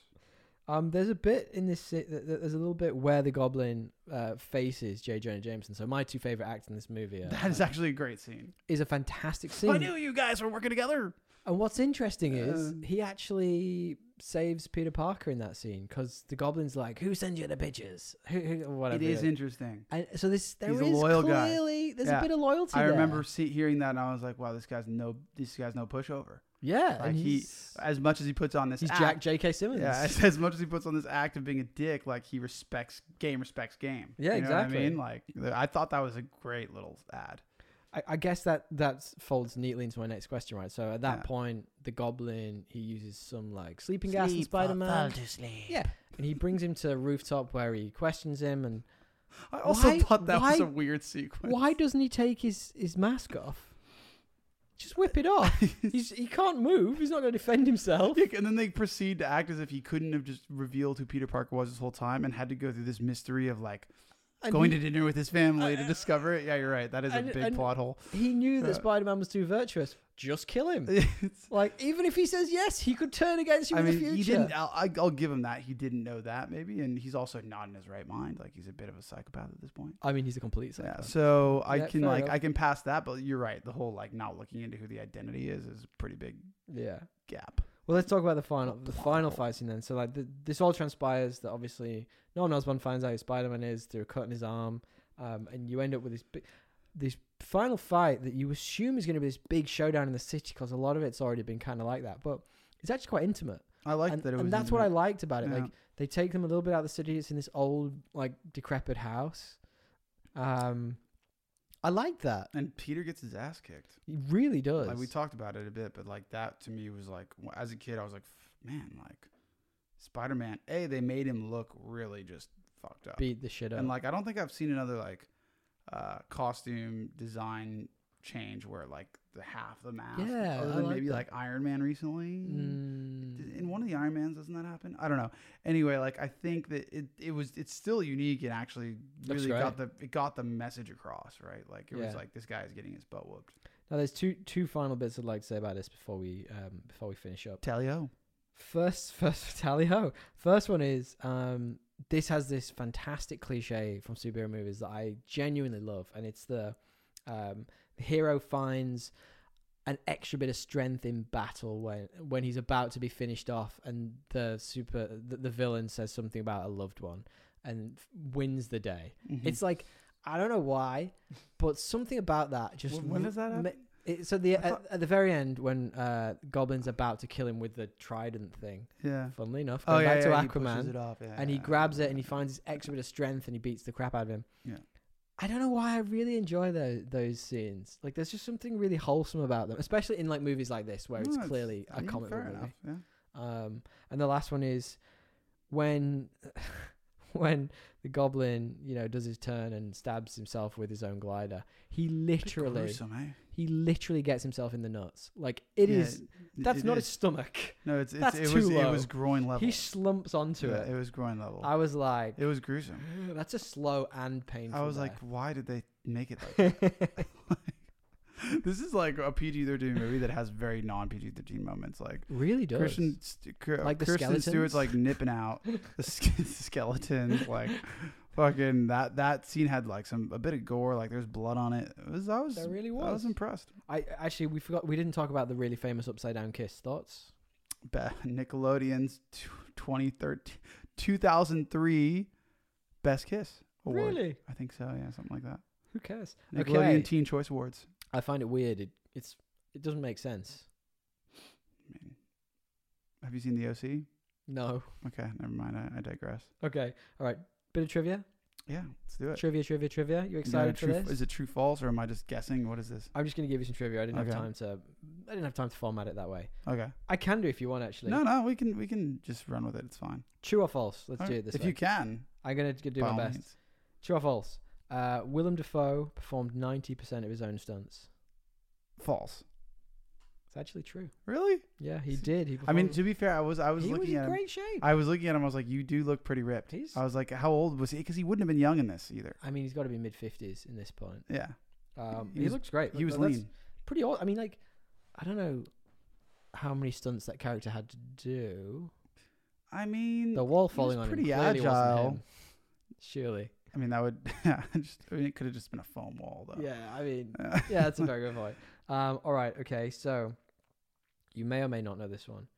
[SPEAKER 1] Um, there's a bit in this. se- th- th- There's a little bit where the Goblin uh, faces J. Jonah Jameson. So my two favorite acts in this movie are,
[SPEAKER 2] that is actually a great scene.
[SPEAKER 1] is a fantastic
[SPEAKER 2] I
[SPEAKER 1] scene.
[SPEAKER 2] knew you guys were working together.
[SPEAKER 1] And what's interesting is
[SPEAKER 2] Um,
[SPEAKER 1] he actually saves Peter Parker in that scene because the Goblin's like, "Who sent you the pictures? Who, who whatever."
[SPEAKER 2] it is
[SPEAKER 1] like-
[SPEAKER 2] interesting.
[SPEAKER 1] And so this there is
[SPEAKER 2] He's a loyal guy.
[SPEAKER 1] clearly there's a
[SPEAKER 2] Yeah.
[SPEAKER 1] bit of loyalty.
[SPEAKER 2] I
[SPEAKER 1] there.
[SPEAKER 2] remember see, hearing that and I was like, wow, this guy's no, this guy's no pushover.
[SPEAKER 1] Yeah,
[SPEAKER 2] Like
[SPEAKER 1] and
[SPEAKER 2] he-
[SPEAKER 1] he's,
[SPEAKER 2] As much as he puts on this,
[SPEAKER 1] he's
[SPEAKER 2] act,
[SPEAKER 1] Jack J.K. Simmons.
[SPEAKER 2] Yeah, as, as much as he puts on this act of being a dick, like he respects game, respects game.
[SPEAKER 1] Yeah,
[SPEAKER 2] you know what
[SPEAKER 1] exactly.
[SPEAKER 2] I mean, like th- I thought that was a great little ad.
[SPEAKER 1] I, I guess that that folds neatly into my next question, right? So at that
[SPEAKER 2] Yeah.
[SPEAKER 1] point, the Goblin he uses some like sleeping gas in Spider Man, Yeah. and he brings him to a rooftop where he questions him, and
[SPEAKER 2] I also
[SPEAKER 1] Why-
[SPEAKER 2] thought that was
[SPEAKER 1] why-
[SPEAKER 2] a weird sequence.
[SPEAKER 1] why doesn't he take his his mask off? Just whip it off. he's, he can't move. He's not going to defend himself.
[SPEAKER 2] Like, And then they proceed to act as if he couldn't have just revealed who Peter Parker was this whole time and had to go through this mystery of like
[SPEAKER 1] And
[SPEAKER 2] going
[SPEAKER 1] he,
[SPEAKER 2] to dinner with his family
[SPEAKER 1] I-
[SPEAKER 2] to discover it. Yeah, you're right. That is
[SPEAKER 1] and-
[SPEAKER 2] a big
[SPEAKER 1] and-
[SPEAKER 2] plot hole.
[SPEAKER 1] he knew that
[SPEAKER 2] Uh,
[SPEAKER 1] Spider Man was too virtuous. Just kill him.
[SPEAKER 2] It's-
[SPEAKER 1] Like, even if he says yes, he could turn against you
[SPEAKER 2] I
[SPEAKER 1] in
[SPEAKER 2] mean,
[SPEAKER 1] the future.
[SPEAKER 2] he didn't. I'll, I- I'll give him that. He didn't know that maybe, and he's also not in his right mind. Like he's a bit of a psychopath at this point.
[SPEAKER 1] I mean, he's a complete
[SPEAKER 2] Yeah,
[SPEAKER 1] psychopath.
[SPEAKER 2] so I
[SPEAKER 1] Yeah,
[SPEAKER 2] can
[SPEAKER 1] fair
[SPEAKER 2] like
[SPEAKER 1] enough.
[SPEAKER 2] I can pass that, but you're right. The whole like not looking into who the identity is is a pretty big
[SPEAKER 1] Yeah.
[SPEAKER 2] gap.
[SPEAKER 1] Well, let's talk about the final, the final fight scene then. So, like, th this all transpires that obviously no one else one finds out who Spider Man is through a cut in his arm, um, and you end up with this big, this final fight that you assume is going to be this big showdown in the city because a lot of it's already been kind of like that, but it's actually quite intimate.
[SPEAKER 2] I like
[SPEAKER 1] and,
[SPEAKER 2] that it was.
[SPEAKER 1] and that's what I
[SPEAKER 2] intimate.
[SPEAKER 1] liked about it.
[SPEAKER 2] Yeah.
[SPEAKER 1] Like, they take them a little bit out of the city. It's in this old, like, decrepit house. Um, I like that.
[SPEAKER 2] And Peter gets his ass kicked.
[SPEAKER 1] It really does.
[SPEAKER 2] Like we talked about it a bit, but like that to me was like w- as a kid I was like, "F- man, like Spider Man. A they made him look really just fucked up.
[SPEAKER 1] beat the shit up.
[SPEAKER 2] And like I don't think I've seen another like uh costume design change where like the half the mask.
[SPEAKER 1] Yeah,
[SPEAKER 2] Other
[SPEAKER 1] I
[SPEAKER 2] than
[SPEAKER 1] like
[SPEAKER 2] maybe
[SPEAKER 1] that.
[SPEAKER 2] like Iron Man recently.
[SPEAKER 1] Mm.
[SPEAKER 2] in one of the Iron Mans doesn't that happen? I don't know. Anyway, like I think that it, it was it's still unique and actually
[SPEAKER 1] Looks
[SPEAKER 2] really
[SPEAKER 1] great.
[SPEAKER 2] got the it got the message across, right? Like it
[SPEAKER 1] Yeah.
[SPEAKER 2] was like this guy is getting his butt whooped.
[SPEAKER 1] Now, there's two two final bits I'd like to say about this before we um, before we finish up.
[SPEAKER 2] Tell you.
[SPEAKER 1] First, first tally ho. First one is um, this has this fantastic cliche from superhero movies that I genuinely love, and it's the um, the hero finds an extra bit of strength in battle when when he's about to be finished off, and the super the, the villain says something about a loved one and f- wins the day.
[SPEAKER 2] Mm-hmm.
[SPEAKER 1] It's like I don't know why, but something about that just
[SPEAKER 2] When- when does that
[SPEAKER 1] ma-
[SPEAKER 2] happen?
[SPEAKER 1] it, so the
[SPEAKER 2] I thought-
[SPEAKER 1] at, at the very end when uh, Goblin's about to kill him with the trident thing,
[SPEAKER 2] yeah.
[SPEAKER 1] funnily enough,
[SPEAKER 2] Oh
[SPEAKER 1] going
[SPEAKER 2] yeah,
[SPEAKER 1] back
[SPEAKER 2] yeah, he
[SPEAKER 1] to
[SPEAKER 2] pushes
[SPEAKER 1] Aquaman,
[SPEAKER 2] it off, yeah,
[SPEAKER 1] and he
[SPEAKER 2] yeah.
[SPEAKER 1] grabs it and he finds his extra bit of strength and he beats the crap out of him.
[SPEAKER 2] Yeah.
[SPEAKER 1] I don't know why I really enjoy those those scenes. Like, there's just something really wholesome about them, especially in like movies like this where
[SPEAKER 2] No,
[SPEAKER 1] it's
[SPEAKER 2] it's-
[SPEAKER 1] clearly
[SPEAKER 2] I
[SPEAKER 1] a
[SPEAKER 2] mean,
[SPEAKER 1] comic book
[SPEAKER 2] fair
[SPEAKER 1] movie.
[SPEAKER 2] enough, yeah.
[SPEAKER 1] Um, and the last one is when when the goblin, you know, does his turn and stabs himself with his own glider, he literally
[SPEAKER 2] Gruesome, eh?
[SPEAKER 1] he literally gets himself in the nuts. Like it
[SPEAKER 2] Yeah,
[SPEAKER 1] is
[SPEAKER 2] it-
[SPEAKER 1] that's
[SPEAKER 2] it
[SPEAKER 1] not
[SPEAKER 2] is.
[SPEAKER 1] his stomach.
[SPEAKER 2] No, it's, it's
[SPEAKER 1] that's
[SPEAKER 2] it was
[SPEAKER 1] too
[SPEAKER 2] it
[SPEAKER 1] low.
[SPEAKER 2] was groin level.
[SPEAKER 1] He slumps onto
[SPEAKER 2] Yeah,
[SPEAKER 1] it.
[SPEAKER 2] was groin level.
[SPEAKER 1] I was like
[SPEAKER 2] it was gruesome.
[SPEAKER 1] that's a slow and painful.
[SPEAKER 2] I was like,
[SPEAKER 1] death.
[SPEAKER 2] why did they make it like that? this is like a PG thirteen movie that has very non PG thirteen moments. Like
[SPEAKER 1] really does.
[SPEAKER 2] Christian, St- Cr-
[SPEAKER 1] Like the
[SPEAKER 2] Kristen Stewart's
[SPEAKER 1] skeletons?
[SPEAKER 2] like nipping out the ske- skeletons. Like fucking that that scene had like some a bit of gore. Like there's blood on it. It was I was
[SPEAKER 1] There really
[SPEAKER 2] I
[SPEAKER 1] was.
[SPEAKER 2] was impressed.
[SPEAKER 1] I actually we forgot we didn't talk about the really famous upside down kiss thoughts.
[SPEAKER 2] Ba- Nickelodeon's t- 2013 2003 Best Kiss Award.
[SPEAKER 1] Really?
[SPEAKER 2] I think so. Yeah, something like that.
[SPEAKER 1] Who cares?
[SPEAKER 2] Nickelodeon
[SPEAKER 1] Okay.
[SPEAKER 2] Teen Choice Awards.
[SPEAKER 1] I find it weird. It, it's it doesn't make sense.
[SPEAKER 2] I mean, have you seen the OC?
[SPEAKER 1] No.
[SPEAKER 2] Okay, never mind. I, I digress.
[SPEAKER 1] Okay. All right. Bit of trivia.
[SPEAKER 2] Yeah, let's do it.
[SPEAKER 1] Trivia. Trivia. Trivia. You excited for
[SPEAKER 2] true,
[SPEAKER 1] this?
[SPEAKER 2] Uh, Is it true false or am I just guessing? What is this?
[SPEAKER 1] I'm just gonna give you some trivia. I didn't
[SPEAKER 2] Okay.
[SPEAKER 1] have time to. I didn't have time to format it that way.
[SPEAKER 2] Okay.
[SPEAKER 1] I can do if you want actually.
[SPEAKER 2] No, no, we can we can just run with it. It's fine.
[SPEAKER 1] True or false? Let's do
[SPEAKER 2] Alright,
[SPEAKER 1] it this
[SPEAKER 2] if
[SPEAKER 1] way.
[SPEAKER 2] you can.
[SPEAKER 1] I'm gonna do
[SPEAKER 2] by
[SPEAKER 1] my
[SPEAKER 2] all
[SPEAKER 1] best.
[SPEAKER 2] means.
[SPEAKER 1] True or false? Uh, Willem Dafoe performed 90% of his own stunts.
[SPEAKER 2] False.
[SPEAKER 1] It's actually true.
[SPEAKER 2] Really?
[SPEAKER 1] Yeah, he
[SPEAKER 2] S-
[SPEAKER 1] did. He
[SPEAKER 2] I mean,
[SPEAKER 1] performed-
[SPEAKER 2] to be fair, I was I was
[SPEAKER 1] he was
[SPEAKER 2] looking
[SPEAKER 1] in
[SPEAKER 2] at him.
[SPEAKER 1] great shape.
[SPEAKER 2] I was looking at him. I was like, you do look pretty ripped.
[SPEAKER 1] He's-
[SPEAKER 2] I was like, how old was he? Because he wouldn't have been young in this either.
[SPEAKER 1] I mean, he's got to be mid 50s in this point.
[SPEAKER 2] Yeah,
[SPEAKER 1] Um,
[SPEAKER 2] He
[SPEAKER 1] he,
[SPEAKER 2] was-
[SPEAKER 1] looks great.
[SPEAKER 2] he was
[SPEAKER 1] That's
[SPEAKER 2] lean.
[SPEAKER 1] Pretty old. I mean, like, I don't know how many stunts that character had to do.
[SPEAKER 2] I mean,
[SPEAKER 1] The wall
[SPEAKER 2] was
[SPEAKER 1] falling on
[SPEAKER 2] pretty
[SPEAKER 1] him clearly
[SPEAKER 2] agile.
[SPEAKER 1] wasn't him. Surely.
[SPEAKER 2] I mean that would. I just, I mean, it could have just been a foam wall though.
[SPEAKER 1] Yeah, I mean,
[SPEAKER 2] Yeah.
[SPEAKER 1] yeah, that's a very good point. Um, all right, okay, so you may or may not know this one.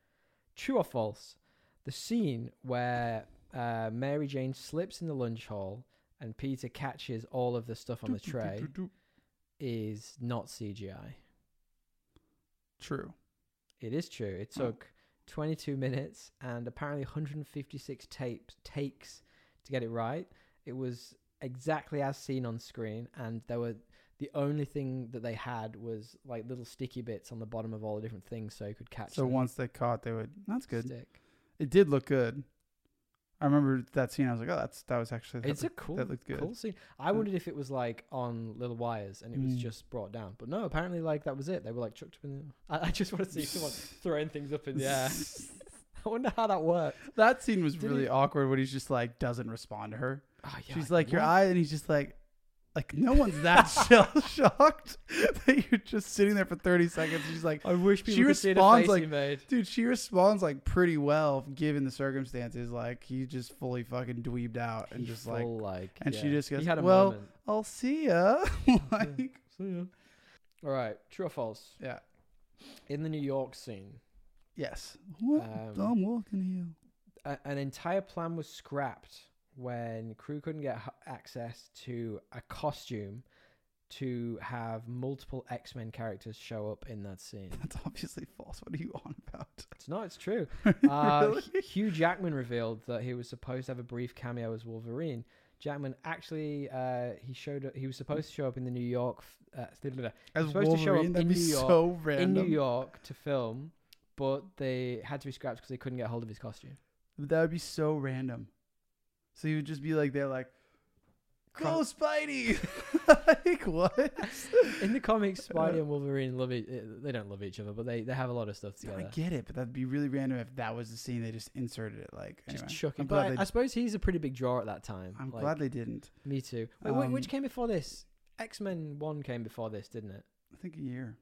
[SPEAKER 1] True or false? The scene where uh, Mary Jane slips in the lunch hall and Peter catches all of the stuff on the tray is not CGI.
[SPEAKER 2] True.
[SPEAKER 1] It is true. It
[SPEAKER 2] Oh.
[SPEAKER 1] took 22 minutes and apparently 156 tapes takes to get it right. It was exactly as seen on screen, and there were the only thing that they had was like little sticky bits on the bottom of all the different things, so you could catch.
[SPEAKER 2] So
[SPEAKER 1] them
[SPEAKER 2] once they caught, they would. That's good.
[SPEAKER 1] Stick.
[SPEAKER 2] It did look good. I remember that scene. I was like, oh, that's that was actually. That
[SPEAKER 1] It's a
[SPEAKER 2] looked-
[SPEAKER 1] cool,
[SPEAKER 2] that looked good.
[SPEAKER 1] cool scene. I
[SPEAKER 2] Mm.
[SPEAKER 1] wondered if it was like on little wires and it was
[SPEAKER 2] Mm.
[SPEAKER 1] just brought down, but no. Apparently, like that was it. They were like chucked up in. The... I, I just want to see someone throwing things up in the air. I wonder how that worked.
[SPEAKER 2] that scene was
[SPEAKER 1] Did
[SPEAKER 2] really
[SPEAKER 1] he-
[SPEAKER 2] awkward when he's just like doesn't respond to her.
[SPEAKER 1] Oh, yeah,
[SPEAKER 2] She's like your
[SPEAKER 1] what?
[SPEAKER 2] eye, and he's just like, like no one's that shell shocked that you're just sitting there for thirty seconds. She's like,
[SPEAKER 1] I wish
[SPEAKER 2] She
[SPEAKER 1] people could see the
[SPEAKER 2] responds
[SPEAKER 1] face
[SPEAKER 2] like-
[SPEAKER 1] he made.
[SPEAKER 2] Dude, she responds like pretty well given the circumstances. Like he just fully fucking dweebed out and
[SPEAKER 1] He
[SPEAKER 2] just like,
[SPEAKER 1] full, like,
[SPEAKER 2] and she just
[SPEAKER 1] He
[SPEAKER 2] goes,
[SPEAKER 1] had a
[SPEAKER 2] "Well,
[SPEAKER 1] moment.
[SPEAKER 2] I'll see ya. like,
[SPEAKER 1] All right, true or false?
[SPEAKER 2] yeah,
[SPEAKER 1] In the New York scene,
[SPEAKER 2] yes. What?
[SPEAKER 1] Um,
[SPEAKER 2] I'm walking here.
[SPEAKER 1] a- an entire plan was scrapped when crew couldn't get h- access to a costume to have multiple X Men characters show up in that scene.
[SPEAKER 2] That's obviously false. What are you on about?
[SPEAKER 1] It's not. It's true. Uh, H- Hugh Jackman revealed that he was supposed to have a brief cameo as Wolverine. Jackman actually, uh, he showed. He was supposed to show up in the New York. f- Uh,
[SPEAKER 2] As
[SPEAKER 1] supposed to show up
[SPEAKER 2] Wolverine, that'd
[SPEAKER 1] in
[SPEAKER 2] be
[SPEAKER 1] New York-
[SPEAKER 2] so random.
[SPEAKER 1] in New York to film, but they had to be scrapped because they couldn't get hold of his costume.
[SPEAKER 2] That would be so random. So you would just be like, they're like, go
[SPEAKER 1] Cro-
[SPEAKER 2] Spidey. like what?
[SPEAKER 1] In the comics, Spidey and Wolverine love each. They don't love each other, but they, they have a lot of stuff
[SPEAKER 2] I
[SPEAKER 1] together.
[SPEAKER 2] get it, but that'd be really random if that was the scene they just inserted it. Like,
[SPEAKER 1] Just
[SPEAKER 2] anyway.
[SPEAKER 1] chucking.
[SPEAKER 2] I'm
[SPEAKER 1] But
[SPEAKER 2] glad
[SPEAKER 1] I,
[SPEAKER 2] they
[SPEAKER 1] I suppose he's a pretty big draw at that time.
[SPEAKER 2] I'm
[SPEAKER 1] Like,
[SPEAKER 2] glad they didn't.
[SPEAKER 1] Me too. Wait, wh-
[SPEAKER 2] Um,
[SPEAKER 1] which came before this? X Men One came before this, didn't it?
[SPEAKER 2] I think a year.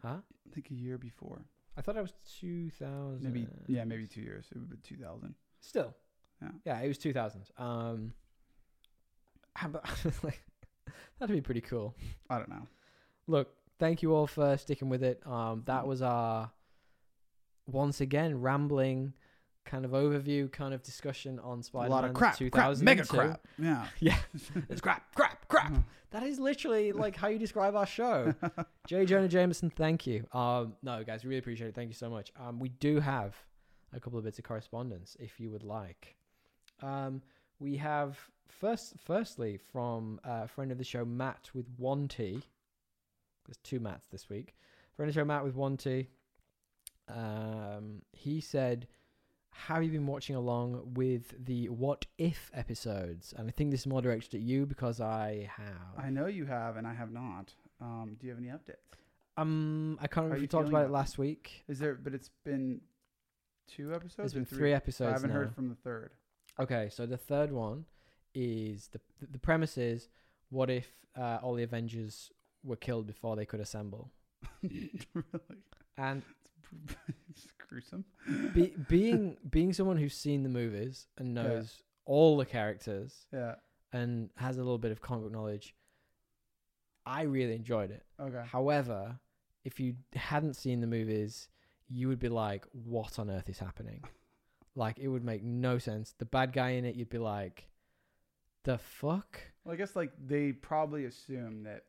[SPEAKER 1] Huh?
[SPEAKER 2] I think a year before.
[SPEAKER 1] I thought it was two thousand.
[SPEAKER 2] Maybe yeah, maybe two years. It would be two thousand.
[SPEAKER 1] Still.
[SPEAKER 2] Yeah.
[SPEAKER 1] it was two thousand. Um. how about- like, that'd be pretty cool.
[SPEAKER 2] I don't know.
[SPEAKER 1] look, thank you all for sticking with it. Um, that
[SPEAKER 2] Mhm.
[SPEAKER 1] was our once again rambling kind of overview, kind of discussion on Spider-Man.
[SPEAKER 2] a lot of crap, crap, mega
[SPEAKER 1] 2002.
[SPEAKER 2] crap. Yeah.
[SPEAKER 1] Yeah, it's crap, crap, crap.
[SPEAKER 2] Uh,
[SPEAKER 1] That is literally like how you describe our show. J. Jonah Jameson, thank you. Um, no, guys, really appreciate it. Thank you so much. Um, we do have a couple of bits of correspondence if you would like. Um, we have first, firstly, from uh, a friend of the show, Matt with one T. There's two Matts this week. Friend of the show, Matt with one T. Um, he said, have you been watching along with the what if episodes? And I think this is more directed at you because I have.
[SPEAKER 2] I know you have, and I have not. Um, do you have any updates?
[SPEAKER 1] um, I can't remember
[SPEAKER 2] How
[SPEAKER 1] if
[SPEAKER 2] you
[SPEAKER 1] we talked
[SPEAKER 2] feeling
[SPEAKER 1] about it
[SPEAKER 2] about
[SPEAKER 1] last week.
[SPEAKER 2] Is there? But it's been two episodes.
[SPEAKER 1] There's
[SPEAKER 2] or
[SPEAKER 1] been
[SPEAKER 2] three.
[SPEAKER 1] three
[SPEAKER 2] I
[SPEAKER 1] episodes.
[SPEAKER 2] haven't
[SPEAKER 1] now.
[SPEAKER 2] heard from the third.
[SPEAKER 1] Okay, so the third one is the the premise is what if uh, all the Avengers were killed before they could assemble?
[SPEAKER 2] really,
[SPEAKER 1] And
[SPEAKER 2] it's gruesome.
[SPEAKER 1] be, being being someone who's seen the movies and knows all the characters
[SPEAKER 2] Yeah.
[SPEAKER 1] and has a little bit of comic book knowledge, I really enjoyed it.
[SPEAKER 2] Okay.
[SPEAKER 1] However, if you hadn't seen the movies, you would be like, "What on earth is happening?" like it would make no sense. The bad guy in it, you'd be like, "The fuck."
[SPEAKER 2] Well, I guess like they probably assume that.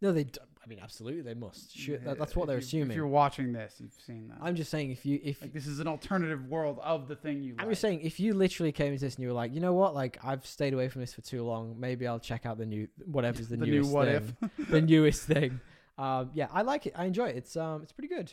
[SPEAKER 1] No, they. d- I mean, absolutely, they must. Sure, that, that's what
[SPEAKER 2] if
[SPEAKER 1] they're
[SPEAKER 2] you- If you're
[SPEAKER 1] assuming.
[SPEAKER 2] watching this, you've seen that.
[SPEAKER 1] I'm just saying, if you, if
[SPEAKER 2] like this is an alternative world of the thing you.
[SPEAKER 1] I'm
[SPEAKER 2] like.
[SPEAKER 1] just saying, if you literally came into this and you were like, you know what, like I've stayed away from this for too long, maybe I'll check out the new whatever's the,
[SPEAKER 2] the new
[SPEAKER 1] newest
[SPEAKER 2] what
[SPEAKER 1] thing, the newest thing. Um, yeah, I like it. I enjoy it. It's um, it's pretty good.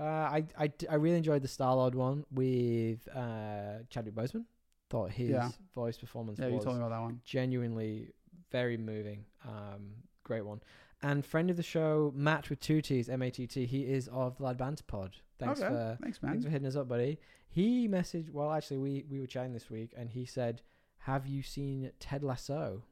[SPEAKER 1] Uh, I, I, d- I really enjoyed the Star Lord one with uh, Chadwick Boseman. Thought his
[SPEAKER 2] Yeah.
[SPEAKER 1] voice performance
[SPEAKER 2] Yeah, you
[SPEAKER 1] was
[SPEAKER 2] told me about that one.
[SPEAKER 1] genuinely very moving. Um, great one. And friend of the show, Matt with two T's, M A T T. He is of the Lad Banter Pod. Thanks
[SPEAKER 2] okay.
[SPEAKER 1] for
[SPEAKER 2] thanks,
[SPEAKER 1] thanks for
[SPEAKER 2] man.
[SPEAKER 1] hitting us up, buddy. He messaged. Well, actually, we we were chatting this week, and he said, "Have you seen Ted Lasso,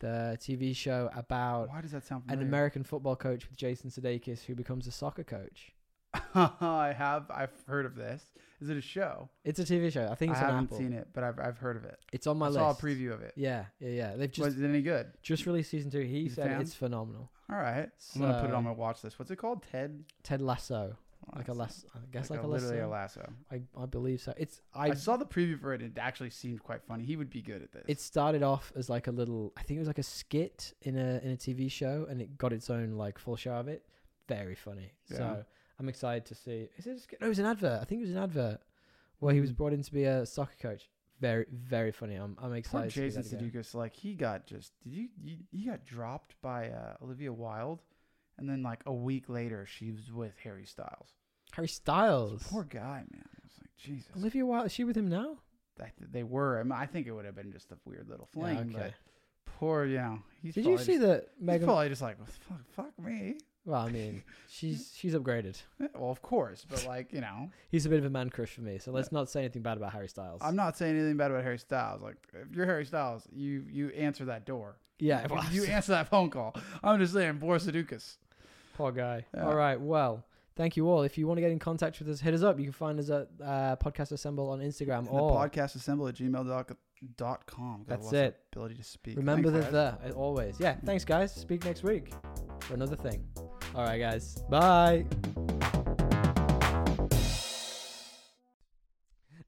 [SPEAKER 1] the TV show about
[SPEAKER 2] Why does that sound
[SPEAKER 1] an
[SPEAKER 2] familiar?
[SPEAKER 1] American football coach with Jason Sudeikis who becomes a soccer coach?"
[SPEAKER 2] I have. I've heard of this. Is it a show?
[SPEAKER 1] It's a TV show. I think
[SPEAKER 2] I
[SPEAKER 1] it's on
[SPEAKER 2] haven't
[SPEAKER 1] Apple.
[SPEAKER 2] seen it, but I've I've heard of it.
[SPEAKER 1] It's on my
[SPEAKER 2] I
[SPEAKER 1] list.
[SPEAKER 2] saw a preview of it.
[SPEAKER 1] Yeah, yeah, yeah. They've just
[SPEAKER 2] Was it any good?
[SPEAKER 1] just released season two. He
[SPEAKER 2] You
[SPEAKER 1] said
[SPEAKER 2] fan?
[SPEAKER 1] it's phenomenal.
[SPEAKER 2] All right. I'm gonna put it
[SPEAKER 1] So-
[SPEAKER 2] on my watch list. What's it called? Ted.
[SPEAKER 1] Ted Lasso, like a
[SPEAKER 2] Lasso.
[SPEAKER 1] lasso. I guess like, a,
[SPEAKER 2] literally a
[SPEAKER 1] lasso.
[SPEAKER 2] lasso.
[SPEAKER 1] I I believe so. It's
[SPEAKER 2] I,
[SPEAKER 1] I.
[SPEAKER 2] saw the preview for it. and It actually seemed quite funny. He would be good at this.
[SPEAKER 1] it started off as like a little i think it was like a skit in a in a tv show and it got its own like full show of it very funny
[SPEAKER 2] Yeah.
[SPEAKER 1] so i'm excited to see is it a skit no it was an advert i think it was an advert where he was
[SPEAKER 2] Mhm.
[SPEAKER 1] brought in to be a soccer coach very very funny i'm, I'm
[SPEAKER 2] Poor
[SPEAKER 1] excited to see
[SPEAKER 2] Jason
[SPEAKER 1] that again.
[SPEAKER 2] Sudeikis. Like he got just did you, you he got dropped by uh, Olivia Wilde, and then like a week later she was with Harry Styles.
[SPEAKER 1] harry
[SPEAKER 2] So
[SPEAKER 1] styles
[SPEAKER 2] poor guy, man. I was like Jesus.
[SPEAKER 1] olivia wilde is she with him now
[SPEAKER 2] That- they were. I, mean, I think it would have been just a weird little
[SPEAKER 1] Yeah,
[SPEAKER 2] fling.
[SPEAKER 1] okay
[SPEAKER 2] But poor, you know. He's
[SPEAKER 1] did you
[SPEAKER 2] probably
[SPEAKER 1] see
[SPEAKER 2] just,
[SPEAKER 1] that
[SPEAKER 2] He's
[SPEAKER 1] megan
[SPEAKER 2] probably just like fuck, fuck me.
[SPEAKER 1] well i mean she's she's upgraded
[SPEAKER 2] Eh, Well, of course, but like you know,
[SPEAKER 1] he's a bit of a man crush for me so let's not say anything bad about harry styles
[SPEAKER 2] I'm not saying anything bad about Harry Styles. Like if you're Harry Styles, you you answer that door.
[SPEAKER 1] yeah
[SPEAKER 2] If
[SPEAKER 1] well,
[SPEAKER 2] you answer that phone call. I'm just saying, Boris Adukas.
[SPEAKER 1] Poor guy.
[SPEAKER 2] Yeah.
[SPEAKER 1] All right. Well, thank you all. If you want to get in contact with us, hit us up. You can find us at uh, Podcast Assemble on Instagram.
[SPEAKER 2] And the
[SPEAKER 1] Or
[SPEAKER 2] podcast assemble at gmail.com.
[SPEAKER 1] That's it.
[SPEAKER 2] Ability to speak.
[SPEAKER 1] remember
[SPEAKER 2] Thanks,
[SPEAKER 1] the
[SPEAKER 2] guys. Hmm.
[SPEAKER 1] the as always. Yeah. Thanks, guys. Speak next week for another thing. All right, guys. Bye.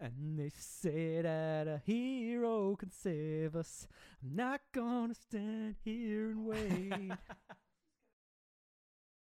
[SPEAKER 1] And they say that a hero can save us. I'm not gonna stand here and wait.